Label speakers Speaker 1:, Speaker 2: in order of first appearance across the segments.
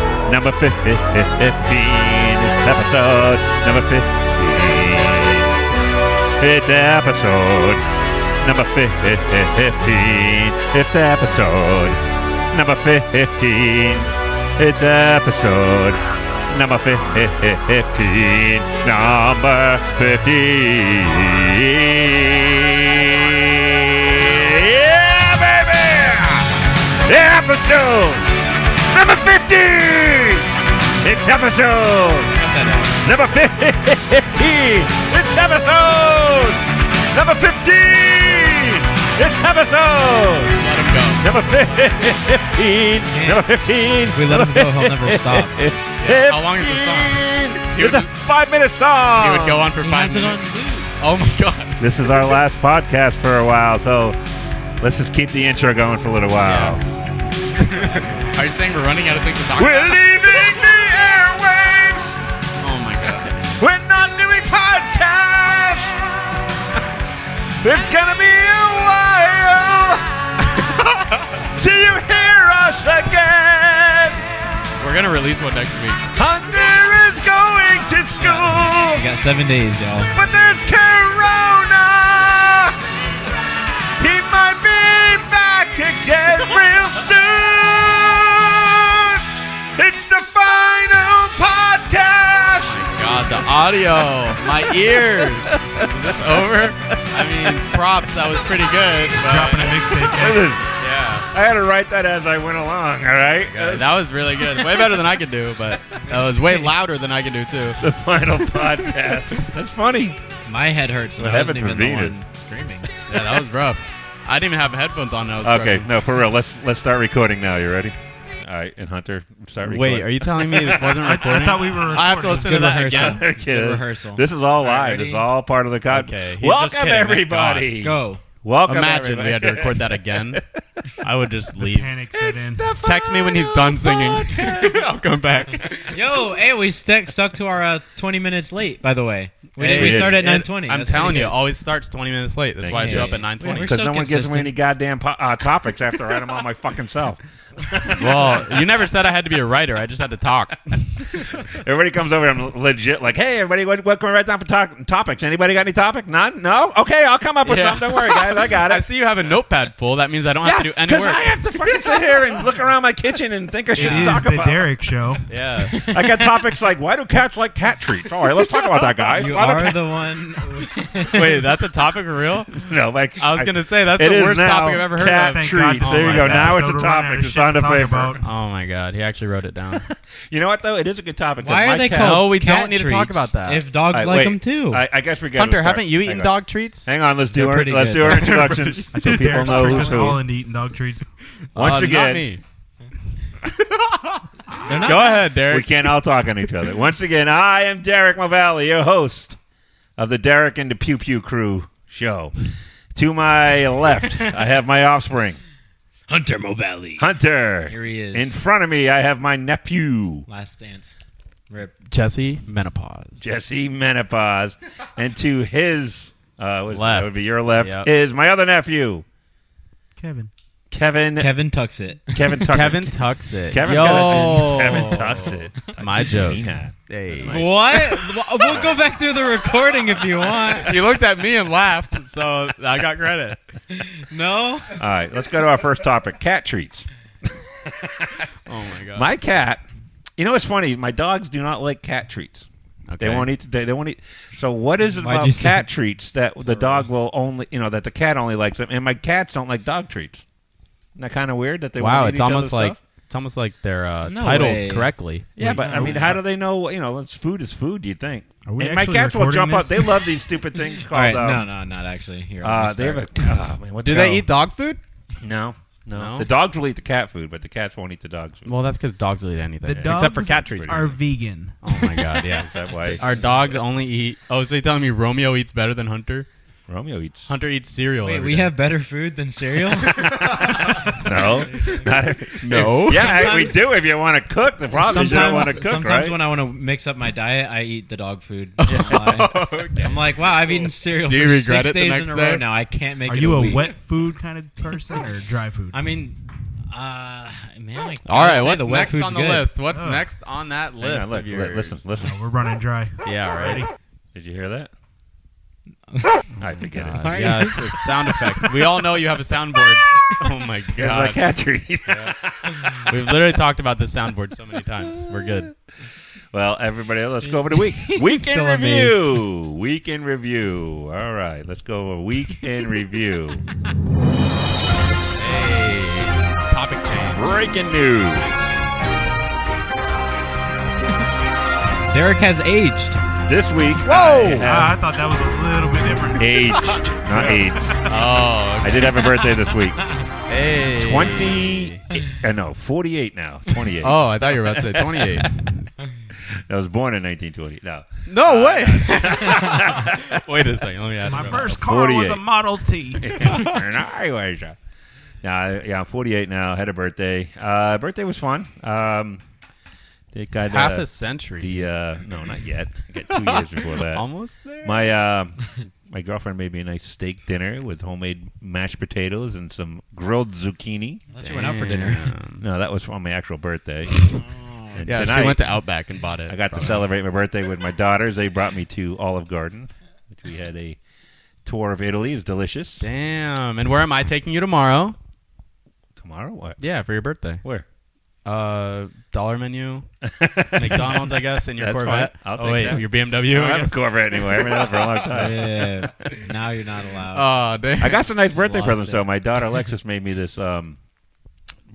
Speaker 1: 15, episode number 15. It's episode number 15. It's episode number 15. It's episode number 15. Number 15. Yeah, baby! Episode number 50! It's episode number 50! It's episode number 15! It's episode
Speaker 2: Let him go.
Speaker 1: number 15! Number 15!
Speaker 3: We let him go, he'll never stop.
Speaker 2: Yeah, how long is the song?
Speaker 1: 15.
Speaker 2: He would
Speaker 1: It's a
Speaker 2: just-
Speaker 1: five minute song!
Speaker 2: He would go on for
Speaker 3: He
Speaker 2: five
Speaker 3: has it on
Speaker 2: minutes.
Speaker 3: loop.
Speaker 2: Oh my god.
Speaker 1: This is our last podcast for a while, so let's just keep the intro going for a little while.
Speaker 2: Are you saying we're running out of things to talk
Speaker 1: We're
Speaker 2: about?
Speaker 1: leaving the airwaves!
Speaker 2: Oh my god.
Speaker 1: We're not doing podcasts. It's gonna be a while till you hear us again.
Speaker 2: We're gonna release one next week.
Speaker 1: Hunter is going to
Speaker 3: We
Speaker 1: school,
Speaker 3: got seven days, y'all.
Speaker 1: but there's Corona. He might be back again real soon. It's the final podcast.
Speaker 2: God, the audio, my ears. Is this over? I mean, props. That was pretty good. But
Speaker 3: Dropping a mixtape.
Speaker 2: Yeah.
Speaker 1: I had to write that as I went along, all right?
Speaker 2: That was really good. Way better than I could do, but that was way louder than I could do too.
Speaker 1: the final podcast. That's funny.
Speaker 3: My head hurts. And
Speaker 1: What
Speaker 3: I wasn't
Speaker 1: happened
Speaker 3: even
Speaker 1: to
Speaker 3: the
Speaker 1: Venus?
Speaker 3: one screaming.
Speaker 2: Yeah, that was rough. I didn't even have headphones on. Now.
Speaker 1: Okay, no, for real. Let's let's start recording now. You ready? All right, and Hunter, start recording.
Speaker 2: Wait, are you telling me this wasn't recording?
Speaker 4: I thought we were.
Speaker 2: I have to listen to
Speaker 3: Good
Speaker 2: that
Speaker 3: rehearsal.
Speaker 2: again.
Speaker 1: Good
Speaker 3: Good rehearsal.
Speaker 1: This is all live.
Speaker 2: ready?
Speaker 1: This is all part of the con.
Speaker 2: Okay, he's just
Speaker 1: Welcome
Speaker 2: kidding. Thank
Speaker 1: everybody.
Speaker 3: Go.
Speaker 1: Welcome.
Speaker 2: Imagine
Speaker 1: everybody.
Speaker 2: we had to record that again. I would just leave.
Speaker 4: Panic set in.
Speaker 2: Text me when he's done singing. I'll come back.
Speaker 3: Yo, hey, we stuck stuck to our uh, 20 minutes late. By the way, we,
Speaker 2: Hey,
Speaker 3: we
Speaker 1: we
Speaker 3: started
Speaker 2: And
Speaker 3: at 9:20.
Speaker 2: I'm
Speaker 3: That's
Speaker 2: telling
Speaker 3: pretty
Speaker 2: you,
Speaker 3: good.
Speaker 2: always starts 20 minutes late. That's
Speaker 1: Thank
Speaker 2: why I
Speaker 1: you.
Speaker 2: show up at
Speaker 3: We're
Speaker 2: 9:20.
Speaker 1: Because
Speaker 3: so
Speaker 1: no one gives
Speaker 3: consistent.
Speaker 1: me any goddamn po- uh, topics after I write them on my fucking self.
Speaker 2: Well, you never said I had to be a writer. I just had to talk.
Speaker 1: Everybody comes over and I'm legit like, hey, everybody, what, what can we write down for to- topics? Anybody got any topic? None? No? Okay, I'll come up with
Speaker 2: Yeah.
Speaker 1: some. Don't worry, guys. I got it.
Speaker 2: I see you have a notepad full. That means I don't have to do any
Speaker 1: because
Speaker 2: work.
Speaker 1: I have to fucking sit here and look around my kitchen and think I should
Speaker 4: It is
Speaker 1: talk
Speaker 4: the
Speaker 1: about.
Speaker 4: Derek Show.
Speaker 2: yeah.
Speaker 1: I got topics like why do cats like cat treats? All right, let's talk about that, guys.
Speaker 3: You
Speaker 1: Why do
Speaker 3: are
Speaker 1: cats-
Speaker 3: the one.
Speaker 2: Wait, that's a topic for real?
Speaker 1: no, like
Speaker 2: I was going to say that's
Speaker 1: it
Speaker 2: the
Speaker 1: is
Speaker 2: worst
Speaker 1: now
Speaker 2: topic I've ever heard
Speaker 1: cat
Speaker 2: of.
Speaker 4: Thank
Speaker 1: treats.
Speaker 4: God
Speaker 1: there you
Speaker 4: for
Speaker 1: go.
Speaker 4: that.
Speaker 1: Now it's a
Speaker 4: Episode we're running out
Speaker 1: topic.
Speaker 4: of
Speaker 1: It's
Speaker 4: shit
Speaker 1: on
Speaker 4: to
Speaker 1: the
Speaker 4: talk
Speaker 1: paper.
Speaker 4: about.
Speaker 2: Oh my god, he actually wrote it down.
Speaker 1: You know what though? It is a good topic. 'cause
Speaker 3: Why
Speaker 1: my
Speaker 3: are they
Speaker 1: cat-
Speaker 3: called?
Speaker 2: No, Oh, we don't
Speaker 3: cat
Speaker 2: need to talk
Speaker 3: treats
Speaker 2: about that.
Speaker 3: If dogs
Speaker 1: All right,
Speaker 3: like
Speaker 1: wait.
Speaker 3: them too.
Speaker 1: I, I guess we got.
Speaker 2: Hunter, haven't you eaten dog treats?
Speaker 1: Hang on, let's do
Speaker 3: They're
Speaker 1: our
Speaker 3: pretty
Speaker 1: let's
Speaker 3: good.
Speaker 1: do our introductions
Speaker 4: I
Speaker 1: so
Speaker 4: think
Speaker 1: people
Speaker 4: Derek's
Speaker 1: know
Speaker 4: freaking
Speaker 1: who's
Speaker 4: all
Speaker 1: who.
Speaker 4: into eating dog treats.
Speaker 1: Once
Speaker 2: Uh, not
Speaker 1: again,
Speaker 2: me.
Speaker 3: They're not.
Speaker 2: Go ahead,
Speaker 1: we
Speaker 2: Derek.
Speaker 1: can't all talk on each other. Once again, I am Derek Mavalli, your host of the Derek and the Pew Pew Crew show. To my left, I have my offspring,
Speaker 3: Hunter Movali.
Speaker 1: Hunter.
Speaker 3: Here he is.
Speaker 1: In front of me, I have my nephew,
Speaker 3: Last dance. Rip.
Speaker 2: Jesse menopause.
Speaker 1: Jesse Menopause. And to his, uh, what is it?
Speaker 2: Left.
Speaker 1: that would be your left,
Speaker 2: Yep.
Speaker 1: is my other nephew,
Speaker 4: Kevin.
Speaker 1: Kevin.
Speaker 3: Kevin tucks it.
Speaker 1: Kevin Tucker.
Speaker 2: Kevin tucks it.
Speaker 1: Kevin,
Speaker 2: Yo.
Speaker 1: Kevin tucks it.
Speaker 2: My joke.
Speaker 1: Nina.
Speaker 2: Hey.
Speaker 3: What? we'll go back through the recording if you want.
Speaker 2: He looked at me and laughed, so I got credit.
Speaker 3: No.
Speaker 1: All right, let's go to our first topic cat treats.
Speaker 2: Oh my god.
Speaker 1: My cat, you know, it's funny. My dogs do not like cat treats. They won't eat. They, they won't eat. So what is it
Speaker 3: Why'd
Speaker 1: about
Speaker 3: you say-
Speaker 1: cat treats that the dog will only, you know, that the cat only likes them, and my cats don't like dog treats? Isn't that kind of weird that they?
Speaker 2: Wow,
Speaker 1: won't eat
Speaker 2: it's
Speaker 1: each
Speaker 2: almost
Speaker 1: other's
Speaker 2: like
Speaker 1: stuff?
Speaker 2: it's almost like they're uh,
Speaker 3: No
Speaker 2: titled
Speaker 3: way.
Speaker 2: correctly.
Speaker 1: Yeah, but I
Speaker 3: no.
Speaker 1: mean, how do they know? You know, it's food is food. You think?
Speaker 4: Are we
Speaker 1: and my
Speaker 4: actually
Speaker 1: cats will
Speaker 4: recording
Speaker 1: jump up.
Speaker 4: this?
Speaker 1: They love these stupid things
Speaker 3: All
Speaker 1: called.
Speaker 3: right. No,
Speaker 1: uh,
Speaker 3: no, not actually. Here.
Speaker 1: uh,
Speaker 3: let's
Speaker 1: they have a.
Speaker 3: start.
Speaker 1: ah, man, what
Speaker 2: Do
Speaker 1: the hell?
Speaker 2: they eat dog food?
Speaker 1: No, no,
Speaker 2: No?
Speaker 1: The dogs will eat the cat food, but the cats won't eat the dogs. Food.
Speaker 2: Well, that's because dogs will eat anything
Speaker 4: The
Speaker 2: except for
Speaker 4: dogs
Speaker 2: cat trees.
Speaker 4: Are vegan.
Speaker 2: oh my god, yeah.
Speaker 1: Is that why
Speaker 2: Our dogs only eat. Oh, so you're telling me Romeo eats better than Hunter?
Speaker 1: Romeo eats?
Speaker 2: Hunter eats cereal.
Speaker 3: Wait,
Speaker 2: every
Speaker 3: we
Speaker 2: day.
Speaker 3: have better food than cereal.
Speaker 1: No, not
Speaker 2: No.
Speaker 1: Yeah, we
Speaker 3: Sometimes-
Speaker 1: do. If you want to cook, the problem is you don't want to cook,
Speaker 3: sometimes
Speaker 1: right?
Speaker 3: when I want to mix up my diet, I eat the dog food. I- I'm like, wow, I've eaten cereal
Speaker 2: Do
Speaker 3: for
Speaker 2: you regret
Speaker 3: six
Speaker 2: it the
Speaker 3: days in
Speaker 2: next
Speaker 3: a row
Speaker 2: day?
Speaker 3: now. I can't make
Speaker 4: Are
Speaker 3: it
Speaker 4: you a
Speaker 3: week.
Speaker 4: wet food kind of person or dry food?
Speaker 3: I mean, Uh,
Speaker 2: All
Speaker 3: man, I gotta
Speaker 2: right,
Speaker 3: say
Speaker 2: what's
Speaker 3: the wet
Speaker 2: next
Speaker 3: food's
Speaker 2: on the
Speaker 3: good.
Speaker 2: list? What's
Speaker 4: Oh.
Speaker 2: next on that
Speaker 1: Hang on,
Speaker 2: list?
Speaker 1: look,
Speaker 2: of
Speaker 1: li-
Speaker 2: yours?
Speaker 1: listen, listen.
Speaker 4: Oh, we're running dry.
Speaker 2: Yeah, right.
Speaker 1: Did you hear that? I forget
Speaker 2: God,
Speaker 1: it.
Speaker 2: yeah, it's a sound effect. We all know you have a soundboard. oh my
Speaker 1: It was
Speaker 2: god,
Speaker 1: a cat treat.
Speaker 2: we've literally talked about this soundboard so many times. We're good.
Speaker 1: Well, everybody, let's go over to week. Week in
Speaker 3: Still
Speaker 1: review. Week in review. All right, let's go over week in review.
Speaker 2: Hey, topic change.
Speaker 1: Breaking news.
Speaker 3: Derek has aged.
Speaker 1: This week, I
Speaker 4: Ah,
Speaker 1: have
Speaker 4: I thought that was a little bit different.
Speaker 1: aged, not aged.
Speaker 2: Oh,
Speaker 1: I did have a birthday this week.
Speaker 2: hey,
Speaker 1: Twenty, uh, no, forty-eight now. Twenty-eight.
Speaker 2: Oh, I thought you were about to say twenty-eight.
Speaker 1: I was born in 1920. No, Uh,
Speaker 2: No way. Wait a second. Let me add.
Speaker 4: My
Speaker 2: it.
Speaker 4: first car was
Speaker 1: 48.
Speaker 4: a Model T.
Speaker 1: and I was. Uh, now, yeah, I'm 48 now. Had a birthday. Uh, birthday was fun. Um, they got
Speaker 2: half
Speaker 1: uh,
Speaker 2: a century.
Speaker 1: the uh, no, not yet. I got two years before that.
Speaker 2: Almost there.
Speaker 1: My uh, my girlfriend made me a nice steak dinner with homemade mashed potatoes and some grilled zucchini.
Speaker 3: I thought you went out for dinner. Oh.
Speaker 1: No, that was for my actual birthday. And
Speaker 2: Yeah,
Speaker 1: tonight,
Speaker 2: she went to Outback and bought it.
Speaker 1: I got to celebrate my birthday with my daughters. They brought me to Olive Garden, which we had a tour of Italy. It was delicious.
Speaker 2: Damn. And where am I taking you tomorrow?
Speaker 1: Tomorrow, what?
Speaker 2: Yeah, for your birthday.
Speaker 1: Where?
Speaker 2: Uh, dollar menu, McDonald's, I guess, and your
Speaker 1: That's
Speaker 2: Corvette.
Speaker 1: fine. I'll
Speaker 2: oh
Speaker 1: take
Speaker 2: wait,
Speaker 1: that.
Speaker 2: your BMW.
Speaker 1: I
Speaker 2: I
Speaker 1: haven't
Speaker 2: guess.
Speaker 1: Corvette anyway. I haven't had it for a long time.
Speaker 3: yeah. Now you're not allowed.
Speaker 2: Oh damn.
Speaker 1: I got some nice birthday
Speaker 3: Lost
Speaker 1: presents
Speaker 3: it.
Speaker 1: though. My daughter Alexis made me this um,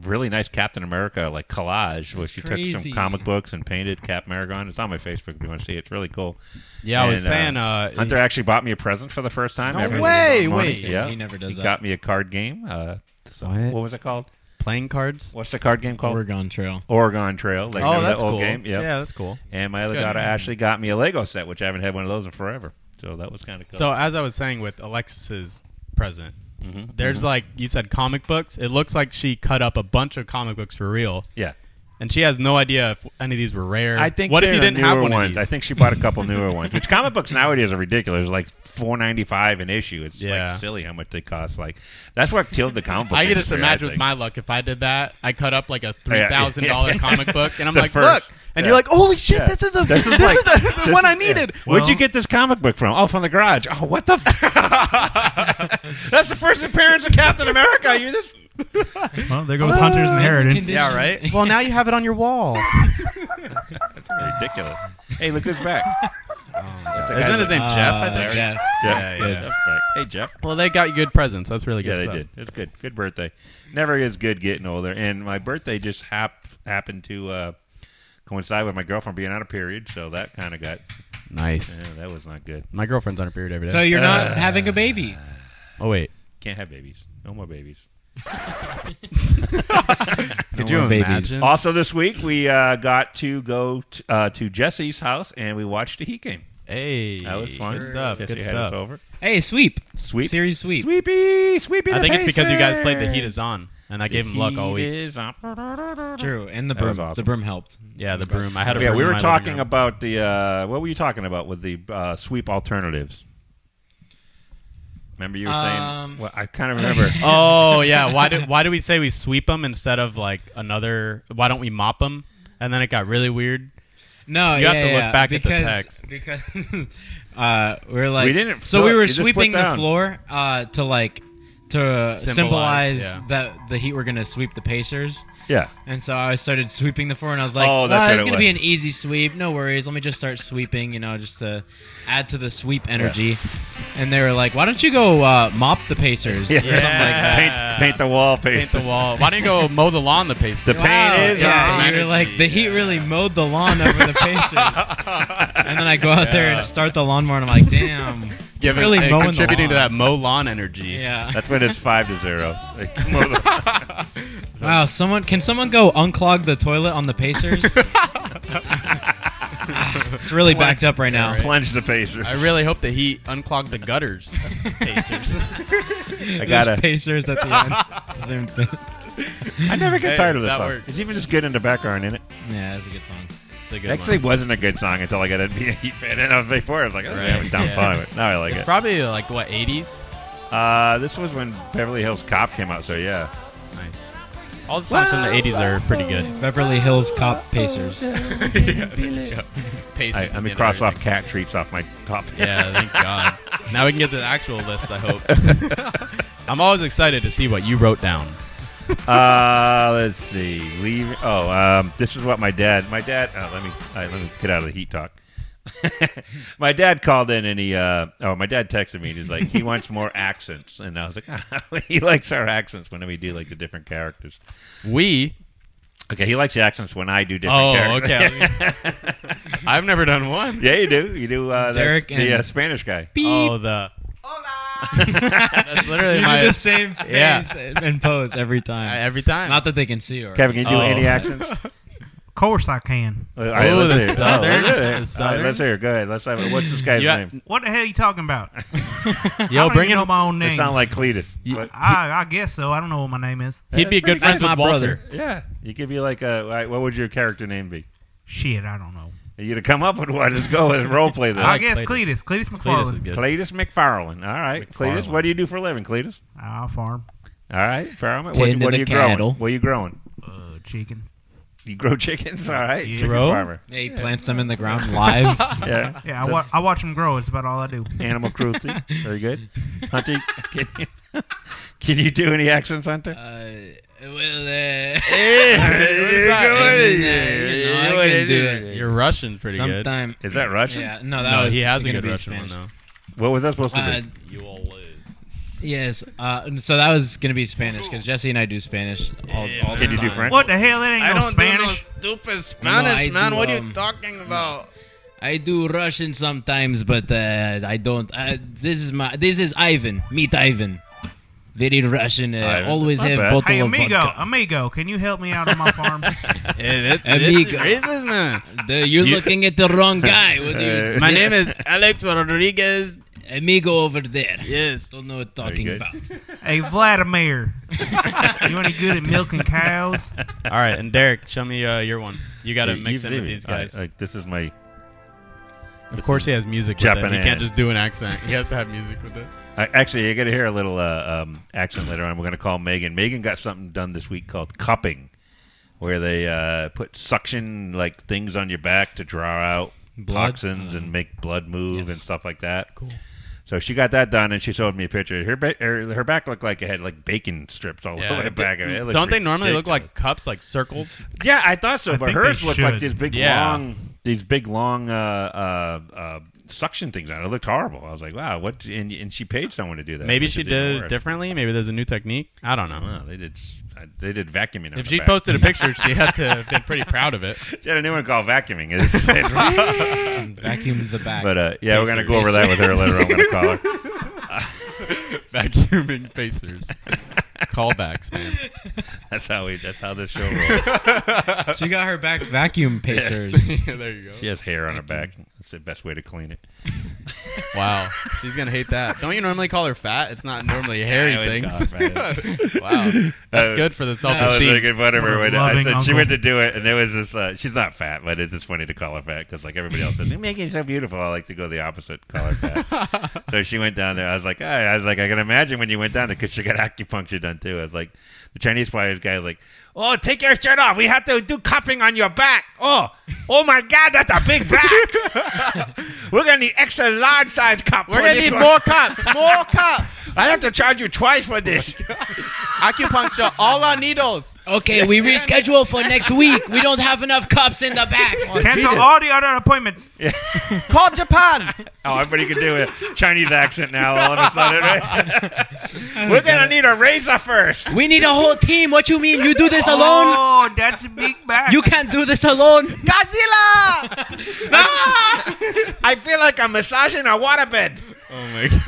Speaker 1: really nice Captain America like collage, where
Speaker 3: That's
Speaker 1: she took some
Speaker 3: crazy.
Speaker 1: comic books and painted Cap Maragon. It's on my Facebook if you want to see it. It's really cool.
Speaker 2: yeah, I was
Speaker 1: And,
Speaker 2: saying. Uh,
Speaker 1: Hunter actually bought me a present for the first time.
Speaker 2: No
Speaker 1: ever.
Speaker 2: way,
Speaker 1: Morning.
Speaker 2: wait.
Speaker 1: yeah,
Speaker 3: He never does
Speaker 1: He
Speaker 3: that.
Speaker 1: got me a card game. Uh, so-
Speaker 2: What?
Speaker 1: what? was it called?
Speaker 2: playing cards.
Speaker 1: What's the card game called?
Speaker 3: Oregon Trail.
Speaker 1: Oregon Trail. Like,
Speaker 2: oh,
Speaker 1: remember
Speaker 2: that's
Speaker 1: that old
Speaker 2: cool.
Speaker 1: game. Yeah.
Speaker 2: yeah, that's cool.
Speaker 1: And my other
Speaker 2: Good.
Speaker 1: daughter Ashley got me a Lego set, which I haven't had one of those in forever. So that was kind of cool.
Speaker 2: So as I was saying with Alexis's present,
Speaker 1: Mhm.
Speaker 2: there's like you said, comic books. It looks like she cut up a bunch of comic books for real,
Speaker 1: yeah.
Speaker 2: and she has no idea if any of these were rare.
Speaker 1: I think
Speaker 2: What if
Speaker 1: there
Speaker 2: you
Speaker 1: are
Speaker 2: didn't have
Speaker 1: newer
Speaker 2: one
Speaker 1: ones?
Speaker 2: of these?
Speaker 1: I think she bought a couple newer ones. Which comic books nowadays are ridiculous, like four ninety five an issue. It's
Speaker 2: Yeah.
Speaker 1: like silly how much they cost. Like that's what killed the comic book.
Speaker 2: I can just
Speaker 1: industry,
Speaker 2: imagine with
Speaker 1: think.
Speaker 2: my luck if I did that, I cut up like a three
Speaker 1: yeah.
Speaker 2: thousand dollar comic book, and I'm
Speaker 1: The
Speaker 2: like,
Speaker 1: first.
Speaker 2: look, and
Speaker 1: Yeah.
Speaker 2: you're like, holy shit,
Speaker 1: Yeah.
Speaker 2: this is a this is,
Speaker 1: like-
Speaker 2: the, the
Speaker 1: this
Speaker 2: one I
Speaker 1: is-
Speaker 2: needed.
Speaker 1: yeah. Where'd
Speaker 4: Well-
Speaker 1: you get this comic book from? Oh, from the garage. Oh, what the? F- that's the first appearance of Captain America. You just
Speaker 4: Well, there goes Hunter's
Speaker 2: Oh,
Speaker 4: inheritance.
Speaker 3: Yeah, right?
Speaker 2: well, now you have it on your wall.
Speaker 1: that's ridiculous. Hey, look who's back. That's a guy
Speaker 2: Isn't his
Speaker 1: that- Ah,
Speaker 2: name Jeff? I think.
Speaker 3: Jeff.
Speaker 1: Jeff.
Speaker 2: Yeah, yeah.
Speaker 1: Jeff's back. Hey, Jeff.
Speaker 2: Well, they got you good presents. That's really
Speaker 1: Yeah,
Speaker 2: good.
Speaker 1: they
Speaker 2: stuff.
Speaker 1: did. It's good. Good birthday. Never is good getting older. And my birthday just hap- happened to uh, coincide with my girlfriend being on a period, so that kind of got
Speaker 2: Nice.
Speaker 1: yeah, that was not good.
Speaker 2: My girlfriend's on a period every day.
Speaker 3: So you're
Speaker 1: Uh,
Speaker 3: not having a baby.
Speaker 2: oh wait,
Speaker 1: Can't have babies. No more babies.
Speaker 2: could
Speaker 3: more
Speaker 2: you
Speaker 3: babies.
Speaker 2: imagine?
Speaker 1: Also, this week we uh, got to go t- uh, to Jesse's house and we watched a Heat game.
Speaker 2: Hey,
Speaker 1: That was fun.
Speaker 2: Good stuff.
Speaker 1: Jesse
Speaker 2: good
Speaker 1: had us
Speaker 2: stuff.
Speaker 1: over.
Speaker 3: Hey, sweep.
Speaker 1: Sweep
Speaker 3: Series sweep.
Speaker 1: Sweepy, sweepy.
Speaker 2: I
Speaker 1: the
Speaker 2: think it's because you guys played the
Speaker 1: Pacers.
Speaker 2: Heat is on, and I
Speaker 1: The
Speaker 2: gave him luck all
Speaker 1: Heat
Speaker 2: week.
Speaker 1: is on.
Speaker 3: True. And the
Speaker 1: That was
Speaker 3: broom.
Speaker 1: awesome.
Speaker 3: The broom helped.
Speaker 2: Yeah, the broom. I had a
Speaker 1: Yeah,
Speaker 2: broom
Speaker 1: we
Speaker 2: in
Speaker 1: were
Speaker 2: my living
Speaker 1: talking
Speaker 2: room.
Speaker 1: about the uh, what were you talking about with the uh, sweep alternatives? Remember you were
Speaker 3: Um,
Speaker 1: saying. Well, I kind of remember.
Speaker 2: Oh yeah, why do why do we say we sweep them instead of like another? Why don't we mop them? And then it got really weird.
Speaker 3: No,
Speaker 2: You
Speaker 3: yeah,
Speaker 2: have to
Speaker 3: yeah,
Speaker 2: look
Speaker 3: yeah,
Speaker 2: back at the
Speaker 3: because,
Speaker 2: text.
Speaker 3: because uh, we're like
Speaker 1: We didn't
Speaker 3: So
Speaker 1: fill
Speaker 3: we
Speaker 1: it,
Speaker 3: were
Speaker 1: you just put
Speaker 3: sweeping the
Speaker 1: down.
Speaker 3: floor uh, to like to symbolize,
Speaker 2: Symbolize, yeah.
Speaker 3: that the Heat were going to sweep the Pacers,
Speaker 1: yeah,
Speaker 3: and so I started sweeping the floor, and I was like,
Speaker 1: Oh,
Speaker 3: well,
Speaker 1: that's what
Speaker 3: it's
Speaker 1: it
Speaker 3: going to be
Speaker 1: was."
Speaker 3: an easy sweep. No worries. Let me just start sweeping, you know, just to add to the sweep energy." And they were like, "Why don't you go uh, mop the Pacers?"
Speaker 1: yeah.
Speaker 2: something like that.
Speaker 1: Paint, paint the wall. Paint,
Speaker 2: Paint the wall. Why don't you go mow the lawn? The pace.
Speaker 1: The-
Speaker 3: Wow,
Speaker 1: paint is
Speaker 3: yeah,
Speaker 2: on.
Speaker 3: you were like the Heat
Speaker 2: Yeah.
Speaker 3: really mowed the lawn over the Pacers, and then I go out there and start the lawnmower, and I'm like, damn,
Speaker 2: Giving,
Speaker 3: really
Speaker 2: and
Speaker 3: mowing the
Speaker 2: contributing to
Speaker 3: lawn.
Speaker 2: that mow lawn energy.
Speaker 3: yeah.
Speaker 1: That's when it's five to zero. Like, more than-
Speaker 3: Wow, someone can someone go unclog the toilet on the Pacers? it's really backed up right now.
Speaker 1: plunge the Pacers.
Speaker 2: I really hope that he unclogged the gutters. Pacers.
Speaker 1: I
Speaker 3: There's
Speaker 1: gotta.
Speaker 3: Pacers at the end.
Speaker 1: I never get
Speaker 2: Hey,
Speaker 1: tired of this
Speaker 2: that
Speaker 1: song.
Speaker 2: works.
Speaker 1: It's even just good in the background, in it?
Speaker 3: yeah, that's a good song.
Speaker 2: It's a good
Speaker 1: It actually wasn't a good song until I got to be a Heat fan. And I was before I was like, oh,
Speaker 2: Right.
Speaker 1: yeah, I'm down
Speaker 2: Yeah.
Speaker 1: fine with it. Now I like
Speaker 2: It's
Speaker 1: it.
Speaker 2: probably like what 80s.
Speaker 1: uh, this was when Beverly Hills Cop came out, so yeah.
Speaker 2: Nice. All the songs from the 80s are pretty good.
Speaker 3: Beverly Hills Cop Pacers.
Speaker 2: Pacers
Speaker 1: I,
Speaker 2: and
Speaker 1: let me
Speaker 2: the
Speaker 1: cross
Speaker 2: other
Speaker 1: off cat treats off my top.
Speaker 2: Yeah, thank God. Now we can get to the actual list, I hope. I'm always excited to see what you wrote down.
Speaker 1: uh, let's see. Leave. Oh, um, this is what my dad. My dad. Uh, let me. all right, let me get out of the heat talk. my dad called in and he. Uh, oh, my dad texted me and he's like, he wants more accents, and I was like, he likes our accents whenever we do like the different characters.
Speaker 2: We.
Speaker 1: Okay, he likes the accents when I do different
Speaker 2: Oh,
Speaker 1: characters.
Speaker 2: okay. I've never done one.
Speaker 1: yeah, you do. You do. Uh, that's
Speaker 3: Derek
Speaker 1: the uh,
Speaker 3: and-
Speaker 1: Spanish guy.
Speaker 2: Oh, the. That's literally
Speaker 3: you
Speaker 2: my.
Speaker 3: do the same face
Speaker 2: Yeah.
Speaker 3: and pose every
Speaker 2: I-
Speaker 3: time.
Speaker 2: every time.
Speaker 3: Not that they can see or
Speaker 1: Kevin, can you do
Speaker 2: Oh.
Speaker 1: any accents?
Speaker 4: Of course I can.
Speaker 1: All right,
Speaker 2: Oh,
Speaker 1: let's
Speaker 2: the
Speaker 1: hear it.
Speaker 2: Southern-
Speaker 1: Oh, let's hear
Speaker 2: the
Speaker 1: it. All right,
Speaker 2: Southern.
Speaker 1: let's hear. it. Go ahead. Let's have it. What's this guy's
Speaker 2: You got-
Speaker 1: name?
Speaker 4: What the hell you talking about? I
Speaker 2: Yo,
Speaker 4: don't
Speaker 2: bring
Speaker 4: even
Speaker 2: it
Speaker 4: know my own
Speaker 1: They
Speaker 4: name.
Speaker 1: sound like Cletus.
Speaker 2: You-
Speaker 1: What-
Speaker 4: I, I guess so. I don't know what my name is.
Speaker 2: He'd be good
Speaker 3: That's
Speaker 2: friends with
Speaker 3: my
Speaker 2: Walter.
Speaker 3: brother.
Speaker 1: Yeah, you give you like a. Like, what would your character name be?
Speaker 4: Shit, I don't know.
Speaker 1: You to come up with one. Just go and role play this.
Speaker 4: I,
Speaker 2: like
Speaker 4: guess
Speaker 2: Cletus.
Speaker 4: Cletus. Cletus
Speaker 2: Cletus is
Speaker 4: McFarland.
Speaker 2: good.
Speaker 1: Cletus McFarlane. All right, Cletus.
Speaker 2: McFarlane.
Speaker 1: What do you do for a living, Cletus?
Speaker 4: I'll farm
Speaker 1: All right, Farrowman. What,
Speaker 3: Tend to
Speaker 1: what are
Speaker 3: the
Speaker 1: you
Speaker 3: cattle.
Speaker 1: growing? What are you growing?
Speaker 4: uh, chicken.
Speaker 1: You grow chickens. All right,
Speaker 4: Yeah.
Speaker 1: chicken
Speaker 2: Grow?
Speaker 1: farmer.
Speaker 3: Yeah, he plants them in the ground live.
Speaker 1: Yeah,
Speaker 4: Yeah, I,
Speaker 1: That's
Speaker 4: wa- I watch them grow. It's about all I do.
Speaker 1: Animal cruelty. Very good. Hunter, can you, can you do any accents, Hunter?
Speaker 3: uh, well, uh,
Speaker 2: You're Russian pretty good.
Speaker 3: sometime.
Speaker 1: Is that Russian?
Speaker 3: Yeah, no, that
Speaker 2: No,
Speaker 3: was
Speaker 2: he has a
Speaker 3: gonna
Speaker 2: good
Speaker 3: be
Speaker 2: Russian one,
Speaker 3: Spanish.
Speaker 2: though.
Speaker 1: What was that supposed to
Speaker 3: Uh,
Speaker 1: be?
Speaker 2: You all lose.
Speaker 3: yes, uh, and so that was gonna be Spanish because Jesse and I do Spanish all,
Speaker 2: Yeah,
Speaker 3: all the
Speaker 2: man.
Speaker 1: Can you do
Speaker 3: time.
Speaker 1: French?
Speaker 4: What the hell? That ain't
Speaker 2: I
Speaker 4: no
Speaker 2: don't
Speaker 4: Spanish.
Speaker 2: do no stupid
Speaker 3: No,
Speaker 2: Spanish,
Speaker 3: I
Speaker 2: man.
Speaker 3: do,
Speaker 2: what are you
Speaker 3: um,
Speaker 2: talking about?
Speaker 3: I do Russian sometimes, but uh, I don't. Uh, this is my. This is Ivan. Meet Ivan. Very Russian. Uh,
Speaker 1: Ivan,
Speaker 3: Always
Speaker 1: that's not
Speaker 3: have
Speaker 1: bad.
Speaker 3: bottle
Speaker 4: Hey,
Speaker 3: of
Speaker 4: amigo,
Speaker 3: vodka.
Speaker 4: amigo, can you help me out on my farm?
Speaker 2: It's,
Speaker 3: Amigo.
Speaker 2: racist, man.
Speaker 3: The- you're
Speaker 1: You-
Speaker 3: looking at the wrong guy. What do
Speaker 1: Uh,
Speaker 3: you,
Speaker 2: My name is Alex Rodriguez.
Speaker 3: amigo over there.
Speaker 2: Yes.
Speaker 3: Don't know what
Speaker 1: Very
Speaker 3: talking
Speaker 1: good.
Speaker 3: about.
Speaker 4: hey, Vladimir, you any good at milking cows?
Speaker 2: All right, and Derek, show me uh, your one. You got to
Speaker 1: You-
Speaker 2: mix
Speaker 1: you've
Speaker 2: in with
Speaker 1: seen
Speaker 2: these
Speaker 1: me. All right,
Speaker 2: guys.
Speaker 1: like, this is my.
Speaker 2: of course, he has music with it. He
Speaker 1: Japanese.
Speaker 2: can't just do an accent. He has to have music with it.
Speaker 1: I, actually, you're going to hear a little uh, um, accent later on. We're going to call Megan. Megan got something done this week called cupping, where they uh, put suction like things on your back to draw out
Speaker 3: Blood?
Speaker 1: toxins
Speaker 2: Uh-huh.
Speaker 1: and make blood move and
Speaker 3: yes.
Speaker 1: stuff like that. Cool. So she got that done, and she showed me a picture. Her ba- er, her, her back looked like it had like bacon strips all over
Speaker 2: d-
Speaker 1: the back of it. It looks
Speaker 2: Don't they normally look
Speaker 1: ridiculous.
Speaker 2: like cups, like circles?
Speaker 1: Yeah, I thought so,
Speaker 4: I
Speaker 1: but
Speaker 4: think
Speaker 1: hers
Speaker 4: they
Speaker 1: looked like
Speaker 4: should.
Speaker 1: these big
Speaker 2: Yeah.
Speaker 1: long, these big long uh, uh, uh, suction things on it. It looked horrible. I was like, wow, what? And, and she paid someone to do that.
Speaker 2: Maybe
Speaker 1: which
Speaker 2: she
Speaker 1: is even
Speaker 2: did it
Speaker 1: worse.
Speaker 2: differently. Maybe there's a new technique. I don't know.
Speaker 1: Wow, they did. s- uh, They did vacuuming. on
Speaker 2: If
Speaker 1: the
Speaker 2: she
Speaker 1: back.
Speaker 2: posted a picture, she had to have been pretty proud of it.
Speaker 1: she had a new one called vacuuming. It's- it's-
Speaker 3: Vacuum the back.
Speaker 1: but uh, yeah, we're gonna go over that with her later. on. I'm gonna call her.
Speaker 2: Vacuuming pacers. Callbacks, man.
Speaker 1: That's how we. That's how this show rolls.
Speaker 3: she got her back vacuum pacers.
Speaker 2: Yeah, there you go.
Speaker 1: She has hair on her back. That's the best way to clean it.
Speaker 2: Wow. She's going to hate that. Don't you normally call her fat? It's not normally hairy
Speaker 1: Oh,
Speaker 2: things.
Speaker 1: God, man.
Speaker 2: wow. That's
Speaker 1: Uh,
Speaker 2: good for the self
Speaker 1: That was
Speaker 2: esteem.
Speaker 1: really good.
Speaker 4: What
Speaker 1: Whatever.
Speaker 4: a
Speaker 1: When I
Speaker 4: loving
Speaker 1: said she
Speaker 4: uncle.
Speaker 1: went to do it, and there was this. Uh, she's not fat, but it's just funny to call her fat because like everybody else says, "You make yourself beautiful." I like to go the opposite, call her fat. so she went down there. I was like, "Hey," I was like, I can imagine when you went down there because she got acupuncture done too. I was like, the Chinese flyers guy was like, "Oh, take your shirt off. We have to do cupping on your back. Oh, oh my God, that's a big back. We're gonna need extra large size cup.
Speaker 2: We're going to need more cups. More cups.
Speaker 1: I have to charge you twice for this."
Speaker 2: Acupuncture, all our needles.
Speaker 3: okay, we reschedule for next week. We don't have enough cups in the back.
Speaker 4: Cancel all the other appointments.
Speaker 2: Call Japan.
Speaker 1: Oh, everybody can do a Chinese accent now all of a sudden, right? We're going to need a razor first.
Speaker 3: We need a whole team. What you mean? You do this alone?
Speaker 4: Oh, that's a big bag.
Speaker 3: You can't do this alone. Ah!
Speaker 2: Godzilla.
Speaker 1: I feel like I'm massaging a waterbed.
Speaker 2: Oh my god.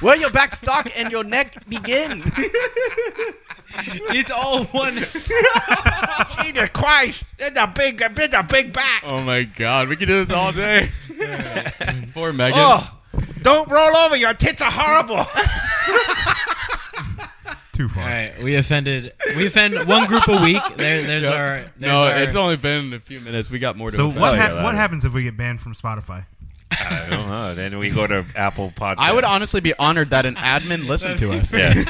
Speaker 2: Where your back stock and your neck begin.
Speaker 3: It's all one.
Speaker 1: Jesus Christ. It's a big, it's a big back.
Speaker 2: Oh my god, we can do this all day.
Speaker 3: Oh,
Speaker 2: Poor Megan.
Speaker 1: Oh, don't roll over. Your tits are horrible.
Speaker 4: Too
Speaker 3: All
Speaker 4: far.
Speaker 3: right, we offended. We offend one group a week. There, there's
Speaker 2: Yeah.
Speaker 3: our. There's
Speaker 2: no,
Speaker 3: our,
Speaker 2: it's only been a few minutes. We got more to
Speaker 4: So
Speaker 2: offend.
Speaker 4: what,
Speaker 1: Oh, yeah,
Speaker 4: hap-
Speaker 1: that-
Speaker 4: what happens if we get banned from Spotify?
Speaker 1: I don't know. Then we go to Apple Podcast.
Speaker 2: I would honestly be honored that an admin listened to us.
Speaker 1: Yeah.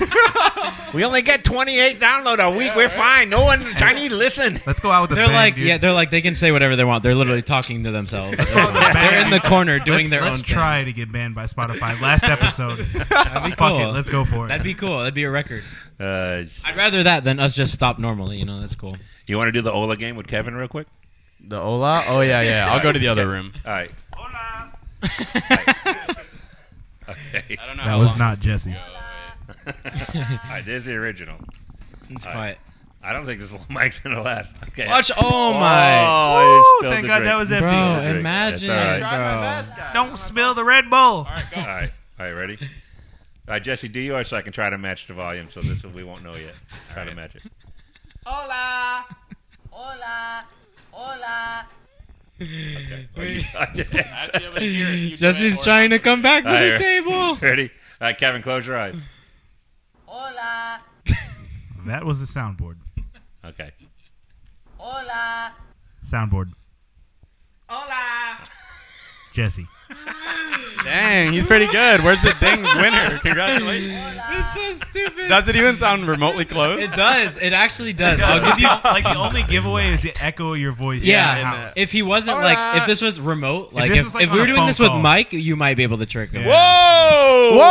Speaker 1: We only get 28 download a week. We're fine. No one Chinese listen.
Speaker 4: Let's go out with the
Speaker 3: They're
Speaker 4: bang,
Speaker 3: like,
Speaker 4: dude.
Speaker 3: yeah, they're like, they can say whatever they want. They're literally talking to themselves. they're in the corner doing
Speaker 4: let's,
Speaker 3: their
Speaker 4: let's
Speaker 3: own
Speaker 4: try to get banned by Spotify. Last episode.
Speaker 3: thing. That'd be
Speaker 4: Fuck it.
Speaker 3: cool.
Speaker 4: Let's go for it.
Speaker 3: That'd be cool. That'd be a record.
Speaker 1: Uh, sh-
Speaker 3: I'd rather that than us just stop normally. You know, that's cool.
Speaker 1: you want to do the Ola game with Kevin real quick?
Speaker 2: The Ola? Oh yeah, yeah. I'll go to the other room.
Speaker 1: All right.
Speaker 4: Hola.
Speaker 1: Okay.
Speaker 2: I don't know.
Speaker 4: That was not Jesse.
Speaker 1: All right, there's the original.
Speaker 3: It's
Speaker 1: All
Speaker 3: quiet.
Speaker 1: right. I don't think this mic's gonna last. Okay.
Speaker 3: Watch. Oh my.
Speaker 1: Oh, I
Speaker 4: Woo,
Speaker 1: spilled
Speaker 4: thank
Speaker 1: the
Speaker 4: God
Speaker 1: drink.
Speaker 4: that was empty.
Speaker 3: Bro,
Speaker 1: Drink. That's
Speaker 3: imagine,
Speaker 1: all right.
Speaker 3: bro.
Speaker 4: Don't spill the Red Bull.
Speaker 1: All right. All right. Ready? All right, Jesse, do yours so I can try to match the volume. So this we won't know yet. Try to match it.
Speaker 5: Hola. Hola. Hola.
Speaker 3: Jesse's trying to come back to
Speaker 1: All
Speaker 3: the
Speaker 1: right.
Speaker 3: table.
Speaker 1: Ready? All right, Kevin, close your eyes.
Speaker 5: Hola.
Speaker 4: That was the soundboard.
Speaker 1: Okay.
Speaker 5: Hola.
Speaker 4: Soundboard.
Speaker 5: Hola.
Speaker 4: Jesse.
Speaker 2: Dang, he's pretty good. Where's the dang winner? Congratulations.
Speaker 3: It's so stupid.
Speaker 2: Does it even sound remotely close?
Speaker 3: it does. It actually does. I'll give you.
Speaker 4: like the only giveaway is the echo of your voice.
Speaker 3: Yeah,
Speaker 4: in the
Speaker 2: and
Speaker 4: house.
Speaker 2: the-
Speaker 3: If he wasn't like, if this was remote, like
Speaker 4: this
Speaker 3: if,
Speaker 4: was, like,
Speaker 3: if we
Speaker 4: on
Speaker 3: were
Speaker 4: a
Speaker 3: doing
Speaker 4: phone
Speaker 3: this with
Speaker 4: call.
Speaker 3: Mike, you might be able to trick him.
Speaker 4: Yeah.
Speaker 1: Whoa!
Speaker 2: Whoa!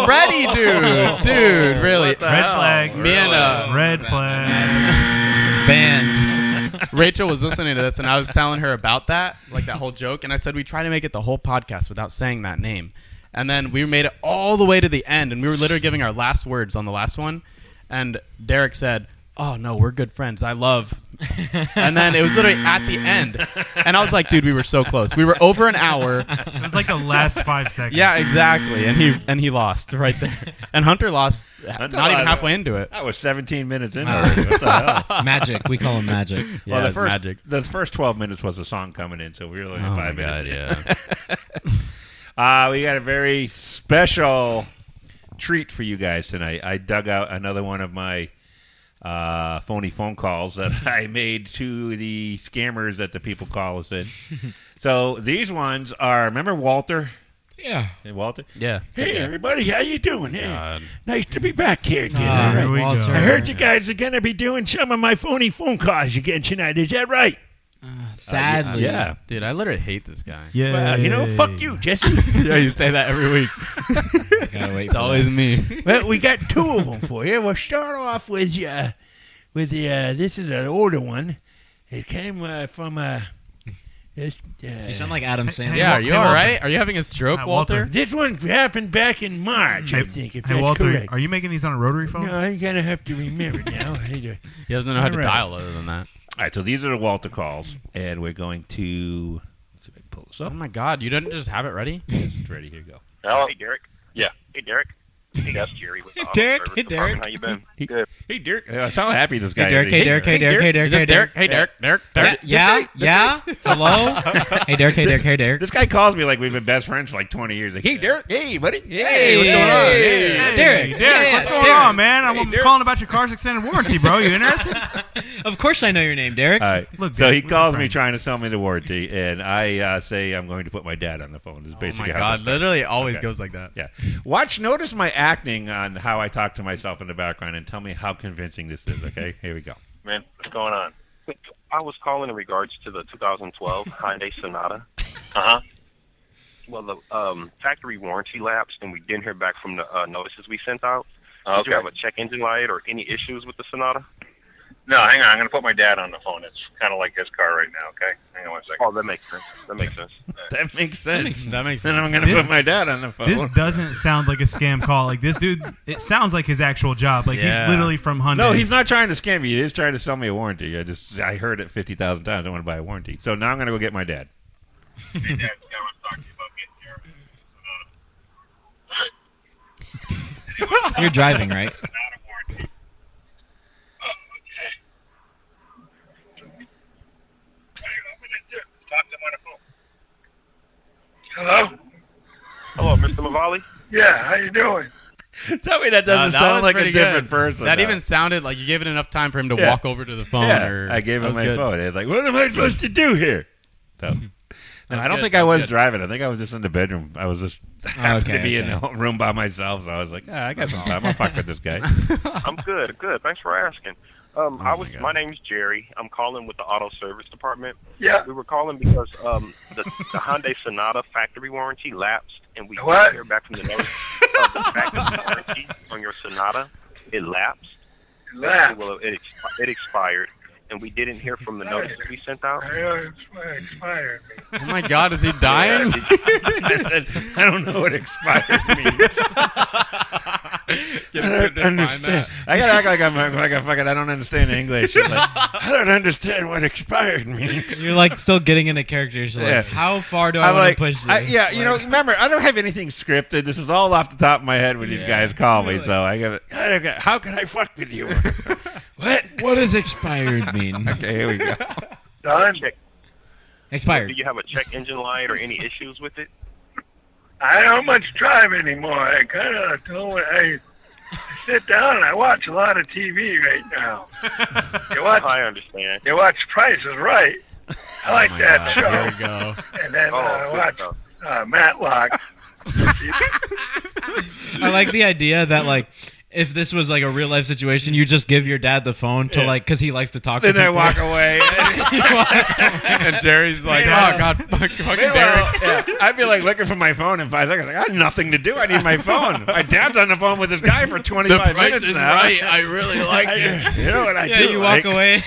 Speaker 2: Already, dude. Dude, really.
Speaker 1: What the
Speaker 4: Red
Speaker 1: hell?
Speaker 4: flag.
Speaker 2: Me and, uh,
Speaker 4: Red flag.
Speaker 3: Ban.
Speaker 2: Rachel was listening to this, and I was telling her about that, like that whole joke, and I said we try to make it the whole podcast without saying that name, and then we made it all the way to the end, and we were literally giving our last words on the last one, and Derek said, "Oh no, we're good friends. I love." and then it was literally at the end, and I was like, "Dude, we were so close. We were over an hour."
Speaker 4: It was like the last five seconds.
Speaker 2: Yeah, exactly. And he and he lost right there, and Hunter lost
Speaker 1: Hunter
Speaker 2: not even
Speaker 1: lost.
Speaker 2: halfway into it.
Speaker 1: That was 17 minutes in
Speaker 3: Wow.
Speaker 1: already. What the hell?
Speaker 3: Magic. We call him magic.
Speaker 2: Yeah,
Speaker 1: well,
Speaker 2: it
Speaker 1: the
Speaker 2: was
Speaker 1: first
Speaker 2: magic.
Speaker 1: the first 12 minutes was a song coming in, so we were only
Speaker 2: Oh
Speaker 1: five
Speaker 2: my
Speaker 1: minutes.
Speaker 2: God,
Speaker 1: in.
Speaker 2: yeah.
Speaker 1: Uh, we got a very special treat for you guys tonight. I dug out another one of my uh, phony phone calls that I made to the scammers that the people call us in. so these ones are remember Walter?
Speaker 3: Yeah.
Speaker 1: Hey, Walter.
Speaker 2: yeah.
Speaker 1: Hey everybody, how you doing? Hey,
Speaker 2: God.
Speaker 1: nice to be back here again.
Speaker 3: Ah,
Speaker 1: All right.
Speaker 4: Here we
Speaker 3: Walter.
Speaker 4: go.
Speaker 1: I heard you guys are gonna be doing some of my phony phone calls again tonight. Is that right?
Speaker 3: Uh, Sadly.
Speaker 1: uh,
Speaker 2: Uh,
Speaker 1: Yeah.
Speaker 2: Dude, I literally hate this guy.
Speaker 4: Yeah.
Speaker 1: Well, you know, fuck you, Jesse.
Speaker 2: yeah, you say that every week.
Speaker 3: Gotta wait.
Speaker 2: It's
Speaker 3: for
Speaker 2: always
Speaker 3: that.
Speaker 2: me.
Speaker 1: well, we got two of them for you. We'll start off with uh, with the uh, this is an older one. It came uh, from uh, this.
Speaker 3: You
Speaker 1: Uh,
Speaker 3: sound like Adam Sandler.
Speaker 2: Yeah, are you
Speaker 4: Hey,
Speaker 2: all
Speaker 4: Walter.
Speaker 2: right? Are you having a stroke,
Speaker 4: Hi, Walter.
Speaker 2: Walter?
Speaker 1: this one happened back in March, I think. If
Speaker 4: Hey
Speaker 1: that's
Speaker 4: Walter,
Speaker 1: correct.
Speaker 4: are you making these on a rotary phone?
Speaker 1: no, I gotta have to remember now. Hey, do-
Speaker 2: He doesn't know how to
Speaker 1: Alright.
Speaker 2: dial other than that.
Speaker 1: All right, so these are the Walter calls, and we're going to let's see if I can pull this
Speaker 2: Oh
Speaker 1: up.
Speaker 2: my god, you didn't just have it ready?
Speaker 1: Yes, it's ready. Here you go. Oh
Speaker 6: Hello. Hey, Derek. Yeah. Hey, Derek. Hey, that's Jerry. With the Office
Speaker 3: Derek.
Speaker 6: Service
Speaker 3: Hey,
Speaker 6: Department.
Speaker 3: Derek.
Speaker 6: How you been?
Speaker 1: He-
Speaker 6: Good.
Speaker 1: Hey, Derek. Uh, I saw how happy this guy.
Speaker 3: Hey, Derek.
Speaker 1: is.
Speaker 3: Hey, Derek. Hey, Derek. Hey, Derek.
Speaker 2: Is this
Speaker 3: Hey,
Speaker 2: Derek?
Speaker 3: Derek.
Speaker 2: Hey, Derek. Derek. Derek.
Speaker 3: Yeah. Yeah. Hello. Hey, Derek. Hey, Derek. Hey, Derek.
Speaker 1: This guy calls me like we've been best friends for like 20 years. Like, hey, Derek. Hey, buddy. Hey, what's going on?
Speaker 3: Hey. Derek.
Speaker 1: Hey.
Speaker 4: Derek,
Speaker 3: Yeah,
Speaker 4: what's
Speaker 3: yeah,
Speaker 4: going
Speaker 3: Derek.
Speaker 4: on, man? I'm
Speaker 1: Hey, Derek.
Speaker 4: calling about your car's extended warranty, bro. You interested?
Speaker 3: Of course, I know your name, Derek.
Speaker 1: All right.
Speaker 4: Look,
Speaker 1: so
Speaker 4: dude,
Speaker 1: he
Speaker 4: we're
Speaker 1: calls me
Speaker 4: friends.
Speaker 1: trying to sell me the warranty, and I uh, say I'm going to put my dad on the phone. Is
Speaker 2: Oh my
Speaker 1: basically how
Speaker 2: god,
Speaker 1: this starts.
Speaker 2: literally always
Speaker 1: Okay.
Speaker 2: goes like that.
Speaker 1: Yeah. Watch, notice my acting on how I talk to myself in the background, and tell me how convincing this is. Okay, here we go.
Speaker 6: Man, what's going on? I was calling in regards to the 2012 Hyundai Sonata. Uh huh. Well, the um, factory warranty lapsed, and we didn't hear back from the uh, notices we sent out. Did you have a check engine light or any issues with the Sonata?
Speaker 7: No, hang on. I'm going to put my dad on the phone. It's kind of like his car right now, okay? Hang on one second.
Speaker 6: Oh, that makes sense. That makes sense.
Speaker 1: That makes
Speaker 2: That makes
Speaker 1: sense.
Speaker 2: that makes
Speaker 1: Then
Speaker 2: sense.
Speaker 1: I'm going to
Speaker 4: This-
Speaker 1: put my dad on the phone.
Speaker 4: This doesn't sound like a scam call. Like this dude, it sounds like his actual job. Like
Speaker 2: Yeah.
Speaker 4: he's literally from Hyundai.
Speaker 1: No, he's not trying to scam me. He is trying to sell me a warranty. I just I heard it fifty thousand times. I want to buy a warranty. So now I'm going to go get my dad.
Speaker 7: Hey, Dad, I want to talk to you about getting your Sonata,
Speaker 3: You're driving, right?
Speaker 7: Sonata warranty. Oh, okay. Hey, what would I do? Talk to him on the phone. Hello?
Speaker 6: Hello, Mr. Mavali.
Speaker 7: Yeah, how you doing?
Speaker 1: Tell me that doesn't
Speaker 2: Uh, that was
Speaker 1: sound like a
Speaker 2: pretty good.
Speaker 1: different person.
Speaker 2: That
Speaker 1: though.
Speaker 2: even sounded like you gave it enough time for him to
Speaker 1: Yeah.
Speaker 2: walk over to the phone.
Speaker 1: yeah.
Speaker 2: or,
Speaker 1: I gave
Speaker 2: that
Speaker 1: him
Speaker 2: was
Speaker 1: my
Speaker 2: good.
Speaker 1: phone. It's like, what am I supposed to do here? So No,
Speaker 2: That's
Speaker 1: I don't
Speaker 2: good.
Speaker 1: think I
Speaker 2: That's
Speaker 1: was
Speaker 2: good.
Speaker 1: driving. I think I was just in the bedroom. I was just happened
Speaker 3: okay,
Speaker 1: to be in
Speaker 3: okay.
Speaker 1: the whole room by myself, so I was like, ah, I got some time. I'll fuck with this guy.
Speaker 6: I'm good. Good. Thanks for asking. Um,
Speaker 2: Oh
Speaker 6: I
Speaker 1: my
Speaker 6: was.
Speaker 1: God.
Speaker 6: My, name's Jerry. I'm calling with the auto service department.
Speaker 7: Yeah.
Speaker 6: We were calling because um, the, the Hyundai Sonata factory warranty lapsed, and we
Speaker 7: What?
Speaker 6: didn't hear back from the notice of the factory warranty on your Sonata. It lapsed.
Speaker 7: Laugh.
Speaker 6: Well, it, expi- it expired, and we didn't hear from the notices we sent out.
Speaker 7: Expired. Expired.
Speaker 2: Oh my God, is he dying?
Speaker 1: I said, I don't know what expired means.
Speaker 2: Get
Speaker 1: I
Speaker 2: him
Speaker 1: don't
Speaker 2: to define
Speaker 1: understand. I gotta act like I'm like I fucking I don't understand English. It's like, I don't understand what expired means.
Speaker 3: You're like still getting into character. You're just like,
Speaker 1: Yeah.
Speaker 3: how far do I
Speaker 1: I'm
Speaker 3: want
Speaker 1: like,
Speaker 3: to push this?
Speaker 1: I, yeah, you know,
Speaker 3: Like,
Speaker 1: remember, I don't have anything scripted. This is all off the top of my head when these guys call me. So I go, I go, how can I fuck with you? what?
Speaker 3: What does expired mean?
Speaker 1: Okay, here we go.
Speaker 7: Done.
Speaker 6: Check. Do
Speaker 3: Expired.
Speaker 6: you have a check engine light or any issues with it?
Speaker 7: I don't much drive anymore. I kind of don't. I sit down and I watch a lot of TV right now. you watch.
Speaker 6: I understand.
Speaker 7: You watch Price is Right. I like that
Speaker 2: Oh There
Speaker 7: show.
Speaker 2: we go.
Speaker 7: And then
Speaker 6: Oh,
Speaker 7: uh, I
Speaker 6: good
Speaker 7: watch
Speaker 6: stuff.
Speaker 7: uh, Matlock.
Speaker 3: I like the idea that like. If this was like a real life situation, you just give your dad the phone to like because he likes to talk.
Speaker 1: then
Speaker 3: to
Speaker 1: I
Speaker 3: people.
Speaker 1: walk away.
Speaker 2: And Jerry's like,
Speaker 1: Meanwhile-
Speaker 2: oh God, fuck, fucking
Speaker 1: Meanwhile,
Speaker 2: Derek.
Speaker 1: yeah, I'd be like looking for my phone in five seconds. Like, I got nothing to do. I need my phone. My dad's on the phone with this guy for
Speaker 2: The
Speaker 1: 25
Speaker 2: price
Speaker 1: minutes
Speaker 2: is
Speaker 1: now.
Speaker 2: right. I really like
Speaker 1: I,
Speaker 2: it.
Speaker 1: you know what I
Speaker 3: Yeah,
Speaker 1: do?
Speaker 3: you
Speaker 1: like,
Speaker 3: walk away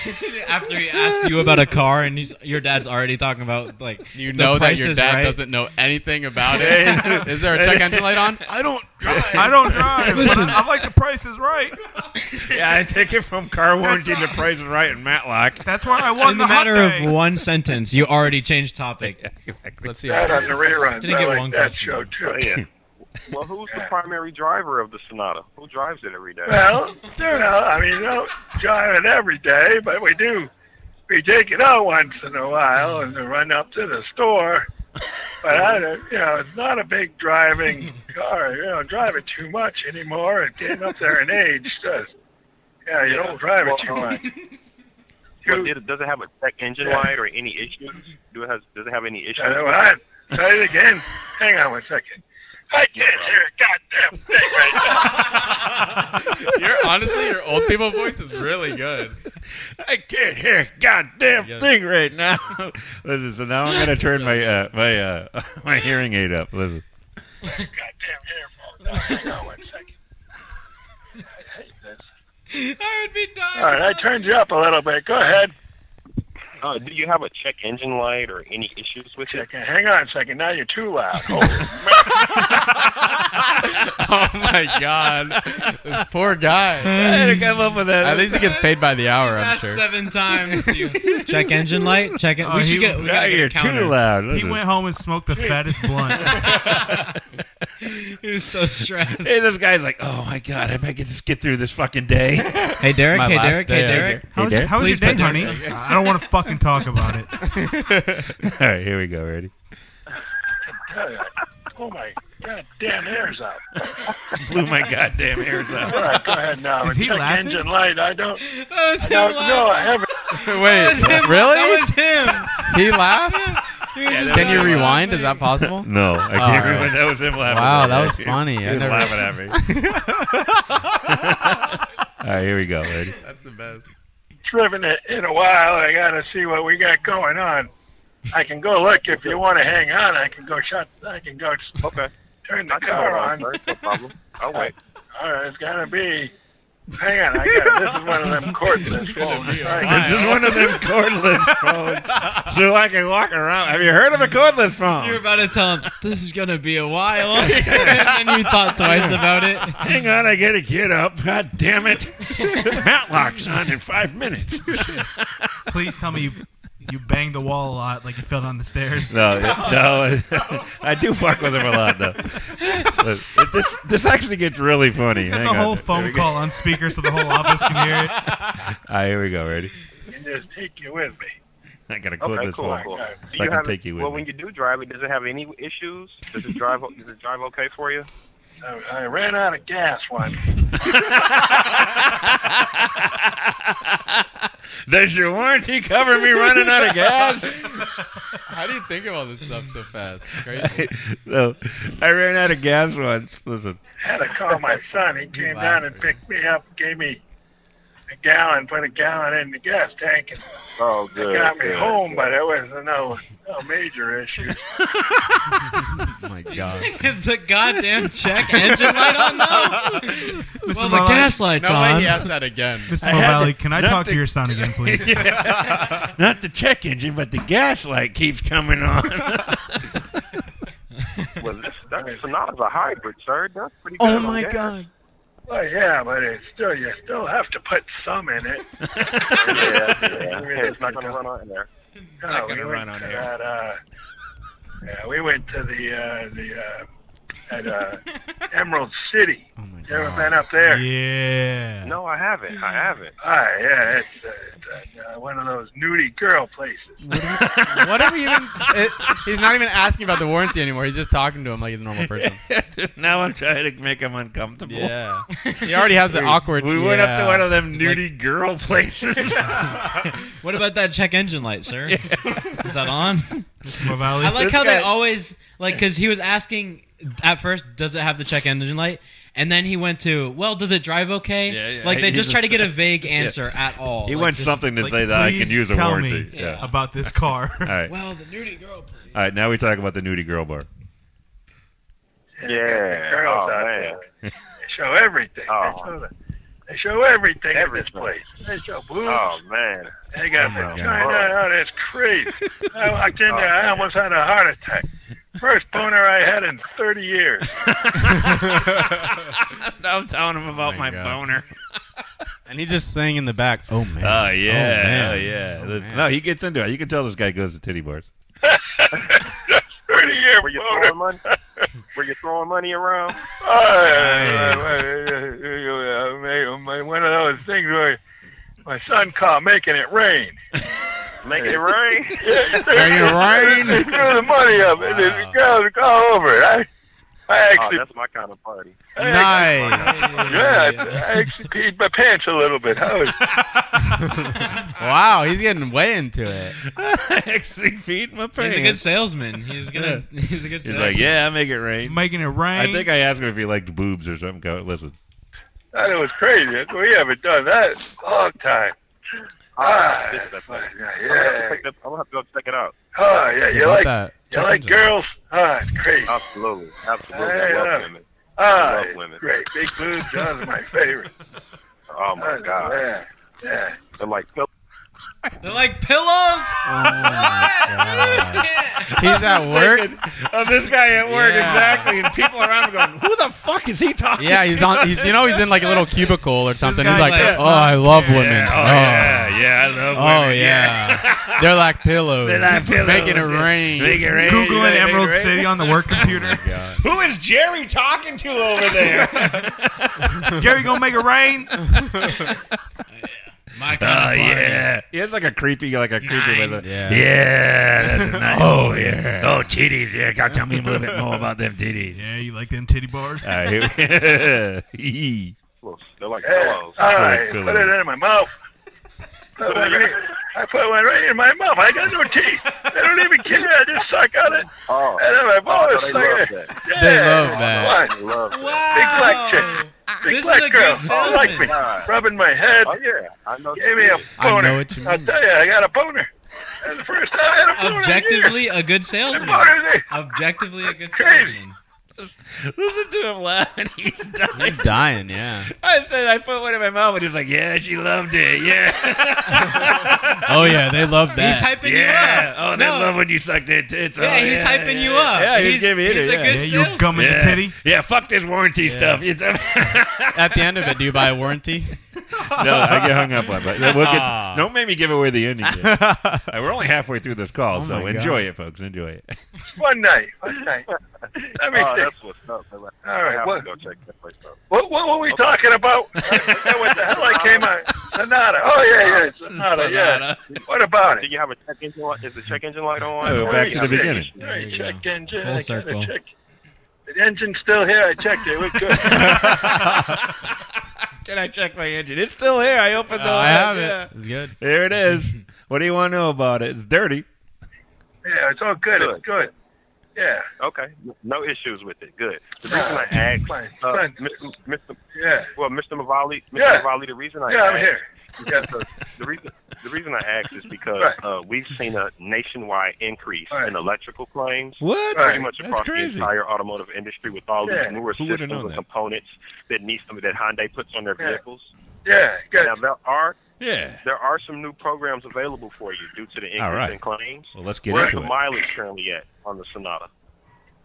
Speaker 3: after he asks you about a car, and he's, your dad's already talking about like
Speaker 2: You
Speaker 3: the
Speaker 2: know that
Speaker 3: Price
Speaker 2: your
Speaker 3: is
Speaker 2: dad
Speaker 3: right.
Speaker 2: doesn't know anything about it. Is there a check engine light on? I don't drive.
Speaker 4: I don't drive. but I, I like the price is right.
Speaker 1: Yeah, I take it from car warranty to price is right and Matlock.
Speaker 4: That's why I won
Speaker 3: In the matter
Speaker 4: Hyundai.
Speaker 3: of one sentence, you already changed topic.
Speaker 2: Let's see.
Speaker 7: That on the reruns.
Speaker 3: Didn't
Speaker 7: I
Speaker 3: get
Speaker 7: like
Speaker 3: one
Speaker 7: that
Speaker 3: question,
Speaker 7: show too.
Speaker 6: Oh, Well, who's the primary driver of the Sonata? Who drives it every day?
Speaker 7: Well, well, I mean, we don't drive it every day, but we do. We take it out once in a while and then run up to the store. But I don't, you know, it's not a big driving car. You don't drive it too much anymore. It came up there in age. Just, yeah, you don't drive it too much.
Speaker 6: Well,
Speaker 7: You,
Speaker 6: did- does it have a check engine
Speaker 7: Yeah.
Speaker 6: light or any issues? Do it has, does it have any issues?
Speaker 7: I know what? Say it again. Hang on one second. I can't hear a goddamn thing right now.
Speaker 2: Your honestly, your old people voice is really good.
Speaker 1: I can't hear a goddamn
Speaker 2: Yeah.
Speaker 1: thing right now. Listen, so now I'm gonna turn my uh, my uh, my hearing aid up. Listen,
Speaker 7: goddamn hair Hang on one second. I hate this.
Speaker 3: I would be dying.
Speaker 7: All right, I turned you up a little bit. Go ahead.
Speaker 6: Uh, do you have a check engine light or any issues with it?
Speaker 7: Second. Hang on a second. Now you're too loud.
Speaker 2: Oh my god, this poor guy.
Speaker 1: I had to come up with that.
Speaker 2: At least he gets paid by the hour, I'm
Speaker 3: That's
Speaker 2: sure.
Speaker 3: seven times. you- Check engine light. Check it.
Speaker 4: Oh,
Speaker 3: we should
Speaker 4: he-
Speaker 3: get. We
Speaker 1: now
Speaker 3: gotta get a
Speaker 1: you're
Speaker 3: counter.
Speaker 1: too loud.
Speaker 4: He
Speaker 1: Listen.
Speaker 4: went home and smoked the fattest blunt.
Speaker 3: He was so stressed.
Speaker 1: Hey, this guy's like, oh my god, if I could just get through this fucking day. Hey,
Speaker 3: Hey Derek.
Speaker 2: my
Speaker 3: Hey
Speaker 2: last
Speaker 3: Derek.
Speaker 2: day.
Speaker 3: Hey Derek.
Speaker 1: Derek.
Speaker 4: How was, how was your
Speaker 3: Please
Speaker 4: day,
Speaker 3: put Derek
Speaker 4: honey? I don't want to fucking talk about it.
Speaker 1: All right, here we go. Ready?
Speaker 7: oh, my goddamn hair's up.
Speaker 1: Blew my goddamn ears
Speaker 7: All
Speaker 1: out.
Speaker 7: right, go ahead now.
Speaker 4: Is he
Speaker 7: check
Speaker 4: laughing?
Speaker 7: engine light. I don't,
Speaker 3: That was
Speaker 7: I
Speaker 3: him
Speaker 7: don't know. I
Speaker 3: laughing.
Speaker 7: haven't.
Speaker 2: Wait,
Speaker 3: That was him.
Speaker 2: really?
Speaker 3: That
Speaker 2: He laughed.
Speaker 3: was him. He was just
Speaker 2: Can you
Speaker 3: laughing.
Speaker 2: rewind? Is that possible?
Speaker 1: No, I can't
Speaker 2: All
Speaker 1: remember.
Speaker 2: right.
Speaker 1: That was him laughing.
Speaker 2: Wow,
Speaker 1: at me.
Speaker 2: that was funny.
Speaker 1: He
Speaker 2: I
Speaker 1: was
Speaker 2: never-
Speaker 1: laughing at me. All right, here we go. Ready?
Speaker 2: That's the best.
Speaker 7: driven it in a while. I got to see what we got going on. I can go look if you want to hang on. I can go shut. I can go s-
Speaker 6: Okay.
Speaker 7: turn the
Speaker 6: I can hold
Speaker 7: car
Speaker 6: on
Speaker 7: on.
Speaker 6: first, no problem. I'll wait.
Speaker 7: All right, it's gonna be. Hang on, I got this is one of them cordless phones. All right,
Speaker 1: This is one of them cordless phones, so I can walk around. Have you heard of a cordless phone?
Speaker 3: You were about to tell him this is gonna be a while, and then you thought twice about it.
Speaker 1: Hang on, I get a kid up. God damn it. Matlock's on in five minutes.
Speaker 4: Please tell me you you banged the wall a lot, like you fell down the stairs.
Speaker 1: No, no, I do fuck with him a lot, though. Look, it- this, this actually gets really funny.
Speaker 4: He's got
Speaker 1: Hang
Speaker 4: the
Speaker 1: on.
Speaker 4: whole
Speaker 1: Here we
Speaker 4: phone
Speaker 1: go.
Speaker 4: call on speaker so the whole office can hear it.
Speaker 1: All right, here we go. Ready?
Speaker 7: I can just take you with me.
Speaker 1: I got a cordless
Speaker 6: Okay, cool,
Speaker 1: phone.
Speaker 6: cool.
Speaker 7: So
Speaker 6: Do
Speaker 1: I
Speaker 6: you
Speaker 1: can
Speaker 6: have-
Speaker 1: take you with
Speaker 6: Well,
Speaker 1: me.
Speaker 6: when you do drive it, does it have any issues? Does it drive? does it drive okay for you?
Speaker 7: I, I ran out of gas once.
Speaker 1: Does your warranty cover me running out of gas?
Speaker 2: How do you think of all this stuff so fast? It's crazy.
Speaker 1: so I ran out of gas once. Listen,
Speaker 7: had to call my son. He came down and picked me up, gave me a gallon, put a gallon in the gas tank, and
Speaker 6: Oh, good.
Speaker 7: got me
Speaker 6: good,
Speaker 7: home.
Speaker 6: good.
Speaker 7: But it was no, no major issue.
Speaker 2: Oh my god.
Speaker 3: Is the goddamn check engine light on now?
Speaker 4: Mr.
Speaker 3: well, the
Speaker 4: Mulally-
Speaker 3: gas light's
Speaker 2: No way
Speaker 3: on.
Speaker 2: he asked that again.
Speaker 4: Mr.
Speaker 1: I had
Speaker 4: Mulally,
Speaker 1: to-
Speaker 4: can I
Speaker 1: not
Speaker 4: talk to
Speaker 1: to-
Speaker 4: your son again, please?
Speaker 1: not the check engine, but the gas light keeps coming on.
Speaker 6: Well, this, that Sonata's a hybrid, sir. That's pretty good.
Speaker 1: oh
Speaker 6: on
Speaker 1: my
Speaker 6: gas.
Speaker 1: god!
Speaker 7: Well, yeah, but it's still you still have to put some in it.
Speaker 6: Yeah, yeah. It's not going to run on air.
Speaker 7: No,
Speaker 1: Not gonna
Speaker 7: we
Speaker 1: run on
Speaker 7: went to
Speaker 1: air.
Speaker 7: That, uh, yeah, we went to the uh, the uh, at uh, Emerald City.
Speaker 2: Oh my
Speaker 7: You ever
Speaker 2: god.
Speaker 7: been up there?
Speaker 4: Yeah.
Speaker 6: No, I haven't. I haven't.
Speaker 7: Ah, yeah, it's, uh, it's uh, one of those nudie girl places.
Speaker 2: What are we even? It, he's not even asking about the warranty anymore. He's just talking to him like a normal person.
Speaker 1: now I'm trying to make him uncomfortable.
Speaker 2: Yeah. He already has an awkward.
Speaker 1: We went up to
Speaker 2: yeah.
Speaker 1: one of them
Speaker 2: like-
Speaker 1: nudie girl places.
Speaker 3: What about that check engine light, sir? Is that on?
Speaker 4: Mr. Mulally?
Speaker 3: I like
Speaker 1: This
Speaker 3: how
Speaker 1: guy-
Speaker 3: they always like because he was asking at first, does it have the check engine light? And then he went to, well, does it drive okay?
Speaker 1: Yeah, yeah.
Speaker 3: Like they
Speaker 1: He
Speaker 3: just,
Speaker 1: just-
Speaker 3: try to get a vague answer at all.
Speaker 1: He
Speaker 3: Like,
Speaker 1: wants
Speaker 3: just-
Speaker 1: something to
Speaker 3: like,
Speaker 1: say that I
Speaker 4: Please
Speaker 1: can use a
Speaker 4: tell
Speaker 1: warranty.
Speaker 4: me
Speaker 1: Yeah.
Speaker 4: about this
Speaker 1: All
Speaker 4: car.
Speaker 1: right. All
Speaker 3: Well, the nudie girl. Please.
Speaker 1: right. Now we talk about the nudie girl bar.
Speaker 7: And
Speaker 6: Yeah.
Speaker 7: they got the girls
Speaker 6: Oh,
Speaker 7: out
Speaker 6: man.
Speaker 7: there. They show everything.
Speaker 6: Oh.
Speaker 7: They, show the, they show everything in this
Speaker 6: Everything.
Speaker 7: place. They show boobs.
Speaker 6: Oh, man.
Speaker 7: They got
Speaker 1: Oh, my
Speaker 7: the
Speaker 6: God.
Speaker 7: China. Oh, that's crazy. I walked in
Speaker 6: Oh,
Speaker 7: there. I
Speaker 6: man.
Speaker 7: almost had a heart attack. First boner I had in 30 years.
Speaker 1: I'm telling him about
Speaker 2: Oh
Speaker 1: my,
Speaker 2: my God.
Speaker 1: boner.
Speaker 2: And he just sang in the back. Oh man.
Speaker 1: Oh yeah.
Speaker 2: man.
Speaker 1: Oh, yeah.
Speaker 2: Oh,
Speaker 1: This-
Speaker 2: man.
Speaker 1: no, he gets into it. You can tell this guy goes to titty bars.
Speaker 7: 30 year
Speaker 6: Were you
Speaker 7: boner.
Speaker 6: throwing money? Were you throwing money around?
Speaker 7: Oh, Uh, one of those things where my son called making it rain.
Speaker 6: Making it rain?
Speaker 2: Making it rain.
Speaker 7: They threw the money up, and the girls all over it. I, I
Speaker 6: Oh,
Speaker 7: actually,
Speaker 6: that's my kind of party.
Speaker 2: Nice.
Speaker 7: yeah, I, I actually peed my pants a little bit. I was,
Speaker 2: wow. He's getting way into it.
Speaker 1: Actually, feed my
Speaker 3: He's
Speaker 1: pants.
Speaker 3: a good salesman. He's gonna. He's a good.
Speaker 1: He's
Speaker 3: salesman.
Speaker 1: like, yeah, I make it rain.
Speaker 4: Making it rain.
Speaker 1: I think I asked him if he liked boobs or something. Go, listen.
Speaker 7: that was crazy. We haven't done that in a long time.
Speaker 6: I'll
Speaker 7: Ah,
Speaker 6: have to visit that place. I'm gonna have to
Speaker 7: yeah,
Speaker 6: check that- I'm gonna have to go check it out.
Speaker 7: oh, yeah. You
Speaker 2: About
Speaker 7: like,
Speaker 2: that
Speaker 7: you
Speaker 2: check
Speaker 7: like
Speaker 2: engine.
Speaker 7: girls? Ah, it's crazy.
Speaker 6: Absolutely. Absolutely.
Speaker 7: Hey,
Speaker 6: I love
Speaker 7: look.
Speaker 6: women.
Speaker 7: Ah,
Speaker 6: love
Speaker 7: it's
Speaker 6: women.
Speaker 7: great. Big boobs. Those are my favorite.
Speaker 6: Oh, my God.
Speaker 7: Yeah, yeah.
Speaker 6: They're like,
Speaker 3: They're like pillows.
Speaker 2: He's at work.
Speaker 1: Thinking Of this guy at work,
Speaker 2: Yeah.
Speaker 1: exactly. And people around him going, who the fuck is he talking
Speaker 2: Yeah, he's on. He's, you know, he's in like a little cubicle or something. He's
Speaker 4: guy
Speaker 2: like,
Speaker 3: does
Speaker 2: oh,
Speaker 4: not
Speaker 2: I love
Speaker 4: care."
Speaker 2: women.
Speaker 1: Yeah,
Speaker 2: oh,
Speaker 1: oh, yeah, yeah, I love
Speaker 2: Oh,
Speaker 1: women.
Speaker 2: yeah. They're like pillows.
Speaker 1: They're like pillows.
Speaker 2: Making it rain. Oh
Speaker 1: Make it rain. You
Speaker 4: Googling
Speaker 1: like it
Speaker 4: Emerald
Speaker 1: rain?
Speaker 4: City on the work computer.
Speaker 1: Who is Jerry talking to over there?
Speaker 4: Jerry gonna make it rain.
Speaker 3: My
Speaker 1: Oh
Speaker 3: kind of party.
Speaker 1: yeah, he has like a creepy, like a creepy with a
Speaker 2: Uh, Yeah.
Speaker 1: yeah. That's a nice oh yeah. Oh titties. Yeah, God, tell me a little bit more about them titties.
Speaker 4: Yeah, you like them titty bars?
Speaker 1: All right, here we-
Speaker 6: pillows. They're like
Speaker 7: yeah.
Speaker 6: pillows.
Speaker 7: All right.
Speaker 1: Good, good
Speaker 7: Put it in my mouth. Put one right- I put one right in my mouth. I got no teeth. I don't even care. I just suck on it.
Speaker 6: Oh,
Speaker 7: And then my balls
Speaker 6: oh, they love
Speaker 7: suck it.
Speaker 6: that.
Speaker 7: Yeah.
Speaker 2: They love that.
Speaker 7: Come
Speaker 6: They love that.
Speaker 3: Wow.
Speaker 7: Big black on. Big
Speaker 3: This
Speaker 7: black
Speaker 3: is a
Speaker 7: girl.
Speaker 3: good
Speaker 7: Oh,
Speaker 3: salesman.
Speaker 7: like me. Rubbing my head.
Speaker 6: Oh, yeah. I know.
Speaker 7: Gave me a
Speaker 2: I know
Speaker 7: boner.
Speaker 2: what you
Speaker 7: will
Speaker 2: mean.
Speaker 7: tell you, I got a boner. That's the first time I had a boner. in years.
Speaker 3: Objectively, a good
Speaker 7: This
Speaker 3: salesman.
Speaker 7: boner is-
Speaker 3: Objectively, a good
Speaker 7: Crazy.
Speaker 3: salesman.
Speaker 1: Listen to him laugh, and he's dying.
Speaker 2: He's dying, yeah.
Speaker 1: I said I put one in my mouth, and he's like, "Yeah, she loved it. Yeah,
Speaker 2: Oh, yeah, they love
Speaker 3: He's
Speaker 2: that.
Speaker 3: hyping you
Speaker 1: yeah.
Speaker 3: up.
Speaker 1: Oh, they
Speaker 3: No.
Speaker 1: love when you suck their tits.
Speaker 3: Yeah,
Speaker 1: oh,
Speaker 3: he's
Speaker 1: yeah,
Speaker 3: hyping
Speaker 1: yeah,
Speaker 3: you
Speaker 1: yeah.
Speaker 3: up.
Speaker 1: Yeah, he's,
Speaker 3: He's-
Speaker 1: giving it.
Speaker 3: he's a
Speaker 1: yeah.
Speaker 3: good
Speaker 4: Yeah, you coming
Speaker 1: yeah.
Speaker 4: to titty?
Speaker 1: Yeah, fuck this warranty stuff. It's-
Speaker 2: At the end of it, do you buy a warranty?
Speaker 1: No, I get hung up on. But we'll
Speaker 2: Ah.
Speaker 1: get, don't make me give away the ending. Yet. Uh, We're only halfway through this call,
Speaker 2: Oh
Speaker 1: so
Speaker 2: my
Speaker 1: enjoy it, folks. Enjoy it.
Speaker 7: One night. One night. Let me
Speaker 6: Oh,
Speaker 7: see.
Speaker 6: that's what's up. All
Speaker 7: All right,
Speaker 6: I have
Speaker 7: what-
Speaker 6: to go check that place out.
Speaker 7: What, what were we talking about? I forgot what the hell I came on? Sonata. Oh, yeah, yeah, Sonata, yeah. What about
Speaker 6: Do
Speaker 7: it?
Speaker 6: you have a check engine light? Is the check engine light on?
Speaker 1: Oh, back to the
Speaker 6: Okay.
Speaker 1: beginning.
Speaker 3: There
Speaker 7: I
Speaker 3: you
Speaker 7: checked
Speaker 3: go.
Speaker 7: engine.
Speaker 3: Full
Speaker 7: I gotta
Speaker 3: circle.
Speaker 7: check- The engine's still here. I checked it. We're good.
Speaker 1: Can I check my engine? It's still here. I opened the.
Speaker 2: Oh, I have
Speaker 1: yeah.
Speaker 2: it. It's good.
Speaker 1: There it is. What do you want to know about it? It's dirty.
Speaker 7: Yeah, it's all good. It's good. Yeah,
Speaker 6: Okay, no issues with it. Good. The reason I asked,
Speaker 7: fine,
Speaker 6: uh,
Speaker 7: fine.
Speaker 6: Mr. Mr.
Speaker 7: yeah,
Speaker 6: Well, Mr. Mavali, Mr.
Speaker 7: Yeah.
Speaker 6: Mavali, the reason I
Speaker 7: yeah. I'm
Speaker 6: asked-
Speaker 7: here. Yeah, so-
Speaker 6: the reason the reason I ask is because
Speaker 7: Right.
Speaker 6: uh, we've seen a nationwide increase
Speaker 7: Right.
Speaker 6: in electrical claims.
Speaker 1: What?
Speaker 7: Right.
Speaker 6: Pretty much
Speaker 1: That's
Speaker 6: across
Speaker 1: crazy.
Speaker 6: the entire automotive industry, with all
Speaker 7: Yeah.
Speaker 6: these newer
Speaker 1: Who would've
Speaker 6: systems
Speaker 1: known
Speaker 6: and
Speaker 1: that?
Speaker 6: components that need some that Hyundai puts on their
Speaker 7: Yeah.
Speaker 6: vehicles.
Speaker 7: yeah, good.
Speaker 6: Now there are
Speaker 1: Yeah.
Speaker 6: there are some new programs available for you due to the increase
Speaker 1: All right.
Speaker 6: in claims.
Speaker 1: Well, let's get
Speaker 6: Where's
Speaker 1: into
Speaker 6: the
Speaker 1: it.
Speaker 6: mileage currently at on the Sonata?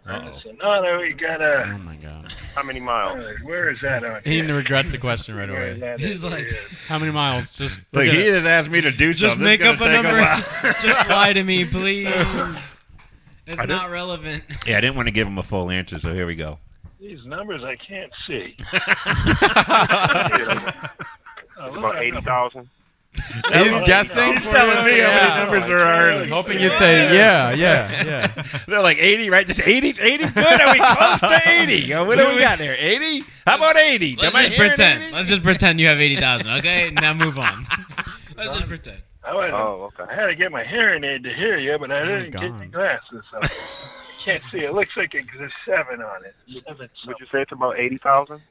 Speaker 1: Uh-oh.
Speaker 7: So now we got a.
Speaker 2: Oh my god.
Speaker 6: How many miles?
Speaker 7: Where is that on?
Speaker 2: He
Speaker 7: here?
Speaker 2: regrets the question right
Speaker 7: Where
Speaker 2: away.
Speaker 7: is that?
Speaker 3: He's like,
Speaker 2: How many miles? Just
Speaker 1: Look,
Speaker 2: forget
Speaker 1: he
Speaker 2: it.
Speaker 1: just asked me to do
Speaker 3: just
Speaker 1: something.
Speaker 3: make
Speaker 1: It's
Speaker 3: up
Speaker 1: gonna
Speaker 3: a
Speaker 1: take
Speaker 3: number.
Speaker 1: while.
Speaker 3: just lie to me, please. It's
Speaker 1: I don't-
Speaker 3: not relevant.
Speaker 1: yeah, I didn't want to give him a full answer, so here we go.
Speaker 7: These numbers I can't see. Oh,
Speaker 6: It's about eighty thousand.
Speaker 2: He's guessing.
Speaker 1: He's telling me
Speaker 2: Yeah.
Speaker 1: how many
Speaker 3: Oh
Speaker 1: numbers there are. and-
Speaker 2: Hoping you'd say yeah, yeah, yeah.
Speaker 1: They're like 80, right? Just 80? 80? Good. Are we close to 80? Uh, What do we got there? 80? How about 80?
Speaker 3: Let's
Speaker 1: Am I
Speaker 3: just
Speaker 1: hearing
Speaker 3: pretend.
Speaker 1: 80?
Speaker 3: Let's just pretend you have eighty thousand. Okay, now move on. Let's just pretend.
Speaker 7: I, went,
Speaker 6: Oh, okay.
Speaker 7: I had to get my hearing aid to hear you,
Speaker 3: Oh
Speaker 7: but I didn't
Speaker 2: my
Speaker 7: get
Speaker 2: God.
Speaker 7: the glasses. So I can't see. It looks like it, there's seven on it. Seven.
Speaker 6: Would you say it's about eighty thousand?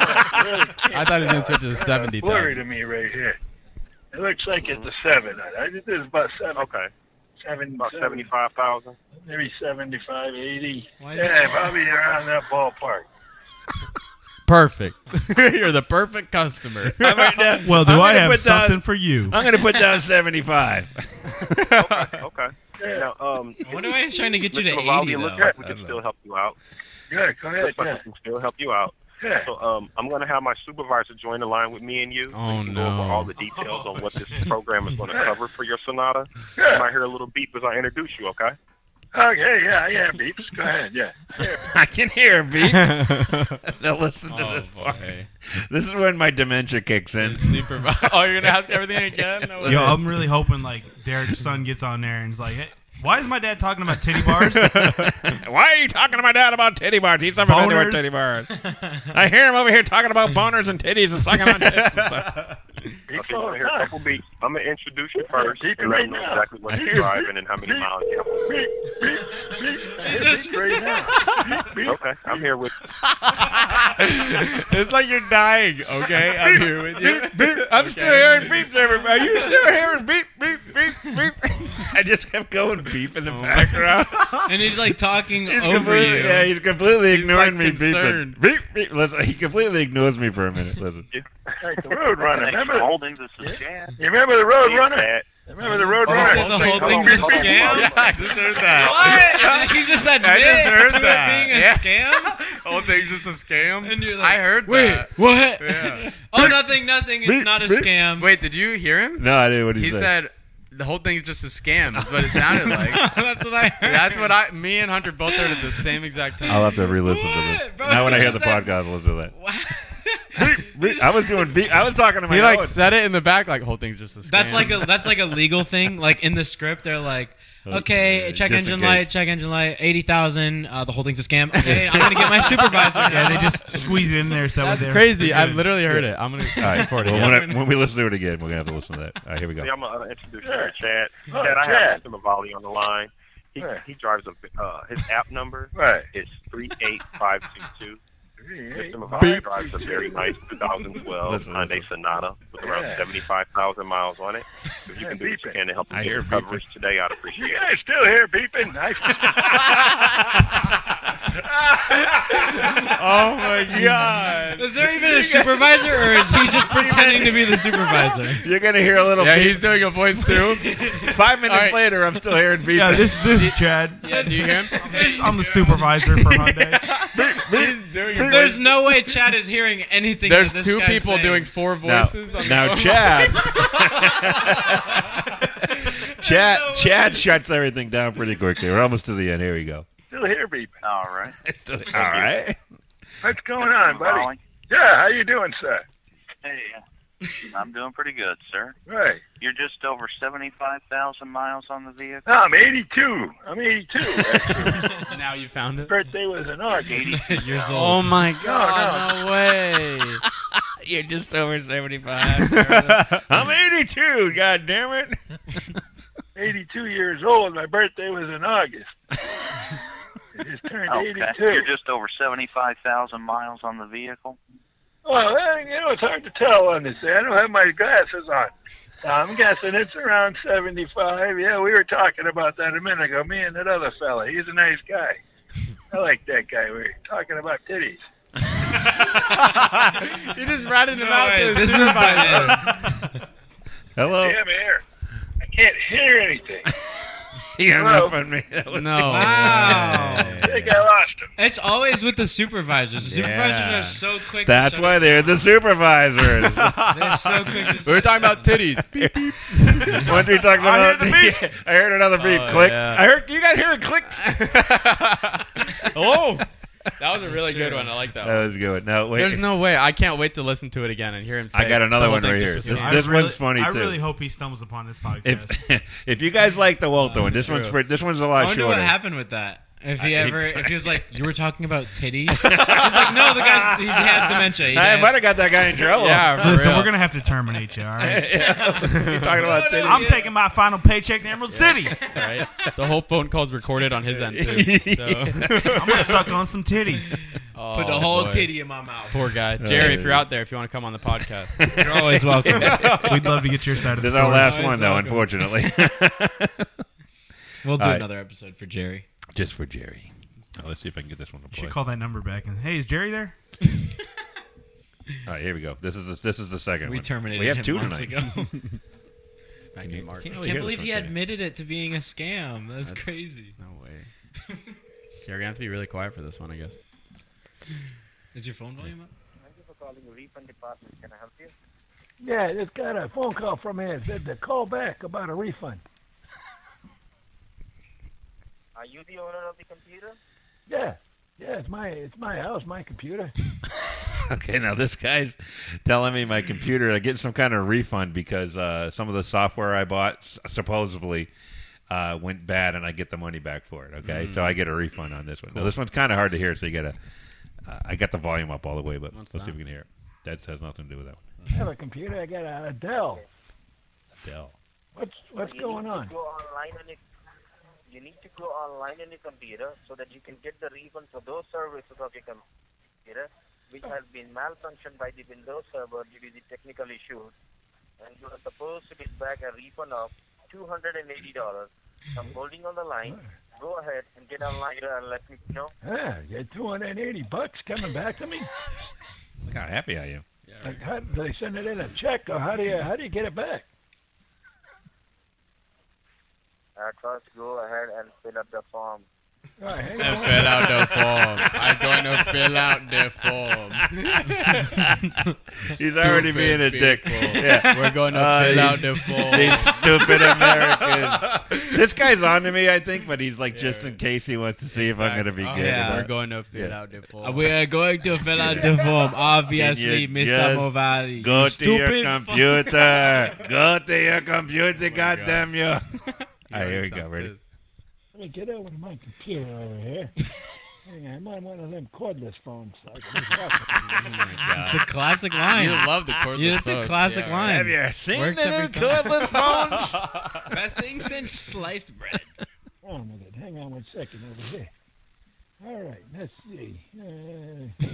Speaker 2: I thought he was gonna switch to seventy
Speaker 7: Blurry
Speaker 2: thousand.
Speaker 7: to me right here. It looks like it's a seven. on it. I think there's about seven,
Speaker 6: Okay,
Speaker 7: seven,
Speaker 6: about
Speaker 7: seven-
Speaker 6: seventy-five thousand.
Speaker 7: maybe 75, 80.
Speaker 3: Why is
Speaker 7: Yeah, probably around that ballpark.
Speaker 2: Perfect. You're the perfect customer.
Speaker 1: I might not-
Speaker 8: Well, do
Speaker 1: I'm
Speaker 8: i
Speaker 1: gonna
Speaker 8: have
Speaker 1: put down-
Speaker 8: something for you?
Speaker 1: I'm going to put down 75.
Speaker 6: Okay.
Speaker 7: Yeah,
Speaker 6: Now, um,
Speaker 3: I wonder why he's trying to get you
Speaker 6: Mr.
Speaker 3: to
Speaker 6: Vivaldi,
Speaker 3: eighty
Speaker 6: it
Speaker 3: though.
Speaker 6: looks like we can still help you out.
Speaker 7: good. Go ahead.
Speaker 6: Looks like
Speaker 7: Yeah,
Speaker 6: we can still help you out.
Speaker 7: yeah.
Speaker 6: So, um, I'm going to have my supervisor join the line with me and you.
Speaker 2: Oh,
Speaker 6: we can go
Speaker 2: no.
Speaker 6: over all the details on what this program is going to cover for your Sonata.
Speaker 7: Yeah.
Speaker 6: You might hear a little beep as I introduce you. Okay.
Speaker 7: Okay, yeah, yeah, beeps. Go ahead, yeah.
Speaker 1: I can hear a beat. now listen to
Speaker 2: Oh
Speaker 1: this part.
Speaker 2: boy.
Speaker 1: This is when my dementia kicks in.
Speaker 2: Supervisor. Oh, you're gonna ask everything again? No way.
Speaker 8: Yo, I'm really hoping like Derek's son gets on there and is like, hey, why is my dad talking about titty bars?
Speaker 1: Why are you talking to my dad about titty bars? He's never been to a
Speaker 8: Boners?
Speaker 1: titty bar. I hear him over here talking about boners and titties and sucking on tits. and stuff.
Speaker 7: Beeps
Speaker 6: Okay. You're going to
Speaker 7: all the
Speaker 6: hear a
Speaker 7: time.
Speaker 6: couple beeps. I'm going to introduce you first
Speaker 7: Beep
Speaker 6: and
Speaker 7: it
Speaker 6: let
Speaker 7: right
Speaker 6: you know
Speaker 7: now.
Speaker 6: exactly what you're driving and how many miles you have.
Speaker 7: Beep, beep, beep. I hear beeps right now. Beep, beep.
Speaker 6: Okay. I'm here with.
Speaker 2: it's like you're dying. Okay, I'm here with you.
Speaker 1: I'm still hearing beeps, everybody. You still hearing beep, beep, beep, beep? I just kept going beep in the background.
Speaker 3: And he's like talking
Speaker 1: He's
Speaker 3: over you.
Speaker 1: completely, yeah, he's completely ignoring
Speaker 2: like,
Speaker 1: me
Speaker 2: concerned.
Speaker 1: beeping. Beep, beep. Listen, he completely ignores me for a minute. Listen.
Speaker 7: Like the road runner. Remember,
Speaker 6: Holdings is a sham.
Speaker 7: you remember the road runner?
Speaker 6: That.
Speaker 7: Remember the road
Speaker 3: Oh,
Speaker 7: runner?
Speaker 3: the whole thing's
Speaker 6: Hold on,
Speaker 3: a
Speaker 6: hold on, hold
Speaker 3: scam.
Speaker 6: on.
Speaker 2: I just heard that.
Speaker 3: What? he just admitted
Speaker 2: heard
Speaker 3: to it
Speaker 2: that.
Speaker 3: being a
Speaker 2: Yeah.
Speaker 3: scam.
Speaker 2: Whole thing's just a scam.
Speaker 3: And you're like,
Speaker 2: I heard
Speaker 3: Wait,
Speaker 2: that.
Speaker 3: what?
Speaker 2: Yeah.
Speaker 3: Oh, nothing, nothing. It's not a scam.
Speaker 2: Wait, did you hear him?
Speaker 1: No, I didn't. What he,
Speaker 2: He said the whole thing's just a scam. Is what it sounded like.
Speaker 3: That's what I heard.
Speaker 2: That's what I. Me and Hunter both heard at the same exact time.
Speaker 1: I'll have to re-listen to this.
Speaker 3: What, bro?
Speaker 1: now when I hear
Speaker 3: He
Speaker 1: the
Speaker 3: said-
Speaker 1: podcast, I'll listen to that.
Speaker 3: Wow.
Speaker 1: Beep. I was doing beep. I was talking to my
Speaker 2: He like
Speaker 1: own.
Speaker 2: said it in the back, like whole thing's just a scam.
Speaker 3: That's like a that's like a legal thing. Like in the script, they're like, okay,
Speaker 1: Okay,
Speaker 3: check
Speaker 1: Oh, just in
Speaker 3: engine
Speaker 1: case.
Speaker 3: light, check engine light, eighty thousand. Uh, the whole thing's a scam. Okay, I'm gonna get my supervisor.
Speaker 8: yeah,
Speaker 3: now.
Speaker 8: they just squeeze it in there. So
Speaker 2: That's
Speaker 8: they're-
Speaker 2: crazy.
Speaker 8: they're
Speaker 2: I
Speaker 8: good.
Speaker 2: literally heard it. I'm gonna
Speaker 1: All right.
Speaker 2: support it.
Speaker 1: Well,
Speaker 2: yeah.
Speaker 1: when, I- when we listen to it again, we're gonna have to listen to that. All right, here we go.
Speaker 6: Yeah, I'm gonna uh, introduce you to
Speaker 7: Yeah.
Speaker 6: Chad.
Speaker 7: Oh,
Speaker 6: Chad, I have
Speaker 7: Chad.
Speaker 6: Mr. Mavali on the line. He
Speaker 7: Yeah.
Speaker 6: he drives a uh, his app number
Speaker 7: Right.
Speaker 6: is three eight five two two. Mr. Mavali
Speaker 7: Beep.
Speaker 6: drives a very nice 2012
Speaker 1: Listen,
Speaker 6: Hyundai
Speaker 1: listen.
Speaker 6: Sonata with around
Speaker 7: Yeah.
Speaker 6: 75,000 miles on it. If you
Speaker 7: Yeah,
Speaker 6: can do what you
Speaker 7: beeping.
Speaker 6: can to help
Speaker 1: I
Speaker 6: me
Speaker 1: hear
Speaker 6: get
Speaker 1: beeping.
Speaker 6: coverage today, I'd appreciate
Speaker 7: You
Speaker 6: it.
Speaker 7: guys still here beeping? I,
Speaker 2: Oh my god.
Speaker 3: Is there even a supervisor, or is he just pretending to be the supervisor?
Speaker 1: You're gonna hear a little
Speaker 2: Yeah,
Speaker 1: beep.
Speaker 2: he's doing a voice too.
Speaker 1: Five minutes
Speaker 2: All right.
Speaker 1: later, I'm still hearing beep.
Speaker 8: Yeah, this this is Chad.
Speaker 2: Yeah, do you hear him?
Speaker 8: I'm the supervisor for Hyundai.
Speaker 2: He's doing a
Speaker 3: There's
Speaker 2: voice.
Speaker 3: no way Chad is hearing anything.
Speaker 2: There's
Speaker 3: that this
Speaker 2: two
Speaker 3: guy's
Speaker 2: people
Speaker 3: saying.
Speaker 2: doing four
Speaker 1: now,
Speaker 2: voices. on the
Speaker 1: now
Speaker 2: phone.
Speaker 1: Chad. Chad,
Speaker 3: no way.
Speaker 1: Chad shuts everything down pretty quickly. We're almost to the end. Here we go.
Speaker 7: still here beeping.
Speaker 9: All right.
Speaker 1: All right.
Speaker 7: What's going on, buddy?
Speaker 9: Molly.
Speaker 7: Yeah, how you doing, sir?
Speaker 9: Hey, uh, I'm doing pretty good, sir.
Speaker 7: Right.
Speaker 9: You're just over 75,000 miles on the vehicle.
Speaker 7: No, I'm 82. I'm 82.
Speaker 2: Now you found it.
Speaker 7: birthday was in August.
Speaker 9: 82,000.
Speaker 3: years old.
Speaker 2: Oh my
Speaker 7: God,
Speaker 2: god. No way.
Speaker 1: You're just over 75. I'm 82. God damn it.
Speaker 10: 82 years old. My birthday was in August. I just turned
Speaker 9: Okay.
Speaker 10: 82.
Speaker 9: You're just over 75,000 miles on the vehicle.
Speaker 10: Well, eh, you know, it's hard to tell on this. I don't have my glasses on. I'm guessing it's around 75. Yeah, we were talking about that a minute ago, me and that other fella. He's a nice guy. I like that guy. We were talking about titties.
Speaker 2: You're just riding him out to the
Speaker 3: This is
Speaker 2: supervisor.
Speaker 1: Hello.
Speaker 10: Damn air. I can't hear anything.
Speaker 1: He hung
Speaker 10: Hello.
Speaker 1: up on me. That was-
Speaker 2: no.
Speaker 3: Wow.
Speaker 10: I think I lost him.
Speaker 3: It's always with the supervisors. The supervisors
Speaker 2: Yeah.
Speaker 3: are so quick. to
Speaker 1: That's
Speaker 3: shut
Speaker 1: why
Speaker 3: it
Speaker 1: they're the
Speaker 3: down.
Speaker 1: supervisors.
Speaker 3: They're so quick. To
Speaker 2: We were talking about titties. Beep, beep.
Speaker 1: Once we talked
Speaker 8: I heard
Speaker 1: about
Speaker 8: the beep.
Speaker 1: Yeah, I heard another beep.
Speaker 2: Oh,
Speaker 1: click.
Speaker 2: yeah.
Speaker 1: I heard you guys hear a click.
Speaker 2: Hello. That was a really good one. I like that. one.
Speaker 1: That was good. No, wait.
Speaker 2: There's no way. I can't wait to listen to it again and hear him. say
Speaker 1: I got
Speaker 2: the
Speaker 1: another
Speaker 2: whole
Speaker 1: one
Speaker 2: thing
Speaker 1: right
Speaker 2: just
Speaker 1: here.
Speaker 2: as
Speaker 1: This-
Speaker 2: well.
Speaker 8: I
Speaker 1: this
Speaker 8: really-
Speaker 1: one's funny,
Speaker 8: I
Speaker 1: too.
Speaker 8: really hope he stumbles upon this podcast.
Speaker 1: if if you guys like the Walter one, this one's
Speaker 2: True.
Speaker 1: for, this one's a
Speaker 3: I
Speaker 1: lot
Speaker 3: wonder
Speaker 1: shorter.
Speaker 3: what happened with that. If he
Speaker 1: I-
Speaker 3: ever,
Speaker 1: it's-
Speaker 3: if he was like, you were talking about titties. He's like, no, the guy's he has dementia. He
Speaker 1: I
Speaker 3: has-
Speaker 1: might have got that guy in trouble.
Speaker 2: Yeah, for
Speaker 8: Listen,
Speaker 2: real.
Speaker 8: we're gonna have to terminate you. All right.
Speaker 1: You're talking about titties.
Speaker 8: I'm taking my final paycheck to Emerald City.
Speaker 2: right? The whole phone call's recorded on his end too. So.
Speaker 8: I'm gonna suck on some titties.
Speaker 2: Oh,
Speaker 3: put the whole
Speaker 2: boy.
Speaker 3: titty in my mouth.
Speaker 2: Poor guy, Jerry. If you're out there, if you want to come on the podcast,
Speaker 3: You're always welcome.
Speaker 8: We'd love to get your side of the
Speaker 1: This is
Speaker 8: story.
Speaker 1: our last one,
Speaker 3: it's
Speaker 1: though,
Speaker 3: all good.
Speaker 1: unfortunately.
Speaker 3: We'll do
Speaker 1: All right.
Speaker 3: another episode for Jerry.
Speaker 1: Just for Jerry. Oh, let's see if I can get this one to play.
Speaker 8: Should call that number back and hey, is Jerry there?
Speaker 1: All right, here we go. This is the, this is the second
Speaker 3: We
Speaker 1: one.
Speaker 3: terminated
Speaker 1: We have
Speaker 3: him
Speaker 1: two
Speaker 3: months
Speaker 1: tonight.
Speaker 3: ago.
Speaker 2: back
Speaker 1: Can you-
Speaker 2: in March.
Speaker 1: can't
Speaker 3: I can't
Speaker 1: really hear
Speaker 3: believe
Speaker 1: this
Speaker 3: he
Speaker 1: one, can you?
Speaker 3: admitted it to being a scam. That's, crazy.
Speaker 2: No way. You're gonna have to be really quiet for this one, I guess.
Speaker 3: Is your phone volume up?
Speaker 9: Thank you for calling Refund Department. Can I help you?
Speaker 10: Yeah, I just got a phone call from him. Said to call back about a refund.
Speaker 9: Are you the owner of the computer?
Speaker 10: Yeah, yeah, it's my it's my house, my computer.
Speaker 1: Okay, now this guy's telling me my computer. I get some kind of refund because uh, some of the software I bought s- supposedly uh, went bad, and I get the money back for it. Okay, so I get a refund on this one. Now this one's kind of hard to hear, so you gotta. Uh, I got the volume up all the way, but
Speaker 2: What's
Speaker 1: let's see if
Speaker 2: that?
Speaker 1: we can hear it. That has nothing to do with that one.
Speaker 10: I have a computer. I got a Dell.
Speaker 1: Dell.
Speaker 10: What's what's
Speaker 9: You
Speaker 10: going
Speaker 9: need
Speaker 10: on?
Speaker 9: To go online on your, you need to go online on your computer so that you can get the refund for those services of your computer which have been malfunctioned by the Windows server due to the technical issues. And you are supposed to get back a refund of $280. I'm holding on the line. Go ahead and get online and let me know.
Speaker 10: Huh, you had 280 bucks coming back to me.
Speaker 1: Look how happy I am.
Speaker 10: Like, how, do they send it in a check, or how do you how do you get it back?
Speaker 9: Uh, first, go ahead and fill up the form.
Speaker 10: All right, hang
Speaker 2: And
Speaker 10: on.
Speaker 2: fill out the form. I'm gonna fill out the form.
Speaker 1: He's already being a dick.
Speaker 2: people.
Speaker 1: Yeah.
Speaker 2: We're gonna
Speaker 1: Uh,
Speaker 2: fill out
Speaker 1: he's-
Speaker 2: the
Speaker 1: These
Speaker 2: form.
Speaker 1: stupid Americans. This guy's on to me, I think, but he's like, just in case he wants to see if I'm going to be
Speaker 2: Oh,
Speaker 1: good. or
Speaker 3: yeah.
Speaker 1: not.
Speaker 2: We're gonna fill
Speaker 1: Yeah.
Speaker 2: out the form.
Speaker 3: Uh, we are going to fill out the form, obviously,
Speaker 1: Can you just
Speaker 3: Mr. Movali.
Speaker 1: Go
Speaker 3: You
Speaker 1: to your
Speaker 3: stupid
Speaker 1: computer. go to your computer, goddamn you. All right, here we go.
Speaker 2: Sounds
Speaker 1: Ready?
Speaker 2: pissed.
Speaker 10: Let me get over to my computer over here. Hang on, I'm on one of them cordless phones.
Speaker 1: Oh
Speaker 10: so I can just walk over.
Speaker 3: It's a classic line.
Speaker 2: You love the cordless
Speaker 3: Yeah, it's a
Speaker 2: phones,
Speaker 3: classic
Speaker 2: yeah.
Speaker 3: line.
Speaker 1: Have you seen
Speaker 3: Works
Speaker 1: the new
Speaker 3: every time.
Speaker 1: cordless phones?
Speaker 3: Best thing since sliced bread.
Speaker 10: Wrong with it. Hang on one second over here. All right, let's see. Uh,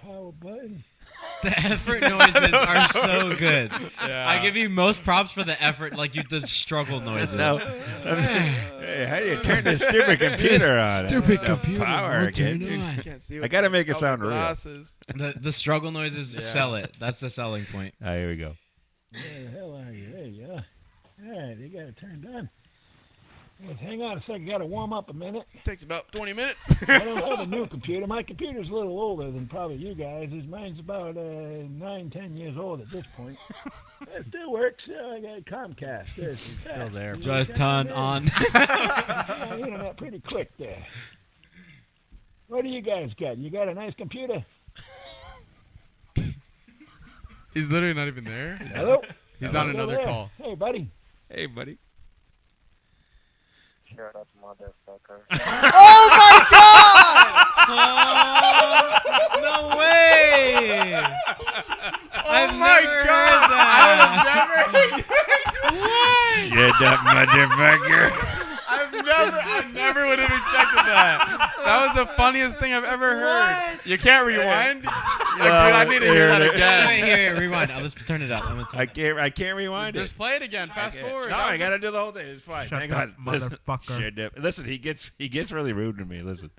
Speaker 10: power button.
Speaker 3: The effort noises are so good. I give you most props for the effort, like you the struggle noises.
Speaker 1: no. hey, how do you turn this stupid computer on? Stupid computer. Power again.
Speaker 2: I can't see.
Speaker 1: I gotta make it sound real. All
Speaker 3: The, the struggle noises
Speaker 2: Yeah.
Speaker 3: sell it. That's the selling point.
Speaker 1: right, here we go.
Speaker 10: Where the hell are you? There you go. All right, you got it turned on. Hey, Hang on a second. Got to warm up a minute.
Speaker 2: Takes about 20 minutes.
Speaker 10: I don't have a new computer. My computer's a little older than probably you guys. Mine's about uh, nine, ten years old at this point. it still works. Yeah, I got Comcast. There's
Speaker 2: Still there. bro.
Speaker 3: Just turn on.
Speaker 10: Yeah, internet pretty quick there. What do you guys got? You got a nice computer?
Speaker 2: He's literally not even there.
Speaker 10: Hello?
Speaker 2: He's on
Speaker 10: Still
Speaker 2: another
Speaker 10: there?
Speaker 2: call.
Speaker 10: Hey, buddy.
Speaker 1: Hey, buddy.
Speaker 9: Shut up, motherfucker.
Speaker 1: Oh
Speaker 3: no way!
Speaker 1: Oh
Speaker 2: I
Speaker 1: that motherfucker.
Speaker 2: I've never, I never would have expected that. That was the funniest thing I've ever heard. You can't rewind. Like, dude, I need to hear that
Speaker 3: Wait,
Speaker 2: again.
Speaker 3: here, here, rewind. I'll just turn it up. I'm gonna turn
Speaker 1: I
Speaker 3: it up.
Speaker 1: can't. I can't rewind it.
Speaker 2: Just play it again. Fast forward.
Speaker 1: No,
Speaker 2: That
Speaker 1: I
Speaker 2: was-
Speaker 1: gotta do the whole thing. It's fine.
Speaker 8: Shut
Speaker 1: Thank
Speaker 8: that
Speaker 1: God. Listen-
Speaker 8: motherfucker.
Speaker 1: Shit, dip. Listen, he gets he gets really rude to me. Listen.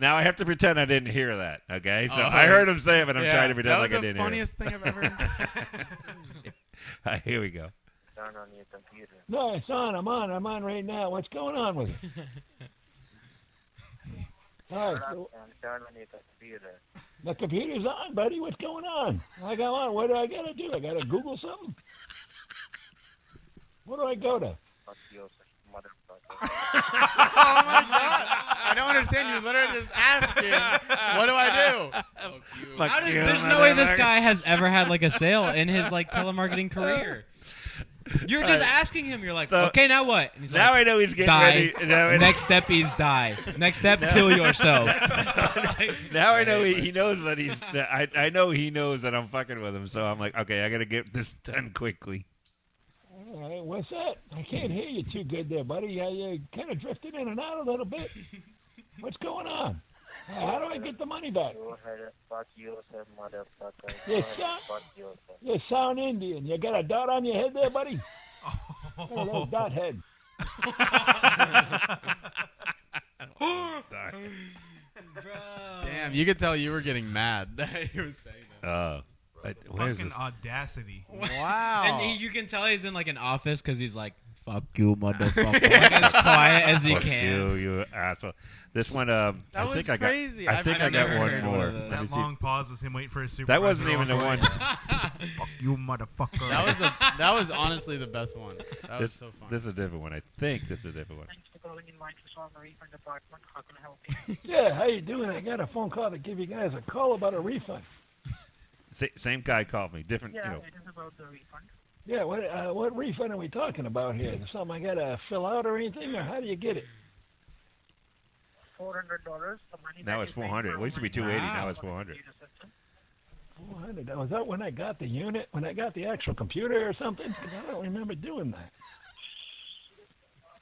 Speaker 1: Now I have to pretend I didn't hear that. Okay, so
Speaker 2: Oh.
Speaker 1: I heard him say it, but I'm
Speaker 2: Yeah,
Speaker 1: trying to
Speaker 2: that
Speaker 1: pretend like
Speaker 2: was
Speaker 1: I didn't
Speaker 2: the funniest thing I've ever.
Speaker 1: hear it. Here we go.
Speaker 9: Turn on your computer.
Speaker 10: No, it's on. I'm on. I'm on right now. What's going on with it?
Speaker 9: Shut
Speaker 10: All right,
Speaker 9: up
Speaker 10: so
Speaker 9: and turn on your computer.
Speaker 10: the computer's on, buddy. What's going on? I got on. What do I gotta do? I gotta Google something. Where do I go to?
Speaker 9: Fuck you, motherfucker.
Speaker 2: Oh my god! I don't understand. You literally just asking, "What do I do?"
Speaker 1: Fuck
Speaker 3: How did,
Speaker 1: you,
Speaker 3: there's no way this
Speaker 1: motherfucker.
Speaker 3: guy has ever had like a sale in his like telemarketing career. You're just asking him. You're like,
Speaker 1: So-
Speaker 3: okay, now what? And he's
Speaker 1: Now
Speaker 3: like,
Speaker 1: I know he's getting
Speaker 3: die.
Speaker 1: ready. Now I know,
Speaker 3: Next step is die. Next step, kill yourself.
Speaker 1: now I know he, he knows that he's. That I I know he knows that I'm fucking with him. So I'm like, okay, I gotta get this done quickly.
Speaker 10: All right, what's that? I can't hear you too good there, buddy. You, you kind of drifted in and out a little bit. What's going on? How do I get the money back?
Speaker 9: Go ahead and fuck yourself, motherfucker. Go
Speaker 10: Yes,
Speaker 9: ahead
Speaker 10: sir.
Speaker 9: and fuck yourself.
Speaker 10: You sound Indian. You got a dot on your head there, buddy? Oh, little dot head.
Speaker 2: Damn, you could tell you were getting mad. he was saying
Speaker 1: Oh, I- where's
Speaker 8: Fucking
Speaker 1: this?
Speaker 8: audacity.
Speaker 2: that. Wow.
Speaker 3: And he, you can tell he's in like an office because he's like, fuck you, motherfucker. Like, as quiet as he
Speaker 1: Fuck
Speaker 3: can.
Speaker 1: you, you asshole. This one, um,
Speaker 2: That
Speaker 1: I think
Speaker 2: was
Speaker 1: I got.
Speaker 2: crazy.
Speaker 1: I
Speaker 2: I've-
Speaker 1: think
Speaker 2: I've
Speaker 1: I got
Speaker 3: never
Speaker 1: one
Speaker 3: heard
Speaker 1: more.
Speaker 3: one of those.
Speaker 1: Let me
Speaker 8: That
Speaker 1: see.
Speaker 8: long pause was him waiting for his super.
Speaker 1: That wasn't even the one.
Speaker 8: Fuck you, motherfucker.
Speaker 2: That was the, that was honestly the best one. That was
Speaker 1: This,
Speaker 2: so fun.
Speaker 1: this is a different one. I think this is a different one.
Speaker 5: Thanks for calling in Microsoft Refund Department. How can I help you?
Speaker 10: Yeah, how you doing? I got a phone call to give you guys a call about a refund.
Speaker 1: Sa- same guy called me. Different. You
Speaker 5: Yeah,
Speaker 1: know,
Speaker 5: it is about the refund.
Speaker 10: Yeah, what uh, what refund are we talking about here? Is there something I gotta fill out or anything, or how do you get it?
Speaker 5: Four hundred dollars. The money
Speaker 1: Now
Speaker 5: that
Speaker 1: it's
Speaker 5: you paid
Speaker 1: 400.
Speaker 5: for
Speaker 1: It used to be
Speaker 5: my
Speaker 1: 280,
Speaker 5: laptop
Speaker 1: now it's
Speaker 5: on the
Speaker 1: 400.
Speaker 5: computer system.
Speaker 10: Four hundred. Was that when I got the unit? When I got the actual computer or something? 'Cause I don't remember doing that.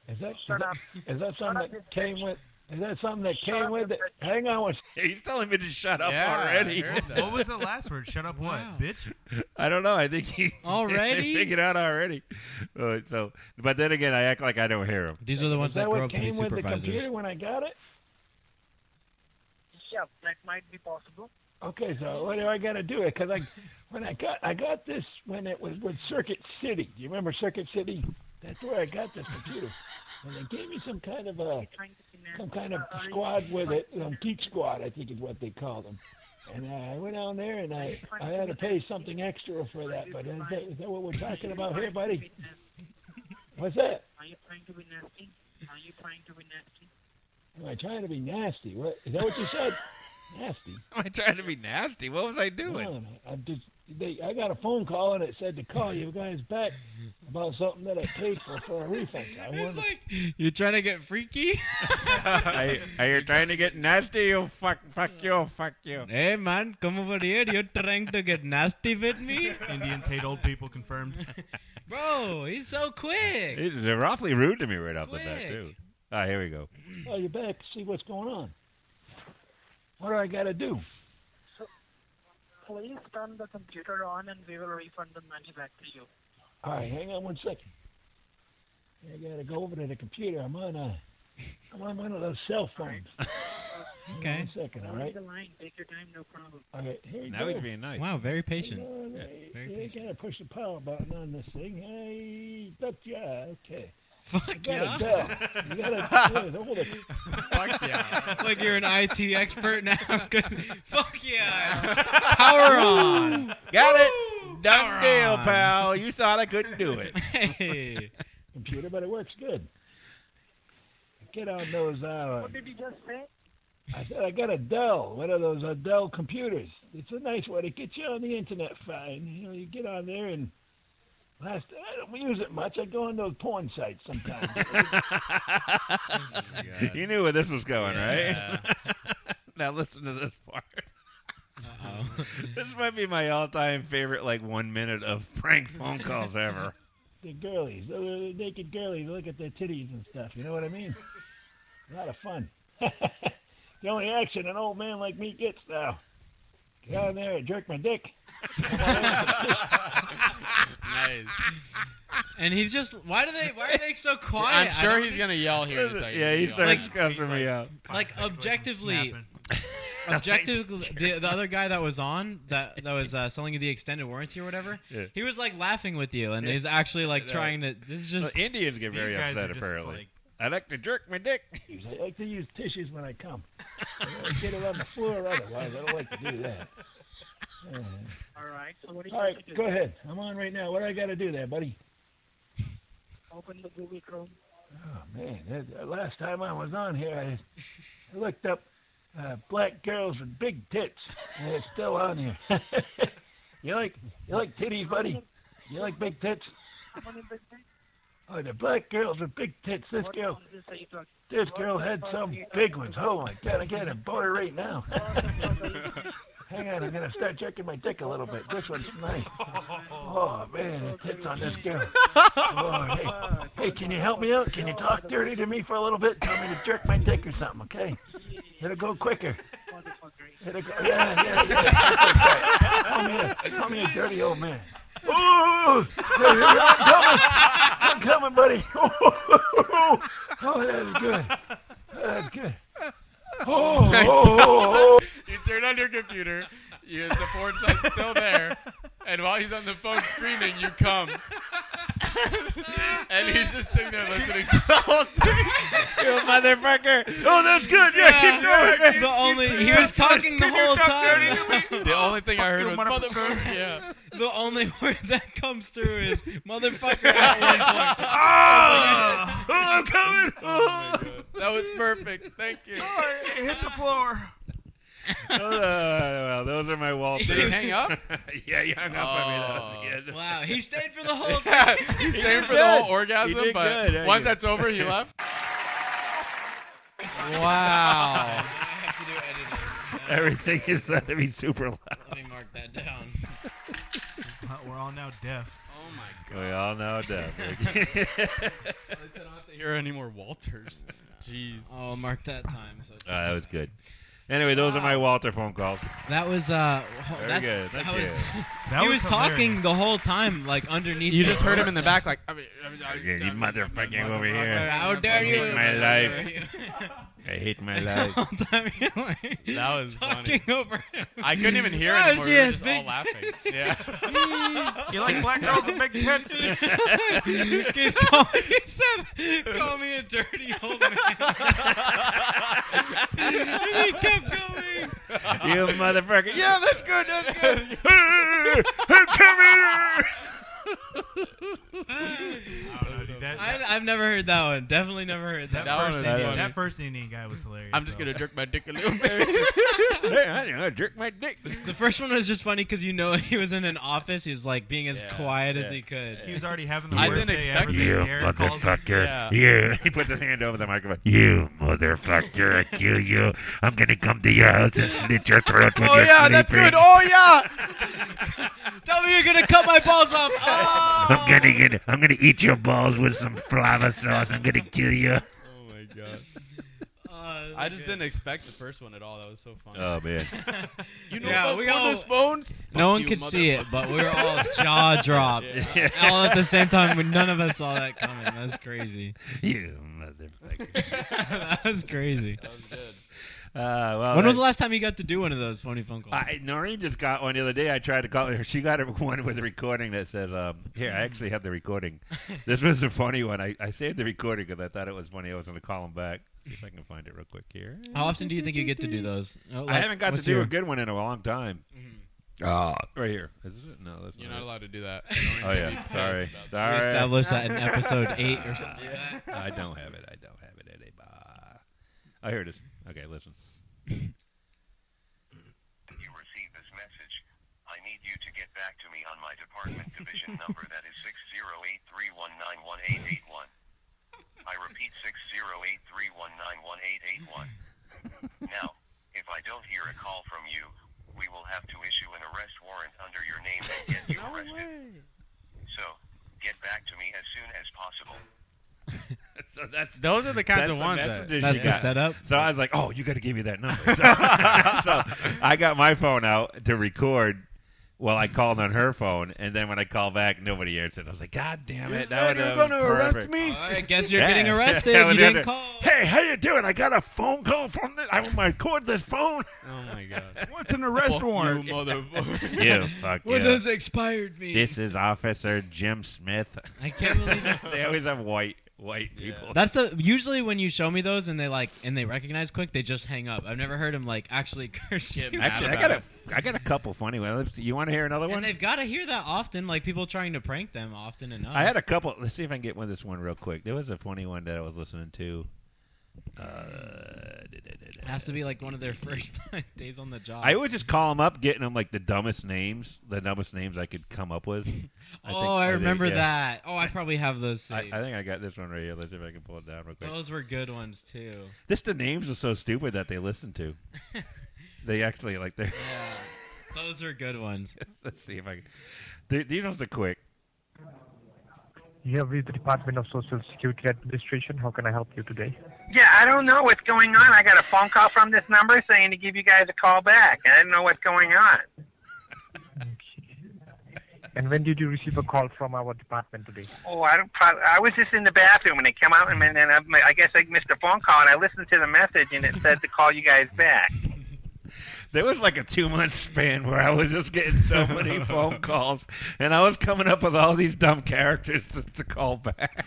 Speaker 10: Is that is
Speaker 5: Shut
Speaker 10: that,
Speaker 5: up.
Speaker 10: is that something that came with? Is that something that came with it? Hang on one.
Speaker 1: he's telling me to shut up
Speaker 2: yeah,
Speaker 1: already.
Speaker 2: I heard that.
Speaker 8: What was the last word? Shut up,
Speaker 3: Wow.
Speaker 8: what, bitch?
Speaker 1: I don't know. I think he
Speaker 3: Already?
Speaker 1: they figured out already. Uh, so, but then again, I act like I don't hear him.
Speaker 3: These are the
Speaker 10: is
Speaker 3: ones
Speaker 10: that
Speaker 3: that grow
Speaker 10: what
Speaker 3: up to be
Speaker 10: came with the
Speaker 3: supervisors.
Speaker 10: computer when I got it?
Speaker 5: Yeah, that might be possible.
Speaker 10: Okay, so what do I got to do? Because I, when I got I got this when it was with Circuit City. Do you remember Circuit City? That's where I got this computer. And they gave me some kind of a
Speaker 5: Trying to connect.
Speaker 10: some kind of
Speaker 5: Uh, uh,
Speaker 10: squad with it, um, geek squad, I think is what they called them. And uh, I went down there and I I had to pay something extra for that. But is that, is that what we're talking about here, buddy? What's that?
Speaker 5: Are you trying to be nasty? Are you trying to be nasty?
Speaker 10: Am I trying to be nasty? What is that? What you said? nasty.
Speaker 1: Am I trying to be nasty? What was I doing?
Speaker 10: No, no, I just they I got a phone call and it said to call you guys back about something that I paid for for a refund. I
Speaker 3: It's
Speaker 10: wanted
Speaker 3: like, you're trying to get freaky?
Speaker 1: I, are you trying to get nasty? You fuck, fuck you, fuck you.
Speaker 3: hey, man, come over here. You're trying to get nasty with me?
Speaker 8: Indians hate old people. Confirmed.
Speaker 3: Bro, Oh, he's so quick.
Speaker 1: It- They're awfully rude to me right off the bat
Speaker 3: Quick.
Speaker 1: too. Ah, here we go.
Speaker 10: to call you back to see what's going on. What do I got to do?
Speaker 5: Please turn the computer on and we will refund the money back to you.
Speaker 10: All right, hang on one second. I got to go over to the computer. I'm on a I'm on one of those cell phones.
Speaker 3: Okay.
Speaker 10: One second, all right.
Speaker 5: Hold the line. Take your time. No problem.
Speaker 10: All right, here you
Speaker 1: Now
Speaker 10: go.
Speaker 1: he's being nice.
Speaker 3: Wow, very
Speaker 10: Hang
Speaker 3: patient.
Speaker 10: on, I-
Speaker 3: very
Speaker 10: I
Speaker 3: patient.
Speaker 10: gotta push the power button on this thing. Hey, but yeah, okay.
Speaker 3: Fuck
Speaker 10: You
Speaker 3: yeah.
Speaker 10: gotta go. You gotta hold it.
Speaker 2: Fuck yeah.
Speaker 3: like you're an IT expert now. Fuck yeah. Power on.
Speaker 1: Got
Speaker 3: Power
Speaker 1: it. Done deal,
Speaker 3: on.
Speaker 1: pal. You thought I couldn't do it.
Speaker 3: Hey.
Speaker 10: computer, but it works good. Get on those. Uh,
Speaker 5: What did you just say?
Speaker 10: I said I got a Dell, one of those uh, Dell computers. It's a nice one. It gets you on the internet fine. You know, you get on there and last. I don't use it much. I go on those porn sites sometimes.
Speaker 1: You knew where this was going,
Speaker 3: Yeah.
Speaker 1: right? now listen to this part.
Speaker 3: Uh-oh.
Speaker 1: This might be my all-time favorite, like one minute of prank phone calls ever.
Speaker 10: the girlies, the the naked girlies, look at their titties and stuff. You know what I mean? A lot of fun. the only action an old man like me gets now. Get out there and jerk my dick.
Speaker 2: nice.
Speaker 3: And he's just why do they why are they so quiet?
Speaker 2: I'm
Speaker 3: I
Speaker 2: sure
Speaker 3: don't-
Speaker 2: he's gonna yell here. in a second.
Speaker 1: Yeah, he
Speaker 2: He's
Speaker 1: starts
Speaker 2: like-
Speaker 1: cussing me out.
Speaker 3: like objectively
Speaker 2: snapping.
Speaker 3: objectively the, the other guy that was on that that was uh, selling you the extended warranty or whatever
Speaker 1: Yeah.
Speaker 3: he was like laughing with you and he's actually like
Speaker 1: Yeah.
Speaker 3: trying to this is just
Speaker 1: Well, Indians get very
Speaker 3: These guys
Speaker 1: upset
Speaker 3: are just,
Speaker 1: apparently.
Speaker 3: like-
Speaker 1: I like to jerk my dick.
Speaker 10: I like to use tissues when I come. I gotta get it on the floor otherwise. I don't like to do that.
Speaker 5: All right. So what do you
Speaker 10: All right,
Speaker 5: have to do?
Speaker 10: go ahead. I'm on right now. What do I got to do there, buddy?
Speaker 5: Open the Google Chrome.
Speaker 10: Oh man, that, that last time I was on here, I, I looked up uh, black girls with big tits, and it's still on here. you like you like titties, buddy? You like big tits?
Speaker 5: How many big things?
Speaker 10: Oh, the black girls with big tits. This
Speaker 5: What
Speaker 10: girl,
Speaker 5: is this that you talk-
Speaker 10: this girl had some big ones. Oh my god, I got a boner right now. Hang on, I'm gonna start checking my dick a little bit. This one's nice. Oh man, the tits on this girl. Oh, hey, hey, can you help me out? Can you talk dirty to me for a little bit? Tell me to jerk my dick or something, okay? It'll go quicker. It'll go, yeah, yeah, yeah. That's right. Come here, come here, dirty old man. Ooh, I'm coming, I'm coming, buddy. Oh, that's good. That's good. Oh, oh, oh, oh.
Speaker 2: you turn on your computer. You, the porn sign's still there, and while he's on the phone screaming, you come. and he's just sitting there listening to the whole thing.
Speaker 1: You motherfucker! Oh, that's good. Yeah, keep going. man.
Speaker 3: the only he was talking the whole time
Speaker 2: The only thing I heard was motherfucker. Yeah.
Speaker 3: the only word that comes through is motherfucker at one point
Speaker 1: Oh, I'm coming. Oh,
Speaker 2: That was perfect. Thank you.
Speaker 8: It hit the floor.
Speaker 1: Oh, well, those are my Walters.
Speaker 2: Did he hang up?
Speaker 1: yeah, you hung up on me. That was good.
Speaker 3: wow he stayed for the whole
Speaker 2: Yeah, he's staying
Speaker 1: did
Speaker 2: for the
Speaker 1: good.
Speaker 2: whole
Speaker 1: He
Speaker 2: orgasm,
Speaker 1: did
Speaker 2: but
Speaker 1: good, yeah,
Speaker 2: once
Speaker 1: you-
Speaker 2: that's over, he left. wow.
Speaker 3: I have to do editing
Speaker 1: Everything is going to be super loud.
Speaker 3: let me mark that down
Speaker 8: Uh, We're all now deaf.
Speaker 2: Oh my
Speaker 1: We all know that.
Speaker 2: god. I don't have to hear any more Walters. Jeez.
Speaker 3: oh mark that time so it's-
Speaker 1: Uh, that was good. Anyway, those are my Walter phone calls.
Speaker 3: that was uh
Speaker 1: Very
Speaker 3: that's,
Speaker 1: good. Thank
Speaker 3: that
Speaker 1: you.
Speaker 3: was
Speaker 8: That
Speaker 3: he was, talking
Speaker 8: hilarious.
Speaker 3: the whole time, like underneath.
Speaker 2: You just heard him in the back, like, I mean, I mean, I-
Speaker 1: Yeah, you motherfucking
Speaker 3: Motherfucker,
Speaker 1: over here.
Speaker 3: How dare you!
Speaker 1: Hate my life. I hate my life.
Speaker 3: All the time you're like
Speaker 2: That was
Speaker 3: talking
Speaker 2: funny.
Speaker 3: over him.
Speaker 2: I couldn't even hear
Speaker 3: Oh,
Speaker 2: anymore.
Speaker 3: she
Speaker 2: We were
Speaker 3: has
Speaker 2: just all
Speaker 3: big-
Speaker 2: laughing. Yeah.
Speaker 8: You like black girls with big tits?
Speaker 3: Keep calling- he said, "Call me a dirty old man." and he kept going.
Speaker 1: You motherfucker. Yeah, that's good. That's good. Come here.
Speaker 8: I don't know, dude, that,
Speaker 3: I,
Speaker 8: that,
Speaker 3: I've never heard that one. Definitely never heard that.
Speaker 2: That
Speaker 8: first
Speaker 2: one was
Speaker 8: Indian,
Speaker 2: funny.
Speaker 8: that first Indian guy was hilarious.
Speaker 2: I'm just
Speaker 8: though.
Speaker 2: gonna jerk my dick a little bit.
Speaker 1: Hey, I don't know. Jerk my dick.
Speaker 3: The first one was just funny because you know he was in an office. He was like being as
Speaker 2: Yeah,
Speaker 3: quiet
Speaker 1: yeah.
Speaker 3: as he could.
Speaker 8: He was already having the
Speaker 2: I
Speaker 8: worst
Speaker 2: didn't
Speaker 8: day ever.
Speaker 2: expect it.
Speaker 8: Then Derek calls him.
Speaker 2: Yeah.
Speaker 1: You. He puts his hand over the microphone. You motherfucker. I kill you. I'm going to come to your house and slit your throat when
Speaker 2: oh
Speaker 1: you're
Speaker 2: yeah, that's
Speaker 1: sleeping.
Speaker 2: good. Oh yeah.
Speaker 1: Oh,
Speaker 3: Tell me you're gonna cut my balls off. Oh!
Speaker 1: I'm gonna get, I'm gonna eat your balls with some flava sauce. I'm gonna kill you.
Speaker 2: Oh my god.
Speaker 3: Oh,
Speaker 2: I just
Speaker 3: good.
Speaker 2: didn't expect the first one at all. That was so funny.
Speaker 1: Oh man,
Speaker 2: you know
Speaker 3: Yeah,
Speaker 2: about
Speaker 3: we all-
Speaker 2: cordless phones?
Speaker 3: No
Speaker 2: Fuck
Speaker 3: one
Speaker 2: you,
Speaker 3: could see
Speaker 2: motherfucker.
Speaker 3: it, but we were all jaw dropped.
Speaker 1: Yeah.
Speaker 3: All at the same time, when none of us saw that coming. That's crazy.
Speaker 1: you motherfucker.
Speaker 3: that was crazy.
Speaker 2: That was good.
Speaker 1: Uh, well,
Speaker 3: When was
Speaker 1: that-
Speaker 3: the last time you got to do one of those phony phone calls?
Speaker 1: I, Noreen just got one the other day. I tried to call her. She got a- one with a recording that said, um, "Here, I actually have the recording. This was a funny one. I, I saved the recording because I thought it was funny. I was going to call him back. See if I can find it real quick here.
Speaker 3: How often do you think you get to do those? Oh,
Speaker 1: I
Speaker 3: like,
Speaker 1: haven't got to
Speaker 3: what's
Speaker 1: do
Speaker 3: your-
Speaker 1: a good one in a long time. Ah, right here. Is this it? No, that's
Speaker 2: You're not
Speaker 1: not. it.
Speaker 2: allowed to do that.
Speaker 1: Oh yeah, sorry,
Speaker 3: We
Speaker 1: sorry.
Speaker 3: established that in episode eight or something. like that.
Speaker 1: I don't have it. I don't have it anymore. Oh, here it is. Okay, listen.
Speaker 6: you receive this message, I need you to get back to me on my department division number that is 60831918881. I repeat 60831918881. Now, if I don't hear a call from you, we will have to issue
Speaker 11: Oh.
Speaker 6: an arrest warrant under your name and get you arrested. So, get back to me as
Speaker 2: those are the kinds of ones
Speaker 1: That's
Speaker 2: that-
Speaker 1: the
Speaker 2: That's
Speaker 1: she
Speaker 2: the
Speaker 1: got.
Speaker 2: setup?
Speaker 1: So I was like, "Oh, you got to give me that number." So, so I got my phone out to record. Well, I called on her phone, and then when I called back, nobody answered. I was like, "God damn it!" That
Speaker 10: You're
Speaker 1: would've
Speaker 10: going to
Speaker 1: been
Speaker 10: arrest
Speaker 1: perfect.
Speaker 10: me?
Speaker 3: I guess you're
Speaker 1: Yeah.
Speaker 3: getting arrested.
Speaker 1: Yeah,
Speaker 3: you
Speaker 1: we
Speaker 3: didn't
Speaker 1: did.
Speaker 3: call.
Speaker 10: Hey, how you doing? I got a phone call from this. I want my cordless phone.
Speaker 2: Oh my god.
Speaker 8: What's an arrest
Speaker 2: Fuck
Speaker 8: warrant?
Speaker 2: You motherfucker.
Speaker 1: You fuck
Speaker 3: What
Speaker 1: yeah.
Speaker 3: does expired mean?
Speaker 1: This is Officer Jim Smith.
Speaker 3: I can't believe
Speaker 1: they always have white white people.
Speaker 3: That's the usually when you show me those and they like and they recognize quick, they just hang up. I've never heard them like actually curse you.
Speaker 1: Actually, I got a I got a couple funny ones. You want to hear another
Speaker 3: And
Speaker 1: one?
Speaker 3: they've got to hear that often, like people trying to prank them often enough.
Speaker 1: I had a couple. Let's see if I can get one. This one real quick. There was a funny one that I was listening to. Uh,
Speaker 3: It has to be like one of their first days on the job.
Speaker 1: I always just call them up, getting them like the dumbest names, the dumbest names I could come up with.
Speaker 3: oh,
Speaker 1: think-
Speaker 3: I
Speaker 1: think-
Speaker 3: remember
Speaker 1: yeah.
Speaker 3: that. Oh, I probably have those
Speaker 1: I,
Speaker 3: saved.
Speaker 1: I think I got this one right here. Let's see if I can pull it down real quick.
Speaker 3: those were good ones too.
Speaker 1: This the names are so stupid that they listen to. they actually like they.
Speaker 3: Yeah, those are good ones.
Speaker 1: Let's see if I can. Th- These ones are quick.
Speaker 12: You have reached the Department of Social Security Administration. How can I help you today?
Speaker 5: Yeah, I don't know what's going on. I got a phone call from this number saying to give you guys a call back. I didn't know what's going on.
Speaker 12: And when did you receive a call from our department today?
Speaker 5: Oh, I don't. prob- I was just in the bathroom and it came out, and then I, I guess I missed a phone call and I listened to the message and it said to call you guys back.
Speaker 1: There was like a two month span where I was just getting so many phone calls, and I was coming up with all these dumb characters to, to call back.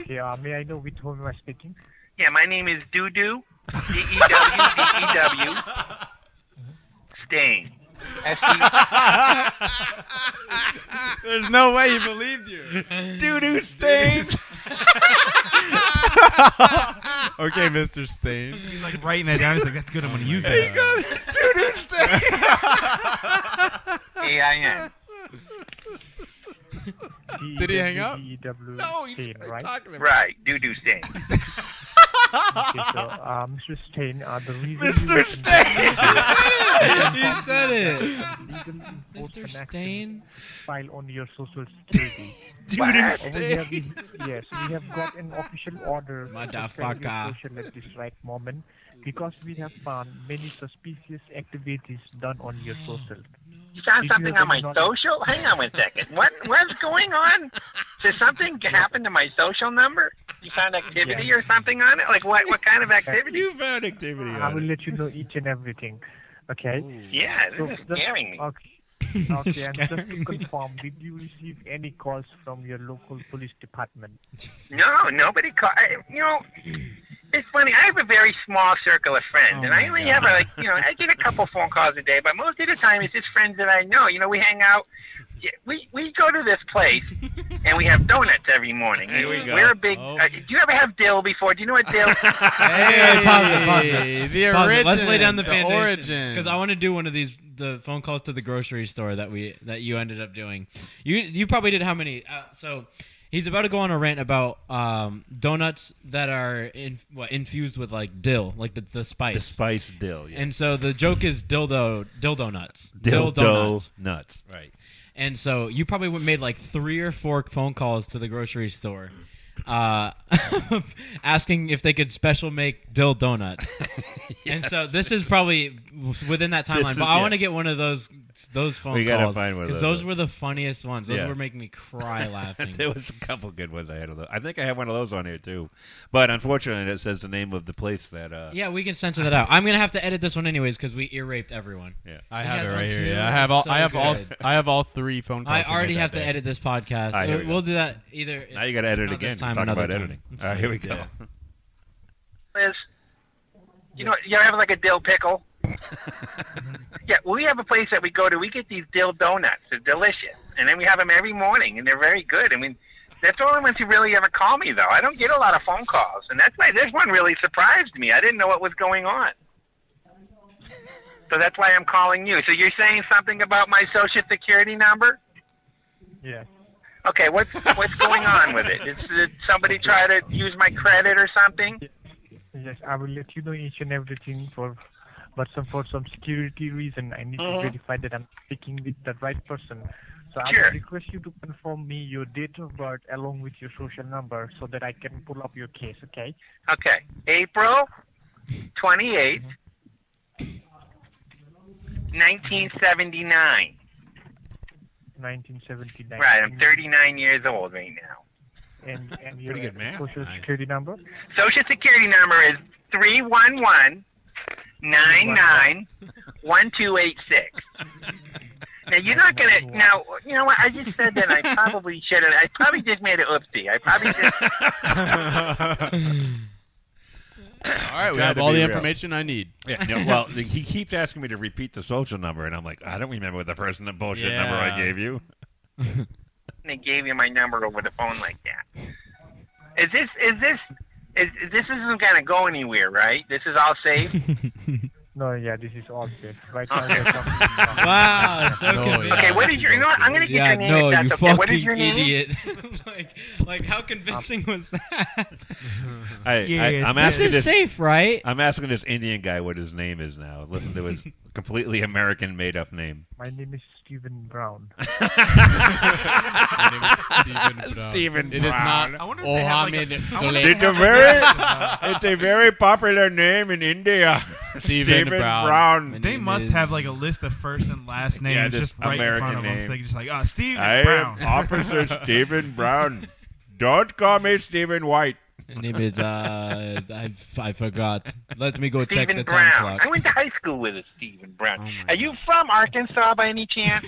Speaker 12: Okay, uh, may I know with whom you are speaking?
Speaker 5: Yeah, my name is Doo Doo. D E W D E W. Stain. S E-
Speaker 2: There's no way he believed you.
Speaker 1: Doo doo stains.
Speaker 2: okay, Mr. Stain. Oh
Speaker 8: He's like writing that down. He's like, that's good. I'm
Speaker 1: Oh
Speaker 8: going to use that.
Speaker 1: Doo doo stains.
Speaker 5: A I N.
Speaker 2: Did he hang up?
Speaker 12: No, he's right?
Speaker 1: talking
Speaker 5: Right, Doo Doo Stain.
Speaker 12: Okay, so, uh, Mr. Stain, uh, the reason
Speaker 5: Mr.
Speaker 12: you were
Speaker 5: Stain!
Speaker 12: contacted-
Speaker 5: You said it.
Speaker 12: Legal report
Speaker 3: Mr.
Speaker 12: and action
Speaker 3: Stain?
Speaker 12: File on your social security.
Speaker 1: Dude,
Speaker 12: And we
Speaker 1: Stain.
Speaker 12: have, yes, we have got an official order to suspend your
Speaker 3: Motherfucker.
Speaker 12: social at this right moment because we have found many suspicious activities done on your
Speaker 1: Oh,
Speaker 12: social.
Speaker 5: You found something on my social? Hang on one second. What what's going on? Did something happen to my social number? You found activity
Speaker 12: Yes.
Speaker 5: or something on it? Like what what kind of activity?
Speaker 1: You found activity
Speaker 12: I will
Speaker 1: on it.
Speaker 12: let you know each and everything. Okay.
Speaker 5: Yeah, this is
Speaker 12: just-
Speaker 5: scaring me.
Speaker 12: Okay. Okay, and just to confirm, did you receive any calls from your local police department?
Speaker 5: No, nobody call. I, you know, it's funny. I have a very small circle of friends,
Speaker 3: Oh
Speaker 5: and I
Speaker 3: my
Speaker 5: only
Speaker 3: God.
Speaker 5: have like you know, I get a couple phone calls a day, but most of the time it's just friends that I know. You know, we hang out. Yeah, We we go to this place, and we have donuts every morning.
Speaker 1: Here we go.
Speaker 5: We're a big.
Speaker 3: Oh.
Speaker 5: Uh, do you ever have dill before? Do you know what dill?
Speaker 2: Hey,
Speaker 3: pause it, pause it.
Speaker 2: The
Speaker 3: Pause
Speaker 2: origin.
Speaker 3: it. Let's lay down the,
Speaker 2: origin.
Speaker 3: because I want to do one of these the phone calls to the grocery store that we that you ended up doing. You you probably did how many? Uh, so he's about to go on a rant about um, donuts that are in, what, infused with like dill, like the, the spice.
Speaker 1: The spice dill. Yeah.
Speaker 3: and so the joke is dildo dildo nuts.
Speaker 1: Dildo
Speaker 3: donuts.
Speaker 1: nuts. Right.
Speaker 3: And so you probably would- made like three or four phone calls to the grocery store, uh, asking if they could special make dill donuts. And so this is probably within that
Speaker 1: This
Speaker 3: timeline.
Speaker 1: is-
Speaker 3: but I
Speaker 1: yeah.
Speaker 3: want to get one of those those phone
Speaker 1: We gotta
Speaker 3: calls
Speaker 1: find one of those.
Speaker 3: those were the funniest ones. Those
Speaker 1: Yeah.
Speaker 3: were making me cry laughing.
Speaker 1: there was a couple good ones I had. Of those. I think I have one of those on here too, but unfortunately, it says the name of the place that. Uh,
Speaker 3: yeah, we can censor that out. I'm gonna have to edit this one anyways because we ear raped everyone.
Speaker 1: yeah.
Speaker 2: I
Speaker 3: He
Speaker 2: have
Speaker 3: has
Speaker 2: it
Speaker 3: one
Speaker 2: right here.
Speaker 3: too.
Speaker 2: Yeah, I
Speaker 3: It's
Speaker 2: have all.
Speaker 3: so
Speaker 2: I have all.
Speaker 3: good.
Speaker 2: I have all three phone calls.
Speaker 3: I
Speaker 2: he made
Speaker 3: already
Speaker 2: that
Speaker 3: have to
Speaker 2: day.
Speaker 3: edit this podcast.
Speaker 1: All right, Ah, here we
Speaker 3: we'll do that either.
Speaker 1: Now you got to edit
Speaker 3: not this
Speaker 1: again.
Speaker 3: time,
Speaker 1: Talk
Speaker 3: another
Speaker 1: about
Speaker 3: time.
Speaker 1: editing. All right, here we go.
Speaker 3: Yeah.
Speaker 5: Liz, you know, you ever have like a dill pickle? yeah, we have a place that we go to. We get these dill donuts. They're delicious, and then we have them every morning, and they're very good. I mean, that's the only ones who really ever call me, though. I don't get a lot of phone calls, and that's why this one really surprised me. I didn't know what was going on. So that's why I'm calling you. So you're saying something about my social security number?
Speaker 12: Yes.
Speaker 5: Okay, what's what's going on with it? Is, did somebody try to use my credit or something?
Speaker 12: Yes, I will let you know each and everything for, but some for some security reason, I need
Speaker 5: Mhm.
Speaker 12: to verify that I'm speaking with the right person. So I
Speaker 5: Sure.
Speaker 12: would request you to confirm me your date of birth along with your social number so that I can pull up your case, okay?
Speaker 5: Okay, April twenty eighth, nineteen seventy nine.
Speaker 12: 1979.
Speaker 5: Right, I'm thirty nine years old right now.
Speaker 12: And, and your
Speaker 5: Pretty good math.
Speaker 12: social security number?
Speaker 5: Social security number is three one one nine nine one two eight six. Now you're not gonna. Now you know what? I just said that I probably should have. I probably just made an oopsie. I probably just.
Speaker 2: All right, we
Speaker 1: Tried
Speaker 2: have
Speaker 1: to
Speaker 2: all
Speaker 1: be
Speaker 2: the
Speaker 1: real.
Speaker 2: information I need.
Speaker 1: Yeah. No, well, the- he keeps asking me to repeat the social number, and I'm like, I don't remember what the first n- bullshit number I
Speaker 2: Yeah.
Speaker 1: gave you.
Speaker 5: they gave you my number over the phone like that. Is this is this is this isn't gonna go anywhere, right? This is all safe.
Speaker 12: No, yeah, this is all good. Right now,
Speaker 5: Okay.
Speaker 12: we're talking about-
Speaker 3: Wow, so
Speaker 12: No,
Speaker 3: convincing.
Speaker 12: yeah,
Speaker 5: Okay, what is your? You know what? I'm gonna keep
Speaker 3: Yeah,
Speaker 5: your name.
Speaker 3: no,
Speaker 5: if that's
Speaker 3: you
Speaker 5: okay. What
Speaker 3: fucking
Speaker 5: is your name? Um,
Speaker 3: idiot. like, like, how convincing was that?
Speaker 1: I, I, I'm
Speaker 3: this
Speaker 1: asking
Speaker 3: is safe, right?
Speaker 1: I'm asking this Indian guy what his name is now. Listen to his completely American made-up name.
Speaker 12: My name is Stephen Brown.
Speaker 1: Stephen
Speaker 2: It is
Speaker 1: Brown.
Speaker 2: not
Speaker 1: I wonder if they have,
Speaker 2: Mohammed
Speaker 1: like, a- I
Speaker 2: the
Speaker 1: wonder
Speaker 2: late
Speaker 1: if they have, like, a- It's a very popular name in India. Stephen Brown. Brown.
Speaker 8: They must have like a list of first and last names
Speaker 1: Yeah,
Speaker 8: just right
Speaker 1: American
Speaker 8: in front of
Speaker 1: name.
Speaker 8: them. So they can just like, oh, Stephen
Speaker 1: I
Speaker 8: Brown.
Speaker 1: am Officer Stephen Brown. Don't call me Stephen White.
Speaker 3: My name is uh, I, I forgot. Let me go check
Speaker 5: Stephen
Speaker 3: the
Speaker 5: Brown.
Speaker 3: time
Speaker 5: I
Speaker 3: clock. Oh
Speaker 5: went to high school with a Stephen Brown. Are you from Arkansas by any chance?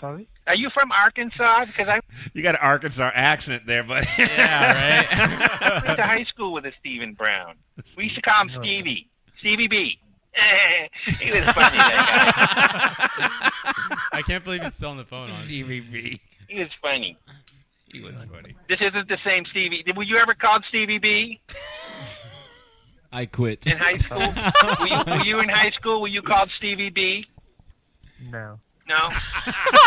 Speaker 12: Sorry?
Speaker 5: Are you from Arkansas? Because I
Speaker 1: You got an Arkansas accent there, but
Speaker 5: I went to high school with a Stephen Brown. We used to call him Stevie. Stevie B. he was funny. That guy.
Speaker 2: I can't believe it's still on the phone. Honestly.
Speaker 1: DVB.
Speaker 5: He was funny.
Speaker 1: He was funny.
Speaker 5: This isn't the same Stevie. Were you ever called Stevie B
Speaker 3: I quit.
Speaker 5: in high school? were, you, were you in high school? Were you called Stevie B?
Speaker 12: No.
Speaker 5: No.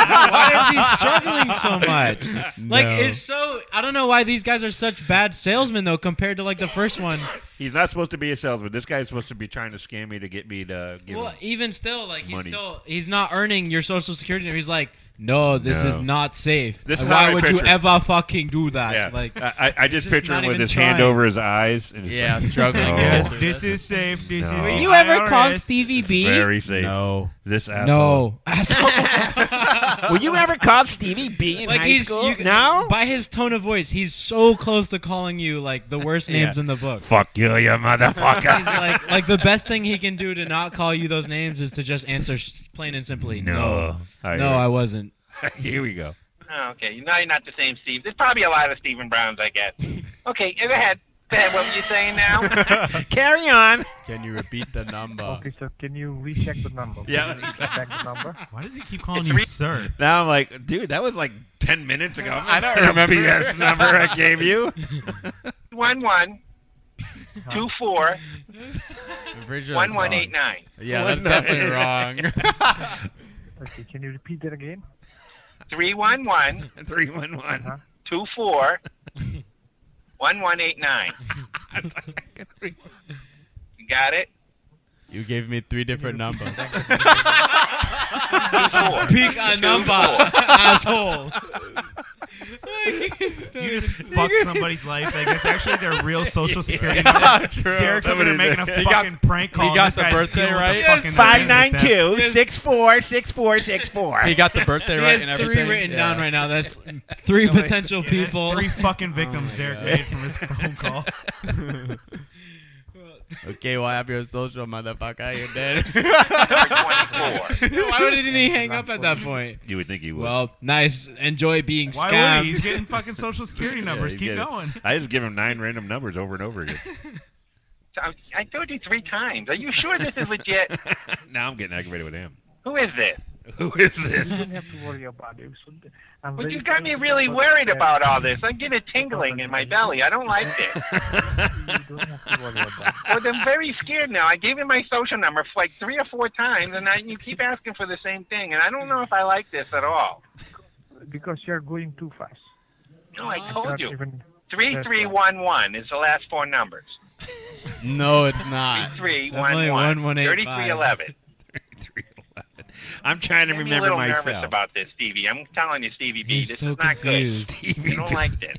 Speaker 3: why is he struggling so much? Like,
Speaker 1: No.
Speaker 3: it's so. I don't know why these guys are such bad salesmen though, compared to like the first one.
Speaker 1: He's not supposed to be a salesman. This guy's supposed to be trying to scam me to get me to give
Speaker 3: Well,
Speaker 1: him.
Speaker 3: even still, like he's
Speaker 1: Money.
Speaker 3: still he's not earning your social security. number. He's like, no, this
Speaker 1: No.
Speaker 3: is not safe.
Speaker 1: This is how
Speaker 3: why
Speaker 1: I
Speaker 3: would you
Speaker 1: picture it."
Speaker 3: ever fucking do that?
Speaker 1: Yeah, Uh,
Speaker 3: Like,
Speaker 1: I, I- I just
Speaker 3: just
Speaker 1: picture
Speaker 3: not
Speaker 1: him with
Speaker 3: even
Speaker 1: his hand
Speaker 3: trying.
Speaker 1: over his eyes and just
Speaker 2: Yeah,
Speaker 1: like, "Oh,
Speaker 2: struggling.
Speaker 1: "No,
Speaker 8: Yes, this is safe. This
Speaker 1: No.
Speaker 8: is.
Speaker 1: Were
Speaker 8: the
Speaker 1: you
Speaker 8: IRS.
Speaker 3: Stevie
Speaker 1: it's very safe.
Speaker 2: No.
Speaker 1: This asshole.
Speaker 3: No, asshole.
Speaker 1: Were you ever called Stevie B in
Speaker 3: like
Speaker 1: high
Speaker 3: he's
Speaker 1: school?
Speaker 3: you-
Speaker 1: no.
Speaker 3: By his tone of voice, he's so close to calling you like the worst
Speaker 1: Yeah.
Speaker 3: names in the book.
Speaker 1: Fuck you, you
Speaker 3: He's
Speaker 1: motherfucker.
Speaker 3: like, like the best thing he can do to not call you those names is to just answer s- plain and simply.
Speaker 1: No.
Speaker 3: No,
Speaker 1: All right,
Speaker 3: no,
Speaker 1: here we-
Speaker 3: I wasn't.
Speaker 1: Here we go.
Speaker 5: Oh, okay. Now you're not the same Steve. There's probably a lot of Stephen Browns, I guess. Okay, go ahead. Go ahead. What were you saying now?
Speaker 1: Carry on.
Speaker 2: Can you repeat the number?
Speaker 12: Okay, so can you recheck the number?
Speaker 1: Yeah.
Speaker 12: Can you Recheck the number.
Speaker 8: Why does he keep calling you sir?
Speaker 1: Now I'm like, dude, that was like ten minutes ago. I don't remember BS number I gave you.
Speaker 5: One one two four
Speaker 2: I'm pretty sure
Speaker 5: one
Speaker 2: that's
Speaker 5: one
Speaker 2: wrong.
Speaker 5: eight nine.
Speaker 2: Yeah,
Speaker 1: One
Speaker 2: that's definitely wrong.
Speaker 12: Okay, can you repeat that again?
Speaker 5: Three one one
Speaker 1: Three one one.
Speaker 5: two four one one eight nine. You got it?
Speaker 2: you gave me three different numbers.
Speaker 3: Pick a number, asshole.
Speaker 8: You just fucked somebody's life. Like it's actually their real social security.
Speaker 2: True.
Speaker 8: Derek's over there
Speaker 1: Somebody
Speaker 8: making a
Speaker 1: did. He
Speaker 8: fucking
Speaker 1: got-
Speaker 8: prank call.
Speaker 2: he got
Speaker 8: and this
Speaker 2: the
Speaker 8: guy's
Speaker 2: birthday
Speaker 8: dealing with the
Speaker 2: right.
Speaker 8: fucking
Speaker 1: Five
Speaker 8: name
Speaker 1: nine
Speaker 8: like that.
Speaker 1: two six four six four six four.
Speaker 2: He got the birthday
Speaker 3: He
Speaker 2: right
Speaker 3: has
Speaker 2: and
Speaker 3: three
Speaker 2: everything.
Speaker 3: written
Speaker 2: Yeah.
Speaker 3: down right now. That's three
Speaker 8: Like,
Speaker 3: potential
Speaker 8: yeah, that's
Speaker 3: people. Oh
Speaker 8: Three fucking victims
Speaker 2: my
Speaker 8: Derek
Speaker 2: God.
Speaker 8: made from his phone call.
Speaker 2: Okay, well, have your social, motherfucker. You're dead.
Speaker 5: Twenty four.
Speaker 3: Why would didn't he hang up at that point?
Speaker 1: You would think he would.
Speaker 3: Well, nice. Enjoy being
Speaker 8: Why
Speaker 3: scammed.
Speaker 8: would he? He's getting fucking social security
Speaker 1: Yeah,
Speaker 8: numbers.
Speaker 1: you
Speaker 8: Keep
Speaker 1: get it.
Speaker 8: going.
Speaker 1: I just give him nine random numbers over and over again.
Speaker 5: So I, I told you three times. Are you sure this is legit?
Speaker 1: now I'm getting aggravated with him.
Speaker 5: Who is this?
Speaker 1: Who is
Speaker 12: You
Speaker 1: this?
Speaker 12: don't have to worry about it. So th- I'm
Speaker 5: Well,
Speaker 12: very
Speaker 5: you got me
Speaker 12: sorry
Speaker 5: really
Speaker 12: about
Speaker 5: worried
Speaker 12: that.
Speaker 5: about all this. I'm getting a tingling in my belly. I don't like this.
Speaker 12: You don't have to worry about it.
Speaker 5: Well, I'm very scared now. I gave you my social number for like three or four times, and I, you keep asking for the same thing, and I don't know if I like this at all.
Speaker 12: Because you're going too fast.
Speaker 5: No,
Speaker 1: Oh,
Speaker 5: I told
Speaker 12: Not
Speaker 5: you.
Speaker 12: even-
Speaker 5: Three three one one is the last four numbers.
Speaker 2: no, it's not.
Speaker 5: Three
Speaker 3: Definitely
Speaker 5: one one.
Speaker 3: 1185.
Speaker 5: Thirty-three eleven.
Speaker 1: Three eleven. I'm trying to
Speaker 5: Make me
Speaker 1: remember
Speaker 5: a little
Speaker 1: myself.
Speaker 5: nervous about this, Stevie. I'm telling you, Stevie B,
Speaker 1: He's
Speaker 5: this
Speaker 1: so
Speaker 5: is not
Speaker 1: confused.
Speaker 5: good.
Speaker 1: Stevie
Speaker 5: I don't
Speaker 1: B.
Speaker 5: like this.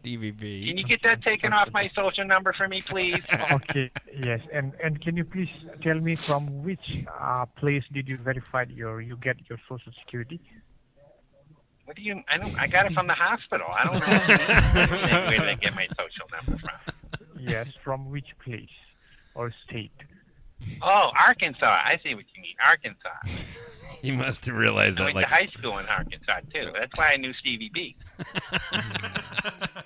Speaker 1: Stevie B.
Speaker 5: Can you get that taken off my social number for me, please?
Speaker 12: okay, yes, and and can you please tell me from which uh, place did you verify your you get your social security?
Speaker 5: What do you? I don't. I got it from the hospital. I don't know where they get my social number from.
Speaker 12: Yes, from which place or state?
Speaker 5: Oh, Arkansas. I see what you mean. Arkansas.
Speaker 1: You must have realized
Speaker 5: I
Speaker 1: that.
Speaker 5: went
Speaker 1: Like
Speaker 5: to high school in Arkansas too. That's why I knew Stevie B.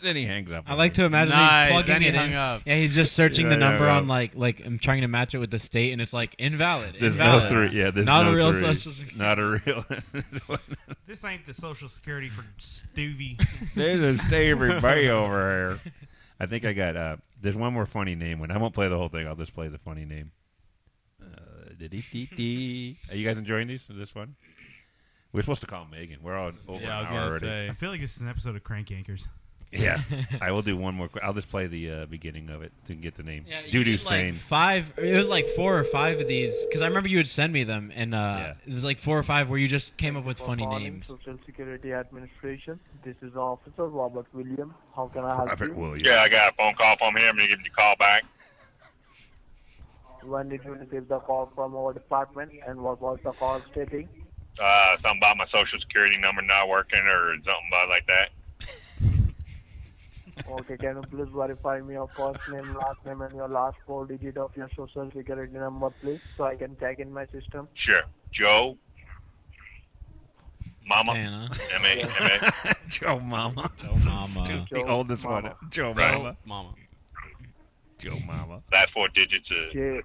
Speaker 1: then he hangs up.
Speaker 3: I like to imagine
Speaker 2: Nice,
Speaker 3: he's
Speaker 2: and
Speaker 3: plugging
Speaker 2: he
Speaker 3: it
Speaker 2: hung
Speaker 3: in.
Speaker 2: up.
Speaker 3: Yeah, he's just searching the
Speaker 1: Yeah, yeah,
Speaker 3: number
Speaker 1: yeah.
Speaker 3: on like like I'm trying to match it with the state, and it's like invalid.
Speaker 1: There's no
Speaker 3: invalid.
Speaker 1: three. Yeah, there's
Speaker 3: not
Speaker 1: no
Speaker 3: a real
Speaker 1: three.
Speaker 3: social security.
Speaker 1: Not a real.
Speaker 8: This ain't the social security for Stevie.
Speaker 1: there's a Stevie B over here. I think I got. Uh, there's one more funny name. When I won't play the whole thing, I'll just play the funny name. Uh, dee-dee-dee-dee. Are you guys enjoying these? This one. We're supposed to call Megan. We're all over
Speaker 2: Yeah, I
Speaker 1: an
Speaker 2: was
Speaker 1: hour
Speaker 2: gonna
Speaker 1: already.
Speaker 2: say.
Speaker 8: I feel like this is an episode of Crank Anchors.
Speaker 1: Yeah, I will do one more. Qu- I'll just play the uh, beginning of it to get the name.
Speaker 3: Yeah, you
Speaker 1: Doo doo
Speaker 3: did, like,
Speaker 1: stain.
Speaker 3: five. It was like four or five of these because I remember you would send me them, and uh, it was like four or five where you just came up with funny
Speaker 12: Calling
Speaker 3: names.
Speaker 12: Social Security Administration. This is Officer Robert William. How can I help
Speaker 1: Robert
Speaker 12: you?
Speaker 1: Williams.
Speaker 13: Yeah, I got a phone call from him. He gave me a call back.
Speaker 12: When did you receive the call from our department, and what was the call stating?
Speaker 13: Uh, something about my social security number not working or something about like that.
Speaker 12: Okay, can you please verify me your first name, last name, and your last four digit of your social security number, please, so I can check in my system?
Speaker 13: Sure. Joe. Mama.
Speaker 3: Anna.
Speaker 13: M-A, M-A.
Speaker 1: Joe Mama.
Speaker 3: Joe Mama.
Speaker 12: Joe
Speaker 1: Dude, the oldest one.
Speaker 12: Mama.
Speaker 1: Joe
Speaker 13: Right.
Speaker 1: Mama.
Speaker 2: Mama.
Speaker 1: Joe Mama.
Speaker 13: Last four digits is
Speaker 12: J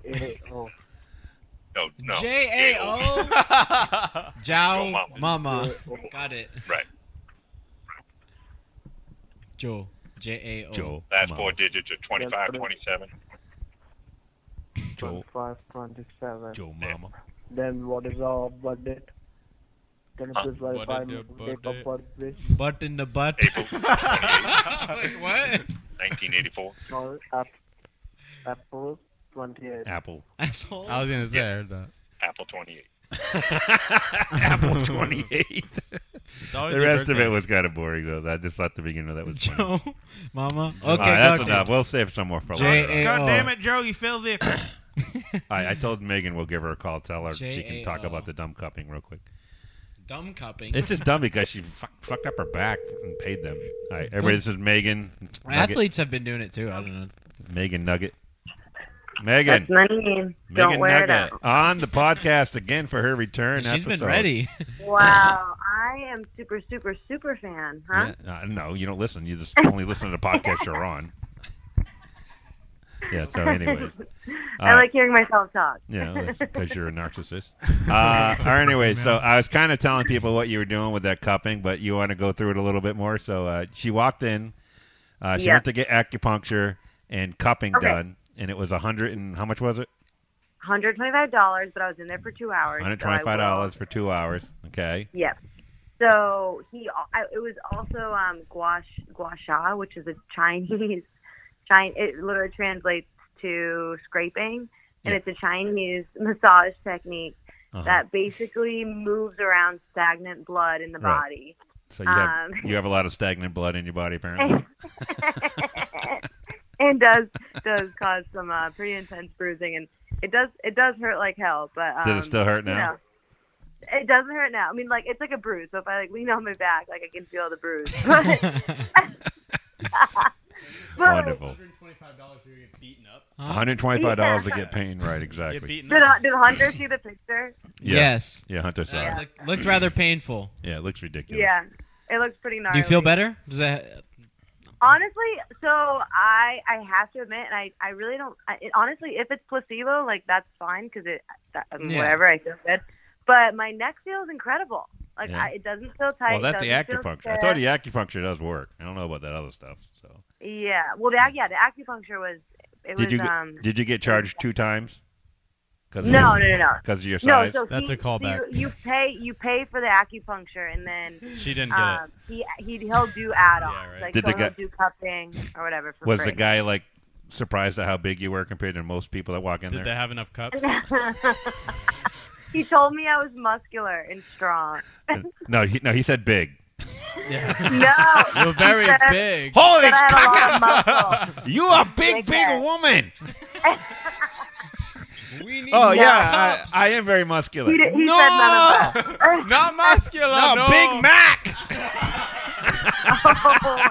Speaker 12: A O.
Speaker 13: no, no.
Speaker 3: J A O. Jow
Speaker 13: Mama.
Speaker 3: Mama. Got it.
Speaker 13: Right.
Speaker 3: Joe. J A O.
Speaker 1: Joe.
Speaker 13: Last
Speaker 1: Mama.
Speaker 13: four digits are 25, 27.
Speaker 1: Joe.
Speaker 12: 25, 27.
Speaker 1: Joe Mama.
Speaker 12: Then what is our birth date? Can you
Speaker 3: Uh,
Speaker 13: Huh?
Speaker 12: please verify
Speaker 2: is
Speaker 12: my
Speaker 2: your
Speaker 12: date
Speaker 2: birth
Speaker 12: of birth, please?
Speaker 3: Butt in the butt.
Speaker 13: April 28,
Speaker 3: like what?
Speaker 13: 1984.
Speaker 12: No, Ap- April 28.
Speaker 1: Apple.
Speaker 3: Asshole.
Speaker 2: I was gonna say I heard that.
Speaker 13: Apple 28.
Speaker 1: Apple 28.
Speaker 2: It's always
Speaker 1: the
Speaker 2: your
Speaker 1: rest of
Speaker 2: birthday.
Speaker 1: it was kind of boring, though. I just thought the beginning of that was funny.
Speaker 3: Joe. Mama.
Speaker 1: All
Speaker 3: Okay.
Speaker 1: right, that's
Speaker 3: got it.
Speaker 1: enough. We'll save some more for
Speaker 3: J-
Speaker 1: later.
Speaker 3: A-
Speaker 8: God
Speaker 3: Oh.
Speaker 8: damn it, Joe, you fell victim.
Speaker 1: I, I told Megan we'll give her a call. Tell her she can talk
Speaker 3: J-A-O.
Speaker 1: about the dumb cupping real quick.
Speaker 3: Dumb cupping.
Speaker 1: It's just dumb because she fuck, fucked up her back and paid them. All right, everybody, this is Megan. Nugget.
Speaker 3: Athletes have been doing it too. I don't know.
Speaker 1: Megan Nugget. Megan.
Speaker 11: That's my name.
Speaker 1: Megan
Speaker 11: Don't wear
Speaker 1: Nugget
Speaker 11: it out.
Speaker 1: on the podcast again for her return.
Speaker 3: She's been
Speaker 1: episode.
Speaker 3: ready.
Speaker 11: Wow, I am super, super, super fan, huh?
Speaker 1: Yeah, uh, no, you don't listen. You just only listen to the podcast you're on. Yeah. So, anyways,
Speaker 11: I
Speaker 1: Uh,
Speaker 11: like hearing myself talk.
Speaker 1: yeah, because you're a narcissist. Uh, or anyway, so I was kind of telling people what you were doing with that cupping, but you want to go through it a little bit more. So uh, she walked in. Uh, she
Speaker 11: Yeah.
Speaker 1: went to get acupuncture and cupping
Speaker 11: Okay.
Speaker 1: done, and it was a hundred and how much was it?
Speaker 11: Hundred twenty-five dollars, but I was in there for two hours.
Speaker 1: One
Speaker 11: so I
Speaker 1: hundred twenty-five
Speaker 11: will-
Speaker 1: dollars for two hours. Okay.
Speaker 11: Yes. So he, I, it was also um, gua sh- gua sha, which is a Chinese, Chinese. It literally translates to scraping, and
Speaker 1: Yeah.
Speaker 11: it's a Chinese massage technique
Speaker 1: Uh-huh.
Speaker 11: that basically moves around stagnant blood in the
Speaker 1: Right.
Speaker 11: body.
Speaker 1: So you have
Speaker 11: Um,
Speaker 1: you have a lot of stagnant blood in your body, apparently.
Speaker 11: and does does cause some uh, pretty intense bruising, and it does it does hurt like hell. But um,
Speaker 1: Does it still hurt
Speaker 11: you
Speaker 1: now?
Speaker 11: know, it doesn't hurt now. I mean, like it's like a bruise. So if I like lean on my back, like I can feel the bruise. But-
Speaker 1: Wonderful.
Speaker 2: $125 you get beaten up.
Speaker 1: One hundred twenty-five dollars to get pain right, exactly.
Speaker 2: beaten
Speaker 11: Did, uh, did Hunter see the picture?
Speaker 1: Yeah.
Speaker 3: Yes.
Speaker 1: Yeah, Hunter saw
Speaker 11: Yeah.
Speaker 1: it.
Speaker 3: Look- Looked rather painful.
Speaker 1: Yeah, it looks ridiculous.
Speaker 11: Yeah, it looks pretty gnarly.
Speaker 3: Do you feel better? Does that?
Speaker 11: Honestly, so I I have to admit, and I I really don't. I, it, honestly, if it's placebo, like that's fine because it that, I mean,
Speaker 1: Yeah.
Speaker 11: whatever I feel good. But my neck feels incredible. Like
Speaker 1: Yeah.
Speaker 11: I, it doesn't feel tight.
Speaker 1: Well, that's the
Speaker 11: doesn't feel
Speaker 1: acupuncture. I
Speaker 11: stiff.
Speaker 1: thought the acupuncture does work. I don't know about that other stuff. So,
Speaker 11: Yeah. Well, the ac- yeah, the acupuncture was. It
Speaker 1: did
Speaker 11: was
Speaker 1: you get-
Speaker 11: um.
Speaker 1: did you get charged two times? Cause
Speaker 11: No, no, no, no.
Speaker 1: Because of your
Speaker 11: No,
Speaker 1: size.
Speaker 11: so he- so You, you pay you pay for the acupuncture, and then
Speaker 2: She didn't get
Speaker 11: um, he he he'll do add-ons. Like
Speaker 1: Did
Speaker 11: so
Speaker 1: the
Speaker 11: he'll
Speaker 1: guy-
Speaker 11: do cupping or whatever. For
Speaker 1: was
Speaker 11: free.
Speaker 1: the guy like surprised at how big you were compared to most people that walk in
Speaker 2: Did
Speaker 1: there?
Speaker 2: they have enough cups?
Speaker 11: He told me I was muscular and strong.
Speaker 1: No, he, no, he said big.
Speaker 11: no.
Speaker 2: You're very
Speaker 11: he said-
Speaker 2: big.
Speaker 1: Holy
Speaker 11: said I had a lot of muscle.
Speaker 1: You are a big, big woman. oh yeah, I, I am very muscular.
Speaker 11: He, did, he said none of that.
Speaker 2: Not muscular.
Speaker 1: No,
Speaker 11: no.
Speaker 1: Big Mac.
Speaker 11: oh,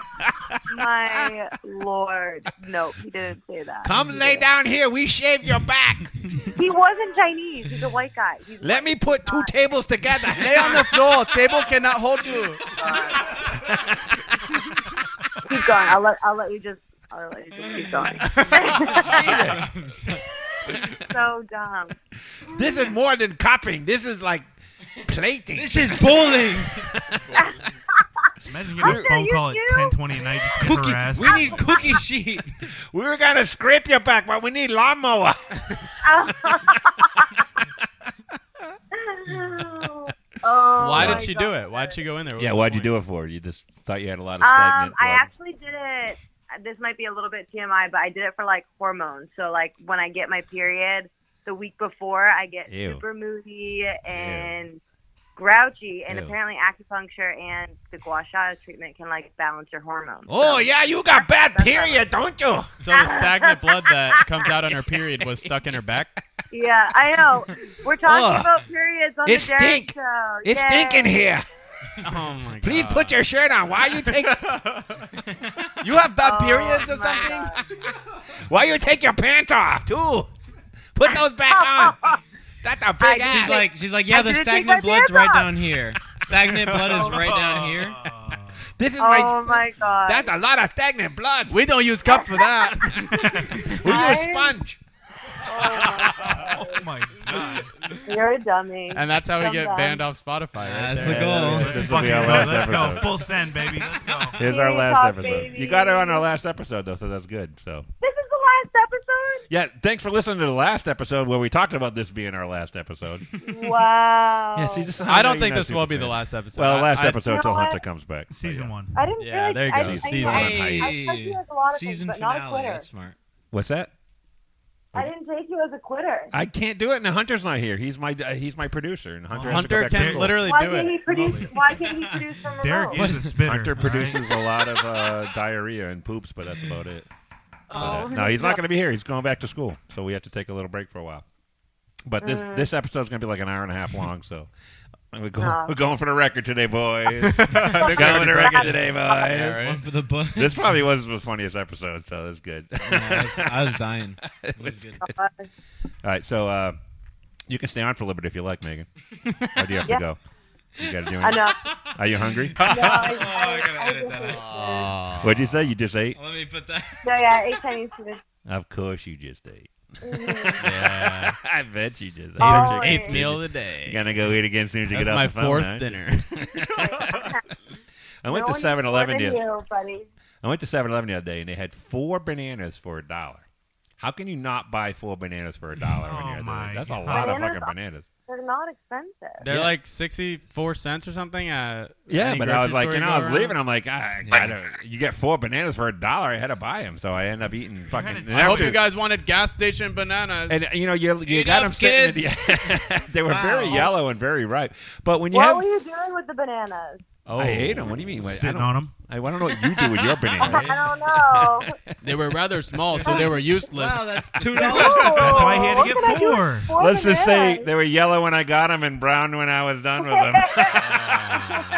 Speaker 11: my lord. Nope, he didn't say that.
Speaker 1: Come lay down here. We shaved your back.
Speaker 11: He wasn't Chinese. He's a white guy. He's
Speaker 1: Let me put two tables together.
Speaker 2: Lay on the floor. Table cannot hold you.
Speaker 11: keep going. I'll let I'll let you just I'll let you just keep going. so dumb.
Speaker 1: This is more than copying. This is like plating.
Speaker 3: This is bullying.
Speaker 8: Imagine getting a
Speaker 1: Okay,
Speaker 8: phone
Speaker 1: you
Speaker 8: call at
Speaker 1: do.
Speaker 8: 10:20 at night, just getting harassed.
Speaker 1: need cookie sheet. we were gonna scrape your back, but we need lawnmower.
Speaker 11: oh, my
Speaker 2: Why did she do
Speaker 11: God.
Speaker 2: it? Why'd she go in there? What
Speaker 1: yeah,
Speaker 2: was the
Speaker 1: why'd you
Speaker 2: point?
Speaker 1: do it for? You just thought you had a lot of
Speaker 11: Um,
Speaker 1: stagnant.
Speaker 11: I
Speaker 1: blood.
Speaker 11: actually did it. This might be a little bit TMI, but I did it for like hormones. So like when I get my period, the week before I get
Speaker 14: Ew.
Speaker 11: super moody and grouchy, and
Speaker 14: Ew.
Speaker 11: apparently acupuncture and the gua sha treatment can like balance your hormones.
Speaker 1: Oh yeah, you got bad period, don't you?
Speaker 2: So the stagnant blood that comes out on her period was stuck in her back.
Speaker 11: Yeah, I know. We're talking
Speaker 2: Ugh.
Speaker 11: about periods on
Speaker 2: It
Speaker 11: the Derek
Speaker 2: stink.
Speaker 11: show.
Speaker 1: It's
Speaker 11: Yay.
Speaker 1: stinking here.
Speaker 2: Oh my god.
Speaker 1: Please put your shirt on. Why you take?
Speaker 2: You have bad
Speaker 1: Oh,
Speaker 2: periods or
Speaker 1: my
Speaker 2: something?
Speaker 1: Why you take your pants off too? Put those back on. That's a big ass.
Speaker 3: She's like, she's like, yeah, the stagnant blood's right down here. Stagnant blood is right down here.
Speaker 1: This is
Speaker 11: Oh my god.
Speaker 1: That's a lot of stagnant blood.
Speaker 2: We don't use cup for that.
Speaker 1: we
Speaker 11: I-
Speaker 1: use sponge.
Speaker 2: Oh my god.
Speaker 11: You're a dummy.
Speaker 2: And that's how we get
Speaker 11: Dumb
Speaker 2: banned off Spotify. Right
Speaker 3: That's
Speaker 2: there.
Speaker 3: the goal.
Speaker 1: This
Speaker 8: will be our last Let's go.
Speaker 1: episode.
Speaker 8: Full send, baby. Let's go.
Speaker 1: Here's our
Speaker 11: Baby
Speaker 1: last
Speaker 11: talk,
Speaker 1: episode.
Speaker 11: baby.
Speaker 1: You got her on our last episode though, so that's good. So
Speaker 11: dumb. This is the last episode?
Speaker 1: yeah, thanks for listening to the last episode where we talked about this being our last episode.
Speaker 11: Wow.
Speaker 1: Yeah, see, this is how
Speaker 2: I don't
Speaker 1: you
Speaker 2: think
Speaker 1: know
Speaker 2: this
Speaker 1: super
Speaker 2: will be the
Speaker 1: fan.
Speaker 2: last episode.
Speaker 1: Well,
Speaker 2: I-
Speaker 1: the last
Speaker 2: I-
Speaker 1: episode
Speaker 11: You know
Speaker 1: till Hunter
Speaker 11: what?
Speaker 1: comes back.
Speaker 8: Season one.
Speaker 11: I didn't
Speaker 2: Yeah,
Speaker 11: feel
Speaker 2: there you
Speaker 11: like
Speaker 2: go.
Speaker 11: I,
Speaker 2: Season
Speaker 11: I,
Speaker 2: one.
Speaker 11: I, I took you as a lot of
Speaker 3: Season
Speaker 11: things, but not a
Speaker 3: finale.
Speaker 11: quitter.
Speaker 3: That's smart.
Speaker 1: What's that?
Speaker 11: I didn't take you as a quitter.
Speaker 1: I can't do it, and Hunter's not here. He's my uh, he's my producer, and Hunter has to go
Speaker 2: Hunter
Speaker 1: back to
Speaker 2: can
Speaker 1: school.
Speaker 2: literally
Speaker 11: why
Speaker 2: do
Speaker 11: can't
Speaker 2: it.
Speaker 11: he produce? Why can't he produce from remote?
Speaker 1: Hunter produces a lot of uh, diarrhea and poops, but that's about it. But, uh,
Speaker 11: Oh.
Speaker 1: no, he's not going to be here. He's going back to school, so we have to take a little break for a while. But this
Speaker 11: Mm.
Speaker 1: this episode's going to be like an hour and a half long, so we're going,
Speaker 11: Oh.
Speaker 1: we're going for the record today, boys.
Speaker 2: already
Speaker 1: going for the record
Speaker 2: grabbed
Speaker 1: today,
Speaker 2: it.
Speaker 1: boys.
Speaker 2: Yeah, right.
Speaker 3: One for the books.
Speaker 1: This probably was the funniest episode, so that's good.
Speaker 3: I was- I was dying. It was good.
Speaker 1: All right, so uh, you can stay on for a little bit if you like, Megan. Or do you have
Speaker 11: Yeah.
Speaker 1: to go? You got to do anything?
Speaker 11: Enough.
Speaker 1: Are you hungry?
Speaker 11: No, I, I,
Speaker 3: Oh, I gotta
Speaker 11: I
Speaker 3: edit
Speaker 11: just
Speaker 3: that
Speaker 11: ate-
Speaker 2: out.
Speaker 1: What'd you say? You just ate?
Speaker 3: Let me put that.
Speaker 11: No, yeah, I ate Chinese food.
Speaker 1: Of course you just ate.
Speaker 11: Mhm.
Speaker 2: Yeah.
Speaker 1: I bet you just ate.
Speaker 11: Always.
Speaker 1: Chicken.
Speaker 2: Eighth meal of the day.
Speaker 1: You're gonna go eat again soon as you
Speaker 2: That's
Speaker 1: get off
Speaker 2: my
Speaker 1: the phone,
Speaker 2: fourth
Speaker 1: huh?
Speaker 2: dinner.
Speaker 1: I went
Speaker 11: No
Speaker 1: to
Speaker 11: one's
Speaker 1: 7-Eleven
Speaker 11: more
Speaker 1: the
Speaker 11: than you, buddy.
Speaker 1: I went to 7-Eleven the other day and they had four bananas for a dollar. How can you not buy four bananas for a dollar when
Speaker 2: Oh
Speaker 1: you're at the-
Speaker 8: my
Speaker 1: That's a
Speaker 8: God.
Speaker 1: lot of
Speaker 11: Bananas
Speaker 1: fucking
Speaker 11: are-
Speaker 1: bananas.
Speaker 11: They're not expensive.
Speaker 2: They're
Speaker 1: Yeah.
Speaker 2: like sixty-four cents or something. At
Speaker 1: Yeah,
Speaker 2: any
Speaker 1: but I was
Speaker 2: grocery
Speaker 1: like,
Speaker 2: store
Speaker 1: you know, I was
Speaker 2: go
Speaker 1: leaving.
Speaker 2: around.
Speaker 1: I'm like, "Ah, I,
Speaker 2: Yeah.
Speaker 1: I don't, you get four bananas for a dollar. I had to buy them, so I ended up eating fucking. and
Speaker 2: I
Speaker 1: that
Speaker 2: hope
Speaker 1: was-
Speaker 2: you guys wanted gas station bananas.
Speaker 1: And you know, you you
Speaker 2: Eat
Speaker 1: got
Speaker 2: up,
Speaker 1: them sitting. At the, they were very
Speaker 2: Wow.
Speaker 1: yellow and very ripe. But when you
Speaker 11: what
Speaker 1: have
Speaker 11: were you doing with the bananas?
Speaker 1: I ate them. What do you mean? Wait,
Speaker 8: Oh,
Speaker 1: I
Speaker 8: Sitting
Speaker 1: don't-
Speaker 8: on 'em.
Speaker 1: I, I don't know what you do with your
Speaker 11: I
Speaker 1: bananas.
Speaker 11: don't know.
Speaker 2: They were rather small, so they were useless.
Speaker 3: Wow, that's two
Speaker 11: Ooh,
Speaker 3: dollars.
Speaker 8: That's why he had to
Speaker 11: what
Speaker 8: get
Speaker 11: can I do with
Speaker 8: four.
Speaker 11: four
Speaker 1: Let's just say
Speaker 11: bananas?
Speaker 1: they were yellow when I got them and brown when I was done with them.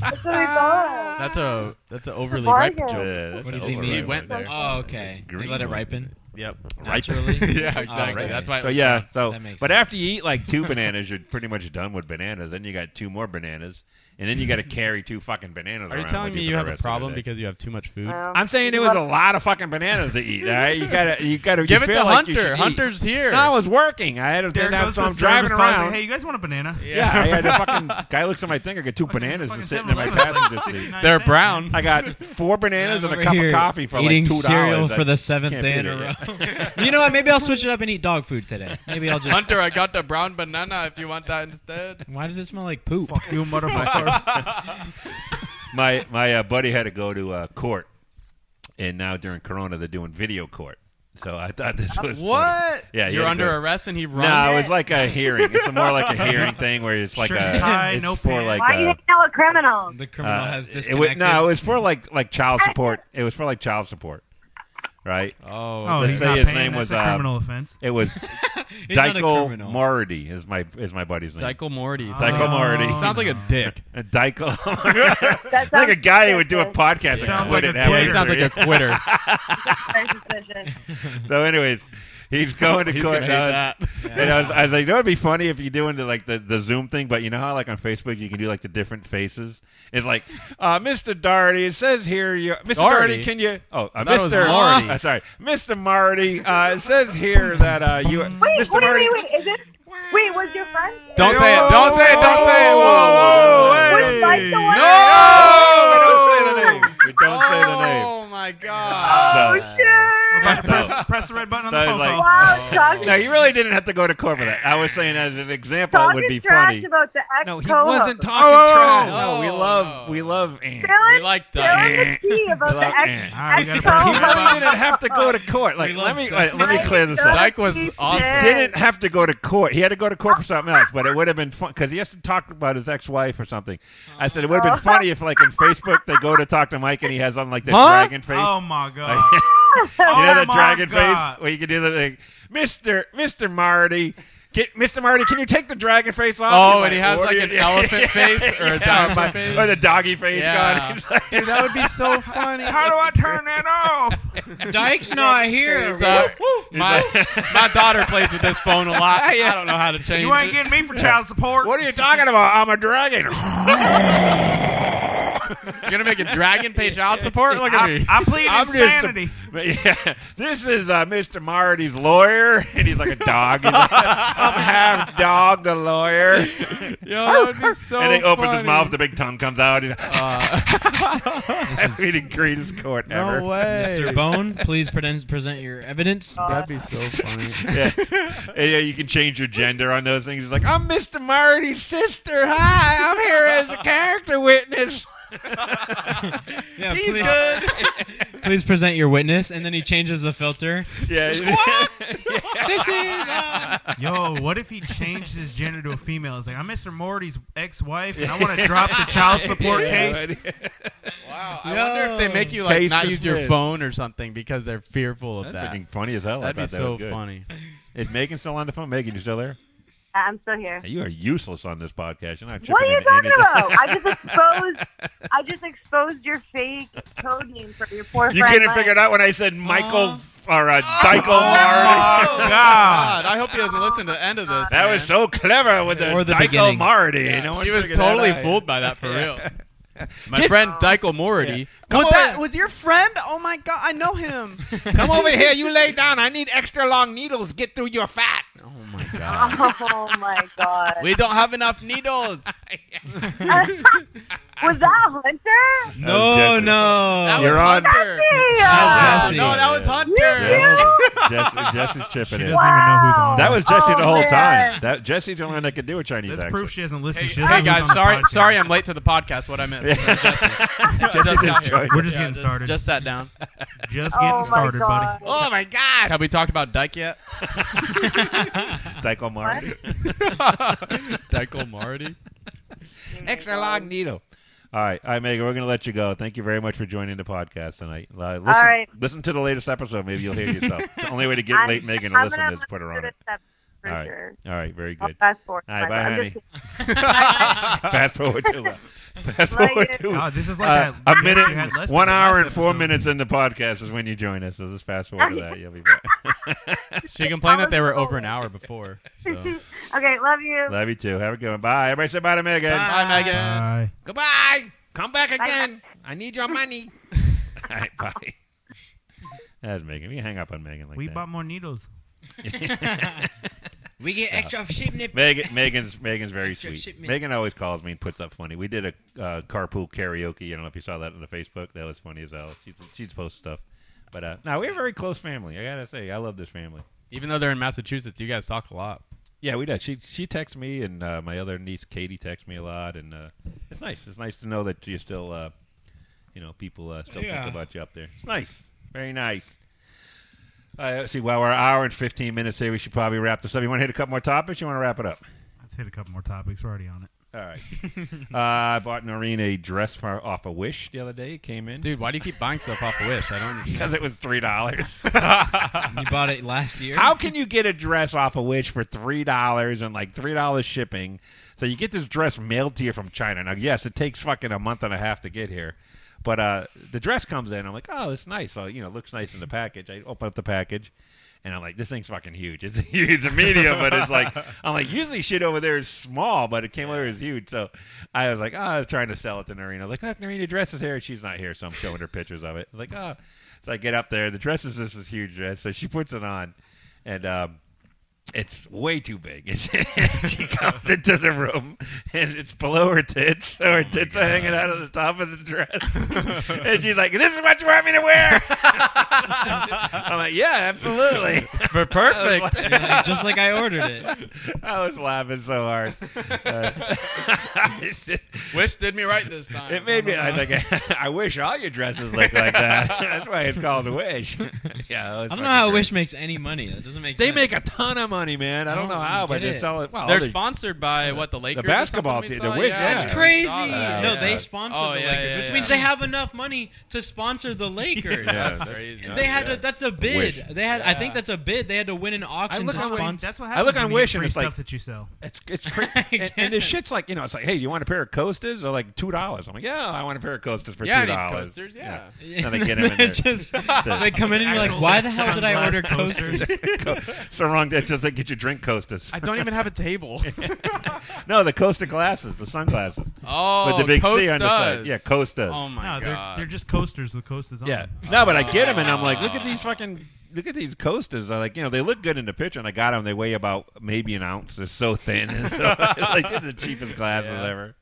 Speaker 11: That's what I thought.
Speaker 2: That's a that's an overly ripe
Speaker 11: bargain.
Speaker 2: joke.
Speaker 1: Yeah, that's
Speaker 3: What does
Speaker 1: an
Speaker 3: he
Speaker 1: overripe
Speaker 3: mean?
Speaker 2: He went there.
Speaker 3: Oh, okay. You
Speaker 1: Green
Speaker 3: let it
Speaker 1: one.
Speaker 3: ripen.
Speaker 2: Yep.
Speaker 1: Ripe.
Speaker 3: Naturally.
Speaker 2: yeah,
Speaker 3: Oh,
Speaker 2: exactly.
Speaker 3: okay.
Speaker 2: That's why. it
Speaker 1: So
Speaker 2: was
Speaker 1: yeah,
Speaker 2: brown.
Speaker 1: so
Speaker 3: That makes
Speaker 1: but
Speaker 3: sense.
Speaker 1: after you eat like two bananas, you're pretty much done with bananas. Then you got two more bananas, and then you got to carry two fucking bananas.
Speaker 2: Are you
Speaker 1: around
Speaker 2: telling
Speaker 1: with
Speaker 2: me
Speaker 1: for
Speaker 2: you
Speaker 1: the
Speaker 2: have a
Speaker 1: rest of the
Speaker 2: problem
Speaker 1: day.
Speaker 2: because you have too much food?
Speaker 3: Um,
Speaker 11: Well,
Speaker 1: I'm saying there was a lot of fucking bananas to eat. All right, you gotta, you gotta you
Speaker 2: Give it
Speaker 1: feel
Speaker 2: to
Speaker 1: like you
Speaker 2: Hunter.
Speaker 1: should eat.
Speaker 2: Hunter's here.
Speaker 1: No, I was working. I had to
Speaker 8: There
Speaker 1: then have
Speaker 8: goes the
Speaker 1: some
Speaker 8: service
Speaker 1: driving
Speaker 8: calls, like,
Speaker 1: around.
Speaker 8: Hey, you guys want a banana?
Speaker 1: yeah, I had a fucking guy looks at my thing. I got two bananas just sitting in my passenger seat.
Speaker 2: They're brown.
Speaker 1: I got four bananas
Speaker 3: I'm
Speaker 1: and
Speaker 3: over
Speaker 1: a cup of
Speaker 3: here
Speaker 1: coffee for like
Speaker 3: eating
Speaker 1: two
Speaker 3: cereal
Speaker 1: dollars.
Speaker 3: for the seventh day in a row. you know what? Maybe I'll switch it up and eat dog food today. Maybe I'll just.
Speaker 2: Hunter, I got the brown banana. If you want that instead.
Speaker 3: Why does it smell like poop?
Speaker 8: Fuck you, motherfucker.
Speaker 1: my my uh, buddy had to go to uh, court, and now during Corona they're doing video court. So I thought this was funny.
Speaker 2: What?
Speaker 1: Yeah,
Speaker 2: You're
Speaker 1: you had to go-
Speaker 2: under arrest and he runs.
Speaker 1: No, it was like a hearing. It's more like a hearing thing where it's like
Speaker 2: Shirt
Speaker 1: a
Speaker 2: and tie,
Speaker 1: it's
Speaker 2: no
Speaker 1: for
Speaker 2: pants.
Speaker 1: like
Speaker 11: Why are you
Speaker 1: a,
Speaker 11: hanging out with criminals?
Speaker 3: The criminal
Speaker 1: uh,
Speaker 3: has
Speaker 1: it was,
Speaker 3: disconnected.
Speaker 1: no, it was for like like child support. It was for like child support, right?
Speaker 3: Oh,
Speaker 8: Oh,
Speaker 1: let's
Speaker 8: he's
Speaker 1: say
Speaker 8: not
Speaker 1: his
Speaker 8: paying.
Speaker 1: name
Speaker 8: That's
Speaker 1: was
Speaker 8: a
Speaker 1: uh,
Speaker 8: criminal offense.
Speaker 1: It was
Speaker 8: He's not a
Speaker 1: Dykel
Speaker 8: criminal.
Speaker 1: Morty is my is my buddy's name.
Speaker 2: Dykel Morty.
Speaker 1: Dykel Morty
Speaker 2: Sounds like a dick.
Speaker 1: Dykel, like a guy who would do a podcast and
Speaker 2: Sounds
Speaker 1: quit
Speaker 2: like
Speaker 1: it
Speaker 2: a
Speaker 1: halfway
Speaker 2: quitter. Sounds
Speaker 1: through.
Speaker 2: like a quitter.
Speaker 1: so, anyways, he's going to
Speaker 2: He's
Speaker 1: court.
Speaker 2: gonna
Speaker 1: now,
Speaker 2: hate that.
Speaker 1: And I was, I was like, you know, it'd be funny if you do into like the, the Zoom thing, but you know how like on Facebook you can do like the different faces. It's like, uh, Mr. Doherty, it says here, you, Mr. Doherty,
Speaker 2: Doherty?
Speaker 1: can you? Oh, uh,
Speaker 2: I thought it was
Speaker 1: Mr.
Speaker 2: Marty.
Speaker 1: Uh, sorry, Mr. Marty. Uh, it says here that uh, you,
Speaker 11: Wait,
Speaker 1: Mr.
Speaker 11: wait,
Speaker 1: Marty.
Speaker 11: wait, wait. Is it? Wait, was your friend?
Speaker 2: Don't say it. Don't say it. Don't say it. Whoa,
Speaker 11: Was Mike the one?
Speaker 1: Oh, We don't
Speaker 11: Oh.
Speaker 1: say the name. We don't say the name.
Speaker 2: Oh my god.
Speaker 1: So-
Speaker 8: About to
Speaker 1: So-
Speaker 8: press, press the red button on
Speaker 1: So
Speaker 8: the
Speaker 1: it's
Speaker 8: phone
Speaker 1: like,
Speaker 8: call. Oh.
Speaker 1: no, you really didn't have to go to court for that. I was saying as an example, it would be funny.
Speaker 11: about the ex
Speaker 1: No, he wasn't
Speaker 8: Oh,
Speaker 1: talking trash. No, we love, we love Ant.
Speaker 11: Dylan,
Speaker 2: like
Speaker 11: Dylan the tea
Speaker 1: We
Speaker 11: about the
Speaker 1: love
Speaker 11: ex.
Speaker 1: Ant.
Speaker 8: Alright, Oh, we
Speaker 1: He
Speaker 8: gotta press-
Speaker 1: really didn't have to go to court. Like, let me wait, let me clear this up.
Speaker 2: Dyke was awesome.
Speaker 1: Didn't have to go to court. He had to go to court for something else, but it would have been fun because he has to talk about his ex-wife or something. I said it would
Speaker 11: Oh.
Speaker 1: have been funny if, like, in Facebook, they go to talk to Mike and he has on like that
Speaker 2: Huh?
Speaker 1: dragon face.
Speaker 8: Oh my god.
Speaker 1: Like- you know
Speaker 8: Oh
Speaker 1: that
Speaker 8: my
Speaker 1: dragon
Speaker 8: God.
Speaker 1: face? Well, you can do the thing. Mister Mister Marty. Get, Mr. Marty, can you take the dragon face off?
Speaker 2: Oh,
Speaker 1: You're
Speaker 2: and he has,
Speaker 1: "What
Speaker 2: like,
Speaker 1: do
Speaker 2: an
Speaker 1: you-"
Speaker 2: elephant face or a dinosaur
Speaker 1: my-
Speaker 2: face.
Speaker 1: Or the doggy face
Speaker 2: Yeah.
Speaker 1: gone. He's like-
Speaker 2: Dude, that would be so funny.
Speaker 8: How do I turn that off?
Speaker 3: Dyke's not
Speaker 2: So,
Speaker 3: here.
Speaker 1: He's uh,
Speaker 2: my
Speaker 1: like,
Speaker 2: my daughter plays with this phone a lot. I don't know how to change
Speaker 8: You ain't
Speaker 2: it.
Speaker 8: getting me for child support.
Speaker 1: what are you talking about? I'm a dragon.
Speaker 2: You're gonna make a dragon pay child support? Look at
Speaker 8: I,
Speaker 2: me.
Speaker 8: I plead
Speaker 1: I'm just a-
Speaker 8: insanity.
Speaker 1: But yeah, this is uh, Mr. Marty's lawyer, and he's like a dog. He's like, I'm half dog, the lawyer.
Speaker 2: Yo, that would be so
Speaker 1: and he opens
Speaker 2: funny.
Speaker 1: his mouth, the big tongue comes out. He's like,
Speaker 2: Uh,
Speaker 1: we the greatest court ever.
Speaker 2: no way.
Speaker 3: Mr. Bone, please present, present your evidence.
Speaker 2: That'd be so funny.
Speaker 1: yeah. And, yeah, you can change your gender on those things. It's like, oh, I'm Mr. Marty's sister. Hi, I'm here as a character witness.
Speaker 3: Yeah,
Speaker 2: He's
Speaker 3: please,
Speaker 2: good.
Speaker 3: please present your witness, and then he changes the filter.
Speaker 1: Yeah.
Speaker 3: this is uh,
Speaker 8: Yo, what if he changed his gender to a female? It's like I'm Mr. Morty's ex-wife, and I want to drop the child support
Speaker 1: Yeah,
Speaker 8: case.
Speaker 1: right.
Speaker 2: Wow. I wonder if they make you like
Speaker 1: Case
Speaker 2: not use your
Speaker 1: dismissed.
Speaker 2: phone or something because they're fearful of
Speaker 1: That's
Speaker 2: that.
Speaker 1: freaking funny as hell. I
Speaker 2: That'd be
Speaker 1: thought that
Speaker 2: so
Speaker 1: was good.
Speaker 2: funny.
Speaker 1: Is Megan still on the phone? Megan, you still there?
Speaker 11: I'm still here.
Speaker 1: Hey, You are useless on this podcast. You're not chipping
Speaker 11: What are you
Speaker 1: in
Speaker 11: talking
Speaker 1: anything.
Speaker 11: about? I just exposed. I just exposed your fake code name for your poor
Speaker 1: You
Speaker 11: friend.
Speaker 1: couldn't
Speaker 11: Mike.
Speaker 1: figure it out when I said
Speaker 2: Oh.
Speaker 1: Michael or uh, Dykel Marty.
Speaker 8: Oh God!
Speaker 2: God, I hope he doesn't listen to the end of this.
Speaker 1: That was
Speaker 2: man.
Speaker 1: so clever with the,
Speaker 3: Or the
Speaker 1: Dykel
Speaker 3: beginning.
Speaker 1: Marty.
Speaker 2: Yeah,
Speaker 1: No one
Speaker 2: she was
Speaker 1: figured that
Speaker 2: totally
Speaker 1: out.
Speaker 2: fooled by that for real. My
Speaker 1: Get-
Speaker 2: friend Dykel Morty.
Speaker 1: Come
Speaker 2: Was that
Speaker 1: over.
Speaker 2: was your friend? Oh my god, I know him.
Speaker 1: Come over here. You lay down. I need extra long needles. Get through your fat.
Speaker 2: oh my god.
Speaker 11: Oh my god.
Speaker 2: We don't have enough needles.
Speaker 11: was that Hunter?
Speaker 3: no,
Speaker 1: Jesse.
Speaker 2: That
Speaker 3: no.
Speaker 1: You're
Speaker 2: was
Speaker 1: on-
Speaker 2: Hunter.
Speaker 11: Yeah.
Speaker 3: Jesse.
Speaker 2: No, that was
Speaker 1: Yeah.
Speaker 2: Hunter.
Speaker 1: Jesse, Jesse's
Speaker 8: She
Speaker 1: chipping
Speaker 8: doesn't
Speaker 1: in.
Speaker 8: even know who's on.
Speaker 1: That was Jesse
Speaker 11: Oh,
Speaker 1: the whole
Speaker 11: man.
Speaker 1: time. That Jesse's the only one that could do a Chinese
Speaker 8: That's
Speaker 1: accent.
Speaker 8: proof she doesn't listen.
Speaker 2: Hey,
Speaker 8: She
Speaker 2: hey,
Speaker 8: doesn't know
Speaker 2: guys,
Speaker 8: who's on the
Speaker 2: sorry,
Speaker 8: podcast.
Speaker 2: sorry, I'm late to the podcast. What I missed?
Speaker 1: Jesse
Speaker 2: Just got
Speaker 1: just
Speaker 2: here.
Speaker 1: joined.
Speaker 8: We're just
Speaker 2: Yeah,
Speaker 8: getting started.
Speaker 2: Just sat down.
Speaker 8: Just
Speaker 11: Oh
Speaker 8: getting
Speaker 11: my
Speaker 8: started, buddy.
Speaker 11: God.
Speaker 1: Oh my God!
Speaker 2: Have we talked about Dyke yet?
Speaker 1: Dykel Marty.
Speaker 2: Dyke Marty.
Speaker 1: Extra long needle. All right, all right, Megan. We're going to let you go. Thank you very much for joining the podcast tonight. Uh, listen,
Speaker 11: right.
Speaker 1: listen to the latest episode. Maybe you'll hear yourself. it's the only way to get
Speaker 11: I'm-
Speaker 1: late Megan to
Speaker 11: I'm
Speaker 1: listen
Speaker 11: gonna
Speaker 1: is put her on
Speaker 11: listen
Speaker 1: it.
Speaker 11: to this For
Speaker 1: All right.
Speaker 11: sure.
Speaker 1: All right, very
Speaker 11: I'll
Speaker 1: good.
Speaker 11: fast forward.
Speaker 1: All right, bye,
Speaker 11: I'm
Speaker 1: honey.
Speaker 11: just kidding.
Speaker 1: Fast forward to fast
Speaker 11: Like
Speaker 1: forward
Speaker 11: it.
Speaker 1: to
Speaker 8: God, this is like that
Speaker 1: uh, a
Speaker 8: guest
Speaker 1: minute,
Speaker 8: we had less
Speaker 1: one
Speaker 8: than
Speaker 1: hour
Speaker 8: last
Speaker 1: and four
Speaker 8: episode.
Speaker 1: minutes in the podcast is when you join us. So just fast forward to that. You'll be back.
Speaker 2: She complained that they were over an hour before. So.
Speaker 11: okay, love you.
Speaker 1: Love you too. Have a good one. Bye. Everybody say bye to Megan.
Speaker 2: Bye, Megan.
Speaker 8: Bye.
Speaker 1: Goodbye. Come back
Speaker 11: Bye.
Speaker 1: again. I need your money. All right, bye. That's Megan. We hang up on Megan like
Speaker 8: We
Speaker 1: that.
Speaker 8: bought more needles.
Speaker 3: We get extra sheep nip.
Speaker 1: Uh, Megan, Megan's Megan's very
Speaker 3: Extra
Speaker 1: sweet.
Speaker 3: shipment.
Speaker 1: Megan always calls me and puts up funny. We did a uh, carpool karaoke. I don't know if you saw that on the Facebook. That was funny as hell. She she's post stuff, but uh, no, we're a very close family. I gotta say, I love this family.
Speaker 2: Even though they're in Massachusetts, you guys talk a lot.
Speaker 1: Yeah, we did. She she texts me, and uh, my other niece Katie texts me a lot, and uh, it's nice. It's nice to know that you still, uh, you know, people uh, still
Speaker 3: Yeah.
Speaker 1: think about you up there. It's nice, very nice. Uh, see, while we're an hour and 15 minutes here, we should probably wrap this up. You want to hit a couple more topics? You want to wrap it up?
Speaker 8: Let's hit a couple more topics. We're already on it.
Speaker 1: All right. uh, I bought Noreen a dress for, off of Wish the other day. It came in.
Speaker 2: Dude, why do you keep buying stuff off of Wish? I don't understand.
Speaker 1: Because it was three dollars. you
Speaker 3: bought it last year.
Speaker 1: How can you get a dress off of Wish for three dollars and like three dollars shipping? So you get this dress mailed to you from China. Now, yes, it takes fucking a month and a half to get here, but uh, the dress comes in. I'm like, oh, it's nice. So you know, it looks nice in the package. I open up the package. And I'm like, this thing's fucking huge. It's it's a medium, but it's like I'm like usually shit over there is small, but it came over as huge. So I was like, oh, I was trying to sell it to Narina. Like, look, Narina dress is here. She's not here, so I'm showing her pictures of it. I was like, oh. So I get up there. The dress is this is huge dress. So she puts it on, and um, it's way too big. she comes into the room and it's below her tits, so her tits are hanging out of the top of the dress. and she's like, "This is what you want me to wear." I'm like, "Yeah, absolutely,
Speaker 2: perfect,
Speaker 3: just like I ordered it."
Speaker 1: I was laughing so hard. Uh,
Speaker 2: Wish did me right this time. Uh-huh.
Speaker 1: it made me. I think I wish all your dresses looked like that. That's why it's called Wish. yeah,
Speaker 3: I don't know how Wish makes any money. That doesn't make
Speaker 1: They
Speaker 3: sense.
Speaker 1: make a ton of money, man. I don't know how, but they sell it. Well,
Speaker 2: They're
Speaker 1: they-
Speaker 2: sponsored by what the Lakers. or
Speaker 1: basketball
Speaker 2: something we
Speaker 1: team, the
Speaker 2: saw?
Speaker 1: Wiz-
Speaker 2: Oh, Yeah,
Speaker 1: yeah.
Speaker 2: I
Speaker 1: That's
Speaker 2: saw
Speaker 3: crazy.
Speaker 2: that.
Speaker 3: no,
Speaker 2: Yeah.
Speaker 3: they sponsored
Speaker 2: Oh,
Speaker 3: the
Speaker 2: yeah,
Speaker 3: Lakers,
Speaker 2: yeah,
Speaker 3: which
Speaker 2: yeah.
Speaker 3: means they have enough money to sponsor the Lakers.
Speaker 1: Yeah, that's crazy.
Speaker 3: They had
Speaker 1: Yeah.
Speaker 3: to, that's a bid.
Speaker 1: Wish.
Speaker 3: They had I think
Speaker 1: Yeah.
Speaker 3: that's a bid. They had to win an auction
Speaker 1: look
Speaker 3: to
Speaker 1: on-
Speaker 3: sponsor.
Speaker 1: that's what I look happens on when you Wish and free it's like- stuff that
Speaker 8: you sell.
Speaker 1: It's it's crazy, and, and the shit's like you know, it's like, hey, you want a pair of coasters? They're like two dollars. I'm like, yeah, I want a pair of coasters for
Speaker 2: Yeah, I
Speaker 1: two
Speaker 2: need
Speaker 1: dollars.
Speaker 2: coasters, yeah.
Speaker 1: and they get them in there.
Speaker 3: Just- they come in and you're like, "Why the hell did I order coasters?"
Speaker 1: it's the wrong. It's just like get your drink coasters.
Speaker 2: I don't even have a table.
Speaker 1: no, the coaster glasses, the sunglasses.
Speaker 2: Oh,
Speaker 1: with the big C on the side.
Speaker 2: Costas.
Speaker 1: Yeah, coasters.
Speaker 2: Oh my
Speaker 8: no, They're,
Speaker 2: God.
Speaker 8: they're just coasters with coasters on.
Speaker 1: Yeah. No, but I get them, and I'm like, look at these fucking, look at these coasters. I like, you know, they look good in the picture, and I got them. They weigh about maybe an ounce. They're so thin. And so, it's like they're the cheapest glasses
Speaker 2: Yeah.
Speaker 1: ever.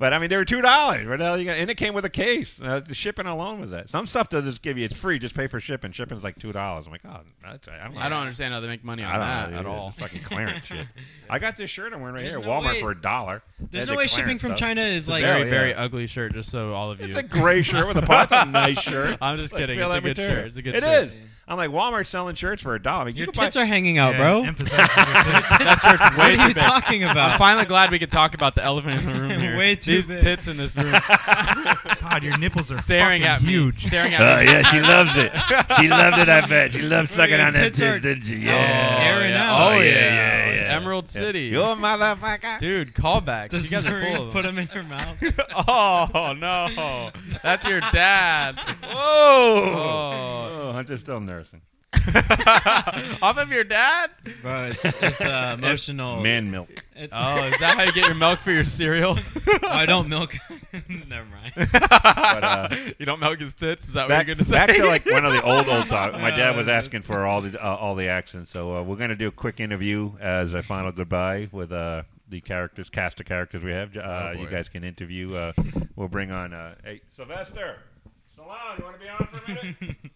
Speaker 1: But I mean, they were two dollars. What the hell you got? And it came with a case. Uh, the shipping alone was that. Some stuff they'll just give you. It's free. Just pay for shipping. Shipping's like two dollars. I'm like, oh, that's, I don't.
Speaker 2: I don't understand how they make money on
Speaker 1: I don't
Speaker 2: that
Speaker 1: know,
Speaker 2: at
Speaker 1: dude.
Speaker 2: all.
Speaker 1: It's fucking clearance shit. I got this shirt I'm wearing right
Speaker 2: There's
Speaker 1: here,
Speaker 2: no
Speaker 1: Walmart
Speaker 2: way-
Speaker 1: for a dollar. They
Speaker 2: There's
Speaker 1: had
Speaker 2: no
Speaker 1: the
Speaker 2: way
Speaker 1: clearance
Speaker 2: shipping from
Speaker 1: stuff.
Speaker 2: China is
Speaker 1: It's a
Speaker 2: like-
Speaker 1: very,
Speaker 2: Very,
Speaker 1: very
Speaker 2: very ugly shirt. Just so all of you.
Speaker 1: It's a gray shirt with a pocket. It's a nice shirt.
Speaker 2: I'm just
Speaker 1: Like,
Speaker 2: kidding.
Speaker 1: feel
Speaker 2: It's a
Speaker 1: that
Speaker 2: good
Speaker 1: material.
Speaker 2: shirt. It's a good
Speaker 1: It
Speaker 2: shirt.
Speaker 1: is. I'm like Walmart's selling shirts for a dollar. I mean, you
Speaker 3: Your
Speaker 1: could buy-
Speaker 3: tits are hanging out, bro.
Speaker 2: that shirt's way
Speaker 3: What are
Speaker 2: too
Speaker 3: you
Speaker 2: big.
Speaker 3: talking about?
Speaker 2: I'm finally glad we could talk about the elephant in the room here.
Speaker 3: Way too
Speaker 2: These
Speaker 3: big.
Speaker 2: tits in this room.
Speaker 8: God, your nipples are
Speaker 2: staring
Speaker 8: fucking
Speaker 2: at
Speaker 8: huge.
Speaker 2: Me, staring at
Speaker 1: Oh
Speaker 2: me.
Speaker 1: yeah, she loves it. She loved it. I bet she loved sucking on that
Speaker 2: Tits are-
Speaker 1: tits, didn't she?
Speaker 2: Oh,
Speaker 1: Yeah.
Speaker 2: yeah.
Speaker 1: Oh,
Speaker 2: Oh,
Speaker 1: yeah,
Speaker 2: yeah.
Speaker 1: yeah, yeah.
Speaker 2: Emerald
Speaker 1: Yeah.
Speaker 2: City.
Speaker 1: You're a motherfucker.
Speaker 2: Dude, callbacks.
Speaker 3: Does
Speaker 2: you guys are
Speaker 3: Marie
Speaker 2: full of
Speaker 3: put them in her mouth?
Speaker 2: oh no, that's your dad.
Speaker 1: Whoa. Oh, Hunter's still nursing.
Speaker 2: Off of your dad?
Speaker 3: Bro, it's, it's uh, emotional.
Speaker 1: Man milk.
Speaker 3: It's,
Speaker 2: Oh, is that how you get your milk for your cereal?
Speaker 3: I don't milk. Never mind.
Speaker 1: uh,
Speaker 2: you don't milk his tits. Is that what
Speaker 1: Back,
Speaker 2: you're gonna say?
Speaker 1: back to like one of the old old talk. My dad was asking for all the uh, all the accents, so uh, we're gonna do a quick interview as a final goodbye with uh, the characters, cast of characters we have. Uh,
Speaker 2: Oh,
Speaker 1: you
Speaker 2: boy.
Speaker 1: guys can interview. Uh, we'll bring on. Uh, hey, Sylvester, Stallone, you want to be on for a minute?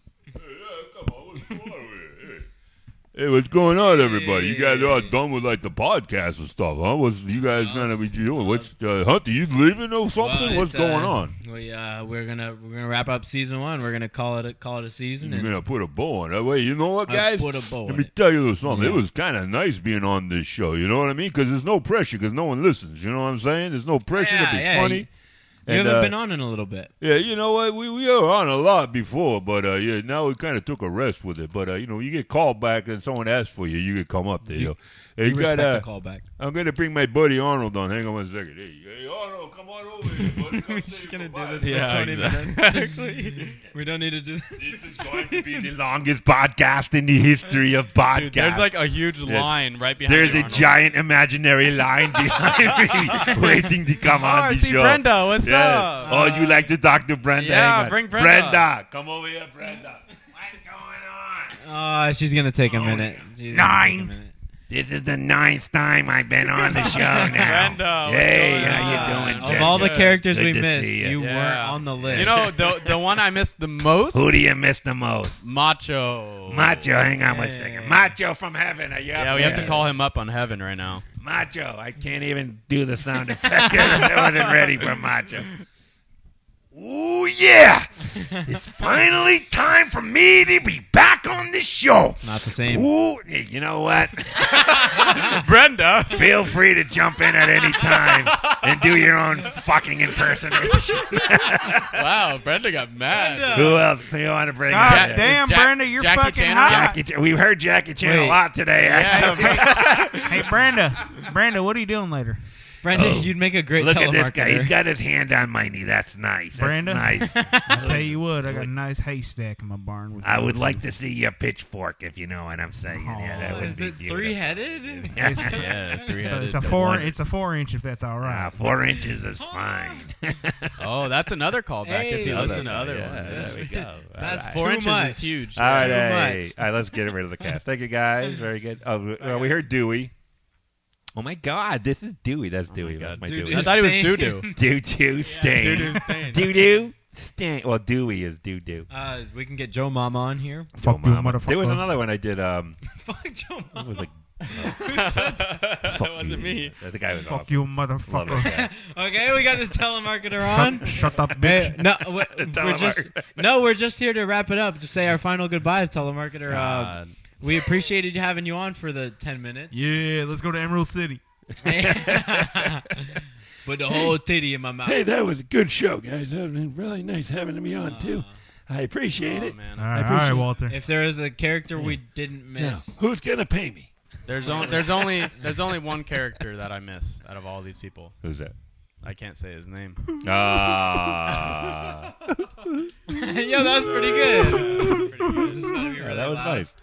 Speaker 14: Hey, what's going on, everybody? You guys are all done with like the podcast and stuff, huh? What's you guys gonna be doing? What's uh, Hunter? You leaving or something?
Speaker 3: Well,
Speaker 14: what's
Speaker 3: it's, uh,
Speaker 14: going on?
Speaker 3: We uh, we're gonna we're gonna wrap up season one. We're gonna call it a, call it a season.
Speaker 14: You're
Speaker 3: And
Speaker 14: gonna put a bow on that way. You know what,
Speaker 3: I'll
Speaker 14: guys?
Speaker 3: put a bow on
Speaker 14: Let me
Speaker 3: it.
Speaker 14: tell you a little something. It was kind of nice being on this show. You know what I mean? Because there's no pressure. Because no one listens. You know what I'm saying? There's no pressure
Speaker 3: Yeah,
Speaker 14: to be
Speaker 3: yeah,
Speaker 14: funny. uh,
Speaker 3: you- you
Speaker 1: uh,
Speaker 3: haven't been on in a little bit.
Speaker 14: Yeah, you know what? We we were on a lot before, but uh, yeah, now we kind of took a rest with it. But uh, you know, you get called back and someone asks for you, you can come up there. You,
Speaker 3: you respect the call back.
Speaker 14: I'm gonna bring my buddy Arnold on. Hang on one second. Hey, hey, Arnold, come on over here, buddy. Come
Speaker 3: Just
Speaker 14: say
Speaker 3: gonna do
Speaker 14: goodbye.
Speaker 3: this for 20 minutes. we don't need to do this.
Speaker 14: This is going to be the longest podcast in the history of podcasts.
Speaker 2: Dude, there's like a huge line right behind.
Speaker 14: There's
Speaker 2: you,
Speaker 14: a
Speaker 2: Arnold.
Speaker 14: giant imaginary line behind me, waiting to come on
Speaker 2: Oh, I
Speaker 14: the
Speaker 2: see
Speaker 14: show.
Speaker 2: Brenda. What's
Speaker 14: Yeah.
Speaker 2: up?
Speaker 14: Oh, you like to talk to Brenda?
Speaker 2: Yeah,
Speaker 14: Hang on.
Speaker 2: bring Brenda.
Speaker 14: Brenda, come over here, Brenda.
Speaker 3: Oh, she's gonna take a minute. She's gonna take a
Speaker 14: Nine.
Speaker 3: minute.
Speaker 14: This is the ninth time I've been on the show now.
Speaker 2: Brenda, what's
Speaker 14: hey,
Speaker 2: going
Speaker 14: how
Speaker 2: on?
Speaker 14: you doing,
Speaker 3: Of all the
Speaker 14: Jessica?
Speaker 3: characters
Speaker 14: Good
Speaker 3: we
Speaker 14: to
Speaker 3: missed,
Speaker 14: see ya.
Speaker 3: you
Speaker 2: Yeah.
Speaker 3: weren't on the list.
Speaker 2: You know the the one I missed the most.
Speaker 14: Who do you miss the most?
Speaker 2: Macho.
Speaker 14: Macho, hang on one second. Macho from heaven, are you up
Speaker 2: Yeah, we have to
Speaker 14: there?
Speaker 2: call him up on heaven right now.
Speaker 14: Macho. I can't even do the sound effect. I wasn't ready for Macho.
Speaker 1: Ooh, yeah. it's finally time for me to be back on this show.
Speaker 3: Not the same.
Speaker 1: Ooh, hey, you know what? Brenda. Feel free to jump in at any time and do your own fucking impersonation.
Speaker 2: wow, Brenda got mad.
Speaker 8: Uh,
Speaker 1: Who else do you want to bring
Speaker 2: God
Speaker 1: in?
Speaker 2: damn, Jack- Brenda, you're Jackie fucking Chan on hot. that?
Speaker 1: Jackie Chan- we've heard Jackie Chan
Speaker 8: Wait.
Speaker 1: a lot today,
Speaker 8: Yeah,
Speaker 1: actually.
Speaker 8: hey, Brenda. Brenda, what are you doing later?
Speaker 1: Oh. Look at this guy. He's got his hand on my knee. That's nice. That's
Speaker 8: Brenda,
Speaker 1: nice.
Speaker 8: I tell you what, I got a nice haystack in my barn. With
Speaker 1: I would like to see your pitchfork, if you know what I'm saying. yeah, that would
Speaker 3: Is
Speaker 1: be
Speaker 3: it
Speaker 1: beautiful.
Speaker 3: three-headed?
Speaker 1: Yeah.
Speaker 8: It's a, it's a four. It's a four inch, if that's all right.
Speaker 1: Ah, four inches is fine.
Speaker 2: Oh, that's another callback if you
Speaker 1: Hey.
Speaker 2: listen to other
Speaker 1: Yeah,
Speaker 2: ones.
Speaker 1: there we go.
Speaker 2: That's
Speaker 1: All right.
Speaker 2: four
Speaker 1: Too
Speaker 2: inches
Speaker 1: much.
Speaker 2: is huge.
Speaker 1: All right,
Speaker 2: Too
Speaker 1: hey.
Speaker 2: much.
Speaker 1: All right, let's get rid of the cast. Thank you, guys. Very good. Oh, uh, we heard Dewey. Oh my God, this is Dewey. That's Dewey. That's my
Speaker 2: Oh, Doo-doo
Speaker 1: Dewey.
Speaker 2: I thought he was Stain. doo-doo.
Speaker 1: Doo doo stain.
Speaker 3: doo-doo stain.
Speaker 1: Doo doo stain. Well, Dewey is doo doo.
Speaker 3: Uh, we can get Joe Mama on here.
Speaker 1: Fuck you, motherfucker. There was another one I did. Um,
Speaker 3: Fuck Joe Mama.
Speaker 1: It was like.
Speaker 3: Who said that? That wasn't me.
Speaker 1: The guy was
Speaker 8: Fuck
Speaker 1: awesome.
Speaker 8: you,
Speaker 1: Love that guy.
Speaker 8: motherfucker.
Speaker 3: okay, we got the telemarketer
Speaker 8: Shut-
Speaker 3: on.
Speaker 8: shut up,
Speaker 3: Hey,
Speaker 8: bitch.
Speaker 3: no, we- we're just,
Speaker 8: Telemarketer.
Speaker 3: no, we're just here to wrap it up. Just say our final goodbyes, telemarketer. Uh,
Speaker 8: God.
Speaker 3: we appreciated having you on for the 10 minutes.
Speaker 8: yeah, let's go to Emerald City.
Speaker 3: Put the whole titty in my mouth.
Speaker 15: Hey, that was a good show, guys. That was really nice having me on too. I appreciate it.
Speaker 8: All
Speaker 15: I
Speaker 8: right, all
Speaker 15: appreciate
Speaker 8: right,
Speaker 15: it.
Speaker 8: Walter.
Speaker 3: Uh-huh. Oh, If there is a character we didn't miss.
Speaker 15: Now, who's gonna pay me?
Speaker 2: There's only there's only there's only one character that I miss out of all these people.
Speaker 1: Who's that?
Speaker 2: I can't say his name.
Speaker 1: Ah.
Speaker 3: Yo, that was pretty good. That was pretty good. This is gonna be
Speaker 1: Yeah,
Speaker 3: really
Speaker 1: that was
Speaker 3: loud,
Speaker 1: nice.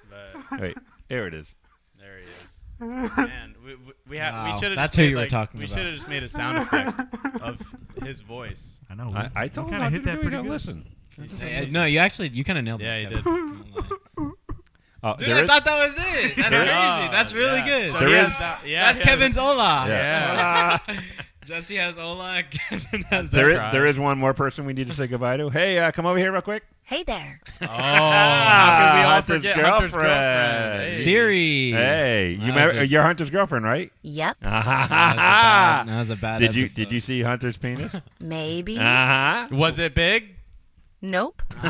Speaker 2: but-
Speaker 1: Wait, there it is.
Speaker 2: There he is. Man, we, we, we, ha- we
Speaker 3: Wow,
Speaker 2: should have.
Speaker 3: that's
Speaker 2: just
Speaker 3: who
Speaker 2: made,
Speaker 3: you were
Speaker 2: like-
Speaker 3: talking
Speaker 2: We
Speaker 3: about.
Speaker 2: should have just made a sound effect of his voice.
Speaker 8: I know.
Speaker 1: I, I told him
Speaker 2: kinda
Speaker 1: not
Speaker 2: hit
Speaker 1: to
Speaker 2: that
Speaker 1: do it.
Speaker 2: pretty
Speaker 1: Don't
Speaker 2: good.
Speaker 1: listen.
Speaker 3: Yeah, no, you actually you kind of nailed
Speaker 2: Yeah,
Speaker 3: it.
Speaker 2: you
Speaker 3: Kevin.
Speaker 2: did.
Speaker 1: Oh,
Speaker 3: Dude,
Speaker 1: there
Speaker 3: I
Speaker 1: is-
Speaker 3: thought that was it. That's
Speaker 1: There-
Speaker 3: crazy. That's really
Speaker 2: Yeah.
Speaker 3: good.
Speaker 2: So
Speaker 1: There he has is-
Speaker 2: that- yeah,
Speaker 3: that's
Speaker 2: he has-
Speaker 3: Kevin's Ola.
Speaker 2: Yeah.
Speaker 3: Jesse has Ola. Kevin has
Speaker 1: There
Speaker 3: that.
Speaker 1: is, there is one more person we need to say goodbye to. Hey, uh, come over here real quick.
Speaker 7: Hey there.
Speaker 2: Oh, how could we all
Speaker 1: Ah, Hunter's
Speaker 2: forget
Speaker 1: girlfriend.
Speaker 2: Hunter's girlfriend? Hey.
Speaker 3: Siri.
Speaker 1: Hey, you
Speaker 3: That
Speaker 1: mar-
Speaker 3: was a-
Speaker 1: you're Hunter's girlfriend, right?
Speaker 7: Yep.
Speaker 1: that,
Speaker 3: was a bad
Speaker 1: Did you
Speaker 3: episode.
Speaker 1: did you see Hunter's penis?
Speaker 7: Maybe.
Speaker 1: Uh-huh.
Speaker 2: Was it big?
Speaker 7: Nope.
Speaker 1: no,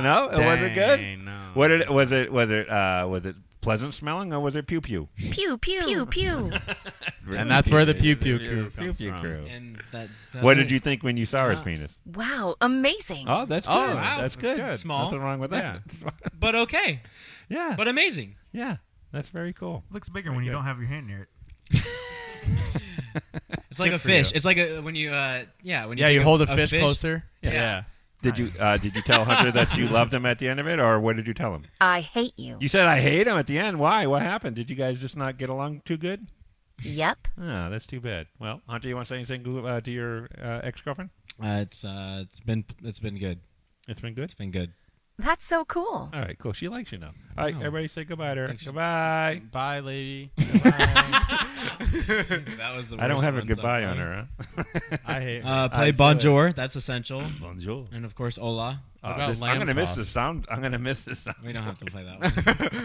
Speaker 1: no, it wasn't good.
Speaker 2: Ah, dang, no.
Speaker 1: What did it, was it was it uh, was it pleasant smelling or was it pew pew?
Speaker 7: Pew pew pew pew.
Speaker 2: And that's where the pew pew
Speaker 1: Yeah,
Speaker 2: crew
Speaker 1: pew
Speaker 2: comes
Speaker 1: pew
Speaker 2: from.
Speaker 1: crew.
Speaker 3: And that- Ah. that's
Speaker 1: What
Speaker 3: it.
Speaker 1: did you think when you saw his penis?
Speaker 7: Wow, amazing.
Speaker 1: Oh, that's good.
Speaker 3: Oh, wow, that's
Speaker 1: that's, good.
Speaker 3: good. Small.
Speaker 1: Nothing wrong with that.
Speaker 3: But okay.
Speaker 1: Yeah.
Speaker 3: But amazing.
Speaker 1: Yeah. That's very cool.
Speaker 8: Looks bigger when you don't have your hand near it.
Speaker 3: It's like
Speaker 8: Good
Speaker 3: a
Speaker 8: for you.
Speaker 3: fish. It's like a when you uh yeah when you
Speaker 2: Yeah,
Speaker 3: take
Speaker 2: you
Speaker 3: a-
Speaker 2: hold a
Speaker 3: a
Speaker 2: fish closer.
Speaker 3: Yeah.
Speaker 2: Yeah.
Speaker 1: Did you uh, did you tell Hunter that you loved him at the end of it, or what did you tell him?
Speaker 7: I hate you.
Speaker 1: You said I hate him at the end. Why? What happened? Did you guys just not get along too good?
Speaker 7: Yep.
Speaker 1: Ah, that's too bad. Well, Hunter, you want to say anything uh, to your uh, ex girlfriend?
Speaker 3: Uh, it's uh it's been it's been good.
Speaker 1: It's been good. It's
Speaker 3: been good.
Speaker 7: That's so cool.
Speaker 1: All right, cool. She likes you now. All right,
Speaker 2: Oh.
Speaker 1: everybody say goodbye to her. Goodbye.
Speaker 2: Bye, lady.
Speaker 3: That was the
Speaker 1: I don't
Speaker 3: worst
Speaker 1: have a
Speaker 3: one so
Speaker 1: goodbye on
Speaker 3: far.
Speaker 1: her, huh?
Speaker 2: I hate
Speaker 3: Uh,
Speaker 2: her.
Speaker 3: play
Speaker 1: I feel it.
Speaker 3: Bonjour. That's essential.
Speaker 1: Bonjour.
Speaker 3: And of course, Ola.
Speaker 1: Oh, this- I'm gonna miss the sound. I'm gonna miss the sound.
Speaker 3: We don't have to play that
Speaker 2: one.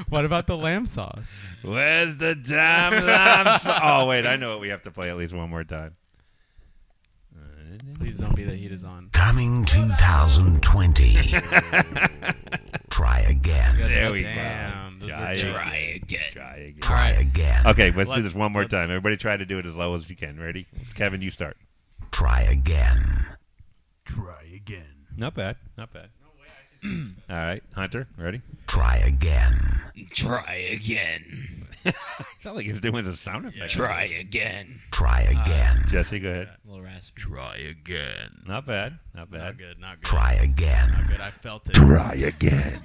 Speaker 2: what about the lamb sauce?
Speaker 1: Where's the damn lamb? sa- oh wait, I know what we have to play at least one more time.
Speaker 2: Please don't be the heat is on.
Speaker 10: Coming 2020. Try again.
Speaker 1: There we
Speaker 2: Damn,
Speaker 1: go.
Speaker 2: those were
Speaker 1: Try
Speaker 2: good.
Speaker 1: again. Try again.
Speaker 10: Try again.
Speaker 1: Okay, let's, do
Speaker 10: Let's-
Speaker 1: this one more time. Everybody try to do it as low as you can. Ready? Kevin, you start.
Speaker 10: Try again.
Speaker 8: Try again.
Speaker 1: Not bad. Not bad. All right, Hunter, ready?
Speaker 10: Try again.
Speaker 1: Try again. Sound like he's doing the sound effect.
Speaker 10: Try
Speaker 1: again.
Speaker 10: Try again.
Speaker 1: Jesse, go ahead.
Speaker 3: Ah, Little rasp.
Speaker 1: Try again. Not bad. Not bad. Not
Speaker 2: good. Not good.
Speaker 10: Try again.
Speaker 2: Not good. I felt it.
Speaker 10: Try again.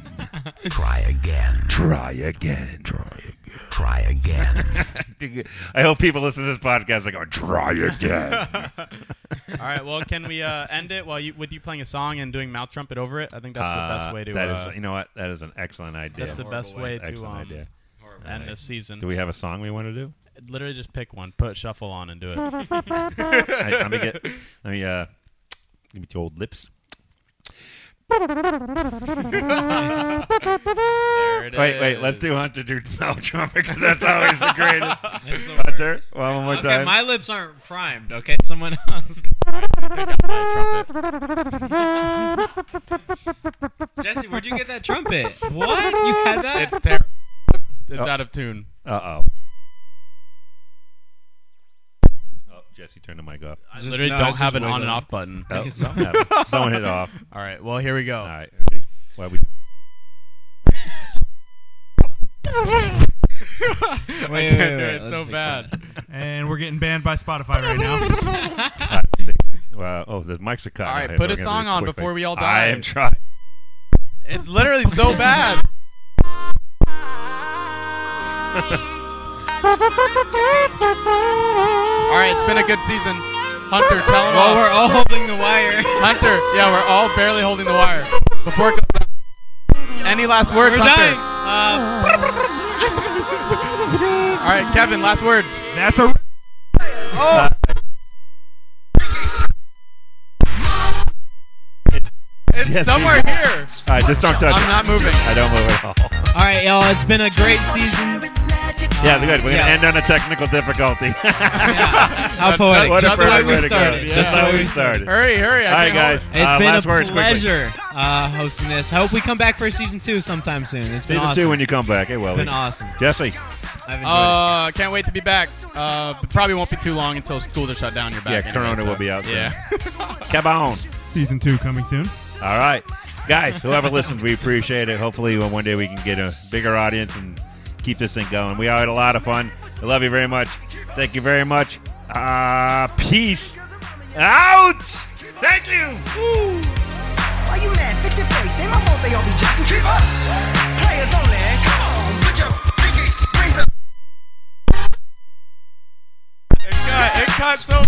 Speaker 10: Try again. Try again. Try again.
Speaker 1: I hope people listen to this podcast. They go try again.
Speaker 2: All right. Well, can we uh, end it while you with you playing a song and doing mouth trumpet over it? I think that's the best way to.
Speaker 1: That is-
Speaker 2: uh,
Speaker 1: you know what? That is an excellent idea.
Speaker 2: that's the best way to
Speaker 1: Excellent
Speaker 2: um,
Speaker 1: idea.
Speaker 2: end this season.
Speaker 1: Do we have a song we want to do?
Speaker 2: Literally just pick one, put shuffle on, and do it.
Speaker 1: Hey, let me get. Let me. Uh, give me two old lips. wait, wait. Let's do Hunter do no Trump because that's always the greatest.
Speaker 3: That's the
Speaker 1: Hunter, well, one more
Speaker 3: okay,
Speaker 1: time.
Speaker 3: my lips aren't primed. Okay, someone else. Jesse, where'd you get that trumpet? What? You had that?
Speaker 2: It's terrible. It's out of tune.
Speaker 1: Uh oh. Oh, Jesse, turn the mic off.
Speaker 2: I literally don't have an on and off button.
Speaker 1: Oh, something happened. Someone hit off.
Speaker 2: All right. Well, here we go. All
Speaker 1: right. Why we?
Speaker 2: I
Speaker 8: Wait, wait,
Speaker 2: can't do
Speaker 8: wait,
Speaker 2: it. It's
Speaker 8: let's
Speaker 2: so
Speaker 8: fix
Speaker 2: bad.
Speaker 8: and we're getting banned by Spotify right now.
Speaker 1: God, Wow. Oh, the mics are cut.
Speaker 2: All right,
Speaker 1: Okay,
Speaker 2: put
Speaker 1: we're
Speaker 2: a
Speaker 1: gonna do
Speaker 2: song
Speaker 1: this
Speaker 2: on
Speaker 1: quick
Speaker 2: before
Speaker 1: thing.
Speaker 2: we all
Speaker 1: I
Speaker 2: die.
Speaker 1: am trying.
Speaker 2: It's literally so bad. All right, it's been a good season. Hunter, tell them
Speaker 3: Well, we're all holding the wire.
Speaker 2: Hunter, yeah, we're all barely holding the wire. Before it goes out. any last words,
Speaker 3: We're
Speaker 2: Hunter?
Speaker 3: dying.
Speaker 2: Um,
Speaker 3: Uh,
Speaker 2: All right, Kevin, last words.
Speaker 8: That's a.
Speaker 2: Oh. It's
Speaker 1: Jesse.
Speaker 2: somewhere here.
Speaker 1: All right, just don't touch
Speaker 2: I'm
Speaker 1: it.
Speaker 2: not moving.
Speaker 1: I don't move at all.
Speaker 3: all right, y'all. It's been a great season.
Speaker 1: Yeah, good. We're going to
Speaker 3: Yeah.
Speaker 1: end on a technical difficulty.
Speaker 3: How poetic.
Speaker 1: What a
Speaker 3: Just
Speaker 1: perfect
Speaker 3: like we
Speaker 1: way to
Speaker 3: started.
Speaker 1: go. Just
Speaker 3: Yeah.
Speaker 1: like we started.
Speaker 2: Hurry, hurry, I
Speaker 1: All right,
Speaker 2: can't
Speaker 1: guys.
Speaker 2: hold
Speaker 3: It's
Speaker 1: uh,
Speaker 3: been
Speaker 1: last
Speaker 3: a
Speaker 1: words quickly.
Speaker 3: pleasure uh, hosting this. I hope we come back for season two sometime soon. It's been
Speaker 1: Season
Speaker 3: awesome.
Speaker 1: two when you come back. Hey, well,
Speaker 3: been awesome.
Speaker 1: Jesse.
Speaker 3: I've enjoyed
Speaker 2: Uh, can't wait to be back. Uh, but probably won't be too long until schools are shut down. You're back.
Speaker 1: yeah,
Speaker 2: anyway,
Speaker 1: Corona
Speaker 2: so-
Speaker 1: will be out soon.
Speaker 2: Yeah.
Speaker 1: Cabon.
Speaker 8: Season two coming soon.
Speaker 1: All right. Guys, whoever listens, we appreciate it. Hopefully, one day we can get a bigger audience and keep this thing going. We all had a lot of fun. I love you very much. Thank you very much. Uh, peace out. Thank you.
Speaker 16: Why you mad? Fix your face. Ain't my fault they all be jocking. Keep up. Players only. Come on. Put your pinky rings up.
Speaker 2: It cut so.